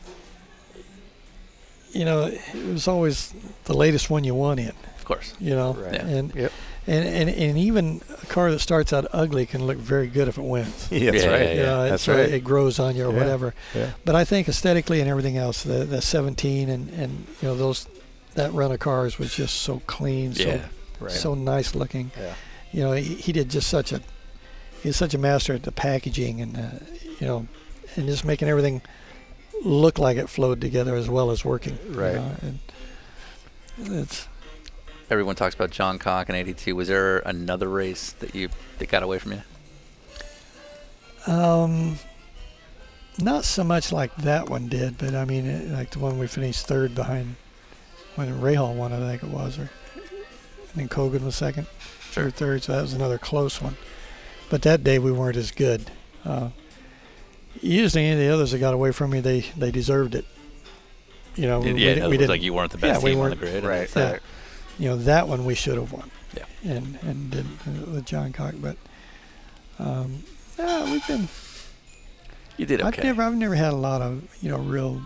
D: you know, it was always the latest one you won in.
B: Of course.
D: You know,
C: Right.
B: Yeah.
D: and,
C: Yep.
D: and and and even a car that starts out ugly can look very good if it wins.
C: Yeah, that's
B: Yeah,
C: right.
B: yeah,
D: You know,
C: That's
D: Uh, so
C: right.
D: It grows on you or
C: Yeah.
D: whatever.
C: Yeah.
D: But I think aesthetically and everything else, the, the 17 and, and you know those that run of cars was just so clean, so
B: Yeah.
C: Right.
D: so nice looking.
C: Yeah.
D: You know, he, he did just such a he's such a master at the packaging and uh, you know and just making everything look like it flowed together as well as working. you
C: Right.
D: know, and it's
B: Everyone talks about John Cock in '82. Was there another race that you that got away from you?
D: Um, not so much like that one did, but I mean, it, like the one we finished third behind when Ray Hall won, I think it was, or I think Kogan was second or third, so that was another close one. But that day we weren't as good. Uh, usually, any of the others that got away from me, they they deserved it. You know, we,
B: yeah, it
D: Oh, we di-
B: looked
D: we didn't.
B: like you weren't the
D: yeah,
B: best
D: we
B: team on the
D: weren't-
B: grid.
C: Right.
D: Yeah. you know that one we should have won.
B: Yeah.
D: And and did with John Cock, but um, yeah, we've been.
B: You did
D: I've
B: okay.
D: never I've never had a lot of you know real.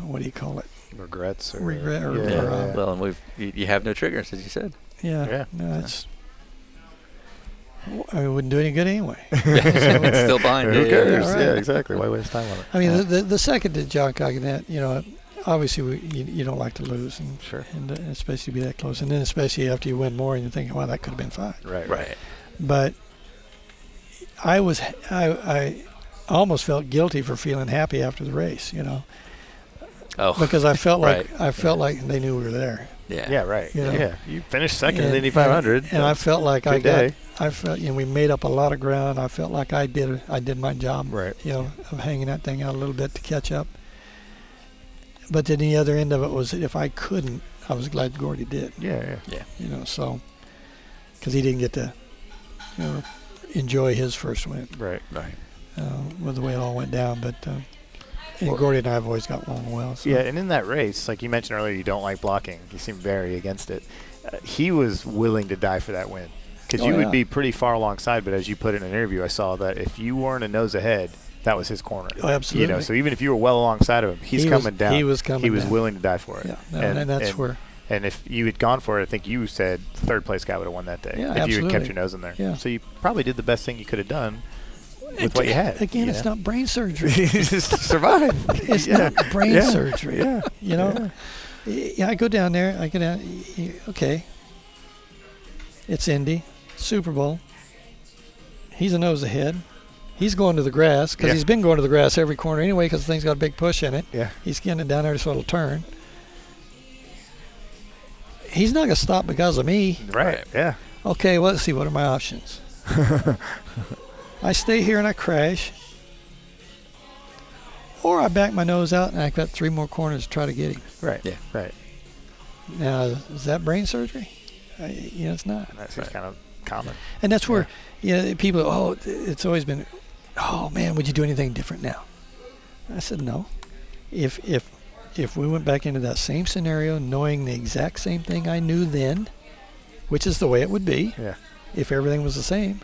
D: What do you call it?
C: Regrets. Or,
D: Regret or-
B: yeah.
C: yeah, yeah.
B: Well, and we've you, you have no triggers, as you said.
D: Yeah.
C: Yeah.
D: No, that's. I mean, it wouldn't do any good anyway.
B: it's still behind.
C: Who
B: yeah,
C: cares?
B: Yeah,
D: all
C: Yeah,
D: right.
C: exactly. Why waste time on it?
D: I mean,
B: Yeah.
D: the, the, the second to John Cognette, you know, obviously we, you, you don't like to lose, and,
C: Sure.
D: and uh, especially be that close. And then, especially after you win more and you're thinking, wow, that could have been five.
C: Right.
B: Right.
D: But I was, I, I almost felt guilty for feeling happy after the race, you know,
B: Oh.
D: because I felt like,
B: Right.
D: I felt like they knew we were there.
B: yeah.
C: Yeah. Right.
D: Yeah.
C: Yeah. You finished second in
D: And-
C: the Indy 500.
D: And I felt like I
C: Good
D: got,
C: day.
D: I felt, you know, we made up a lot of ground. I felt like I did, I did my job.
C: Right.
D: you know, of hanging that thing out a little bit to catch up. But then the other end of it was that if I couldn't, I was glad Gordy did,
C: Yeah. Yeah.
D: you know, so, because he didn't get to, you know, enjoy his first win
C: Right.
B: Right.
D: uh, with the way it all went down. But, uh, and
C: Well-
D: Gordy and I have always got along well. So.
C: Yeah, and in that race, like you mentioned earlier, you don't like blocking. You seem very against it. Uh, he was willing to die for that win because
D: Oh,
C: you
D: yeah.
C: would be pretty far alongside. But as you put it in an interview, I saw that if you weren't a nose ahead, that was his corner.
D: Oh, absolutely.
C: You know, so even if you were well alongside of him, he's
D: He was-
C: coming down.
D: he was coming
C: He was
D: down.
C: willing to die for it.
D: Yeah, no, and, that's where,
C: And if you had gone for it, I think you said third place guy would have won that day
D: Yeah,
C: if you had
D: absolutely.
C: kept your nose in there.
D: Yeah.
C: So you probably did the best thing you could have done with what you had.
D: again,
C: you
D: it's
C: know?
D: not brain surgery.
C: just survive.
D: It's
C: Yeah.
D: not brain
C: Yeah.
D: surgery.
C: Yeah.
D: You know, yeah, I go down there. I go down. y- y- Okay, it's Indy, Super Bowl. He's a nose ahead. He's going to the grass because
C: Yeah.
D: he's been going to the grass every corner anyway because the thing's got a big push in it.
C: Yeah.
D: He's getting it down there so it'll turn. He's not going to stop because of me.
C: Right.
B: Right.
C: Yeah.
D: Okay, well, let's see. What are my options? I stay here and I crash, or I back my nose out and I've got three more corners to try to get him.
C: Right.
B: Yeah.
C: Right.
D: Now, is that brain surgery? I, you know, it's not.
C: And that's
B: Right.
C: just kind of common.
D: And that's where, you know, people, oh, it's always been, oh man, would you do anything different now? I said, no. If, if, if we went back into that same scenario, knowing the exact same thing I knew then, which is the way it would be,
C: Yeah.
D: if everything was the same,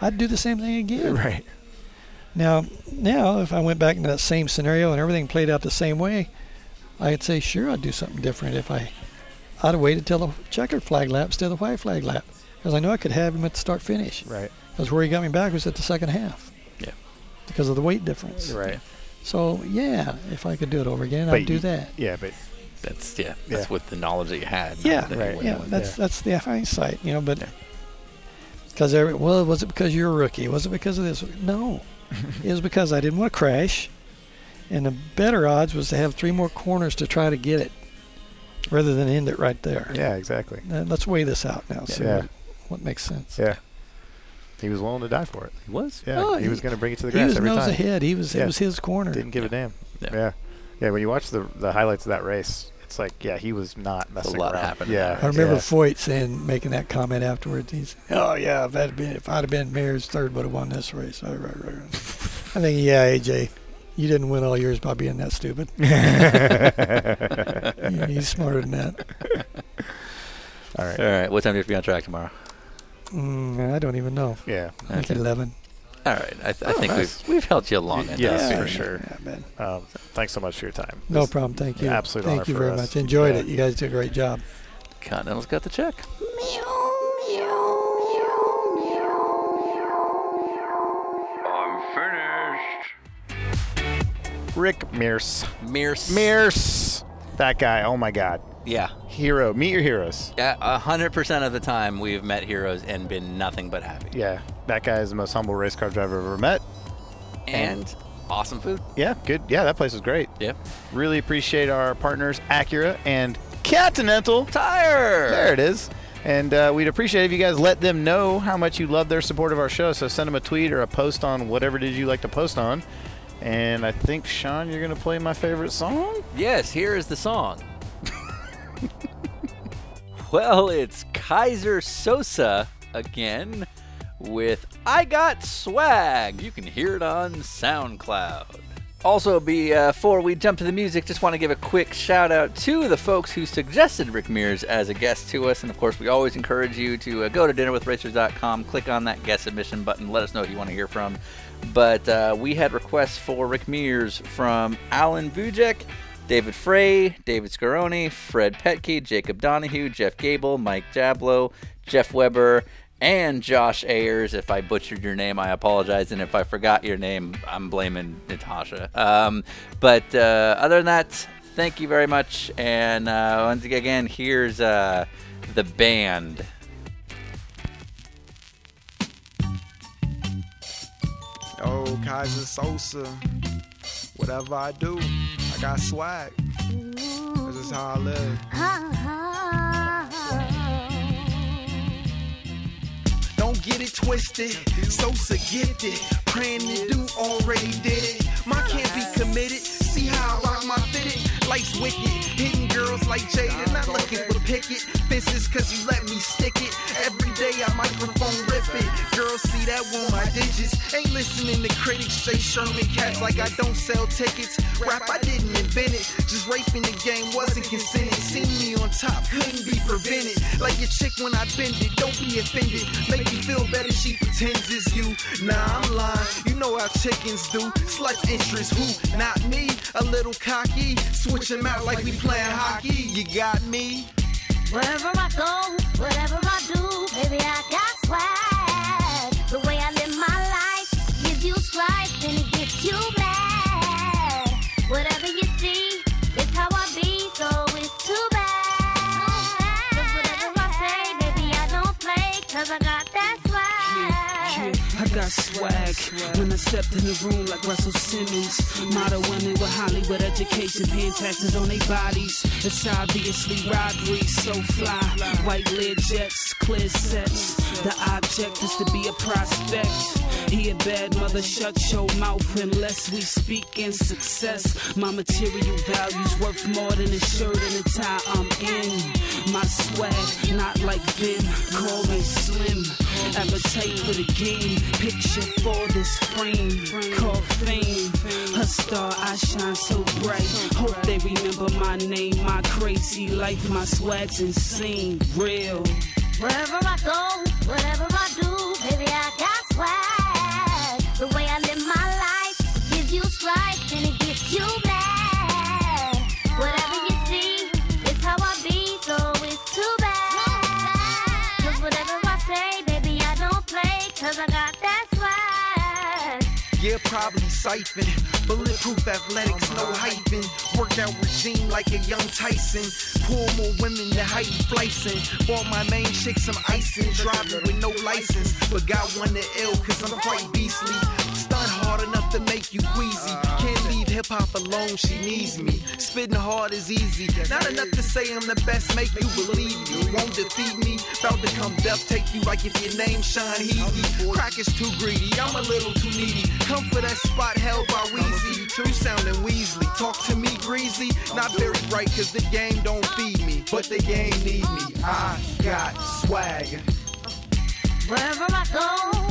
D: I'd do the same thing again.
C: Right.
D: Now, now, if I went back into that same scenario and everything played out the same way, I'd say sure I'd do something different if I, I'd have waited till the checkered flag lap instead of the white flag lap, because I know I could have him at the start finish.
C: Right.
D: Because where he got me back was at the second half.
B: Yeah.
D: Because of the weight difference.
C: Right.
D: So yeah, if I could do it over again,
C: But
D: I'd do
C: you-
D: that.
C: Yeah, but
B: That's yeah. That's
C: Yeah.
B: with the knowledge that you had. not
D: Yeah,
B: that you
C: Right.
B: went
D: Yeah,
B: with.
D: that's that's the hindsight, you know. But
B: Yeah.
D: because every well, was it because you're a rookie? Was it because of this? No, it was because I didn't want to crash, and the better odds was to have three more corners to try to get it, rather than end it right there.
C: yeah, exactly.
D: Now, let's weigh this out now. See
C: Yeah.
D: what, what makes sense.
C: Yeah. He was willing to die for it.
B: He was.
C: Yeah.
D: Oh,
C: he,
D: he-
C: was going to bring it to the
D: he
C: grass
D: was
C: every
D: nose
C: time.
D: ahead. He was
C: Yeah.
D: it was his corner.
C: Didn't give a damn.
B: Yeah.
C: Yeah. yeah. when you watch the the highlights of that race, it's like, yeah, he was not messing
B: lot
C: around.
B: happened in
C: Yeah.
B: that
D: I remember
C: yeah.
D: Foyt saying, making that comment afterwards. He's, oh yeah, if I'd been, if I'd have been Mayor's third, would have won this race. Right, right, right. right. I think, yeah, AJ, you didn't win all yours by being that stupid. You- He's smarter than that.
C: All right.
B: All right. What time do you have to be on track tomorrow?
D: Mm, I don't even know.
C: Yeah.
D: I think
B: Okay.
D: eleven.
B: All right. I, th- I
C: Oh,
B: think
C: nice.
B: we've we've held you long
C: Y-
B: enough.
C: yes,
D: yeah,
C: for
D: yeah,
C: sure.
D: yeah, man.
C: Um, thanks so much for your time.
D: No
C: This-
D: problem. Thank you.
C: Absolute honor
D: Thank you
C: for
D: very
C: us.
D: much. Enjoyed
C: Yeah.
D: it. You guys did a great job.
B: Continental's got the check.
A: I'm finished.
C: Rick Mears.
B: Mears.
C: Mears. That guy. Oh my God.
B: Yeah.
C: Hero. Meet your heroes.
B: Yeah. A hundred percent of the time we've met heroes and been nothing but happy.
C: Yeah. That guy is the most humble race car driver I've ever met.
B: And awesome food.
C: Yeah. Good. Yeah. That place was great.
B: Yep.
C: Really appreciate our partners, Acura and Continental.
B: Tire.
C: There it is. And uh, we'd appreciate it if you guys let them know how much you love their support of our show. So send them a tweet or a post on whatever it is you like to post on. And I think, Sean, you're going to play my favorite song?
B: Yes, here is the song. well, it's Kaiser Sosa again with I Got Swag. You can hear it on SoundCloud. Also, uh, before we jump to the music, just want to give a quick shout out to the folks who suggested Rick Mears as a guest to us. And of course, we always encourage you to uh, go to dinnerwithracers.com, click on that guest submission button, let us know who you want to hear from. But uh, we had requests for Rick Mears from Alan Vujek, David Frey, David Scaroni, Fred Petke, Jacob Donahue, Jeff Gable, Mike Jablo, Jeff Weber, and Josh Ayers. If I butchered your name, I apologize. And if I forgot your name, I'm blaming Natasha. Um, but uh, other than that, thank you very much. And uh, once again, here's uh, the band.
E: Oh, Kaiser Sosa. Whatever I do, I got swag. This is how I live. Don't get it twisted. Sosa gifted. Praying to do already did it. Mine can't be committed. See how I rock my fitted. Life's wicked. Hitting girls like Jaden. Not looking for picket. This is cause you let me stick it. Every day I microphone rip it. Girls see that one my digits. Ain't listening to critics. Jay Sherman cats like I don't sell tickets. Rap I didn't invent it. Just raping the game wasn't consented. Seen me on top, couldn't be prevented. Like your chick when I bend it, don't be offended. Make me feel better, she pretends it's you. Nah, I'm lying. You know how chickens do. Slut interest, who? Not me. A little cocky. Switch 'em out like we playing hockey. You got me?
F: Wherever I go, whatever I do, baby, I got swag. The way I live my life gives you strife and it gets you mad. Whatever you see, it's how I be, so it's too bad. 'Cause whatever I say, baby, I don't play, 'cause I got that
G: Yeah,
F: swag.
G: I got swag when I stepped in the room like Russell Simmons. Model women with Hollywood education, paying taxes on their bodies. It's obviously robbery, so fly. White lid jets, clear sets. The object is to be a prospect. He a bad mother, shut your mouth unless we speak in success. My material value's worth more than a shirt and a tie I'm in. My swag, not like Vim, call me slim. Appetite for the game, picture for this frame. Call fame, her star, I shine so bright. Hope they remember my name, my crazy life, my swag's insane, real.
F: Wherever I go, whatever I do, baby, I got swag. The way I live my life gives you strife and it gets you mad. Whatever you see, it's how I be, so it's too bad. 'Cause whatever I say, baby, I don't play, 'cause I got that swag.
E: Yeah, probably siphon. Bulletproof athletics, no hyphen. Workout regime like a young Tyson. Pull more women than height flicing. Bought my main chick some icing. Driving with no license. But got one that ill, cause I'm quite beastly. Stun hard enough to make you queasy. Can't leave hip hop alone, she needs me. Spitting hard is easy. Not enough to say I'm the best, make you believe you. Won't defeat me. About to come death, take you like if your name Sean Healy. Crack is too greedy, I'm a little too needy. Come for that spot held by Weezy. You sounding Weasley. Talk to me greasy. Not very bright, cause the game don't feed me. But the game need me. I got swag.
F: Wherever I go,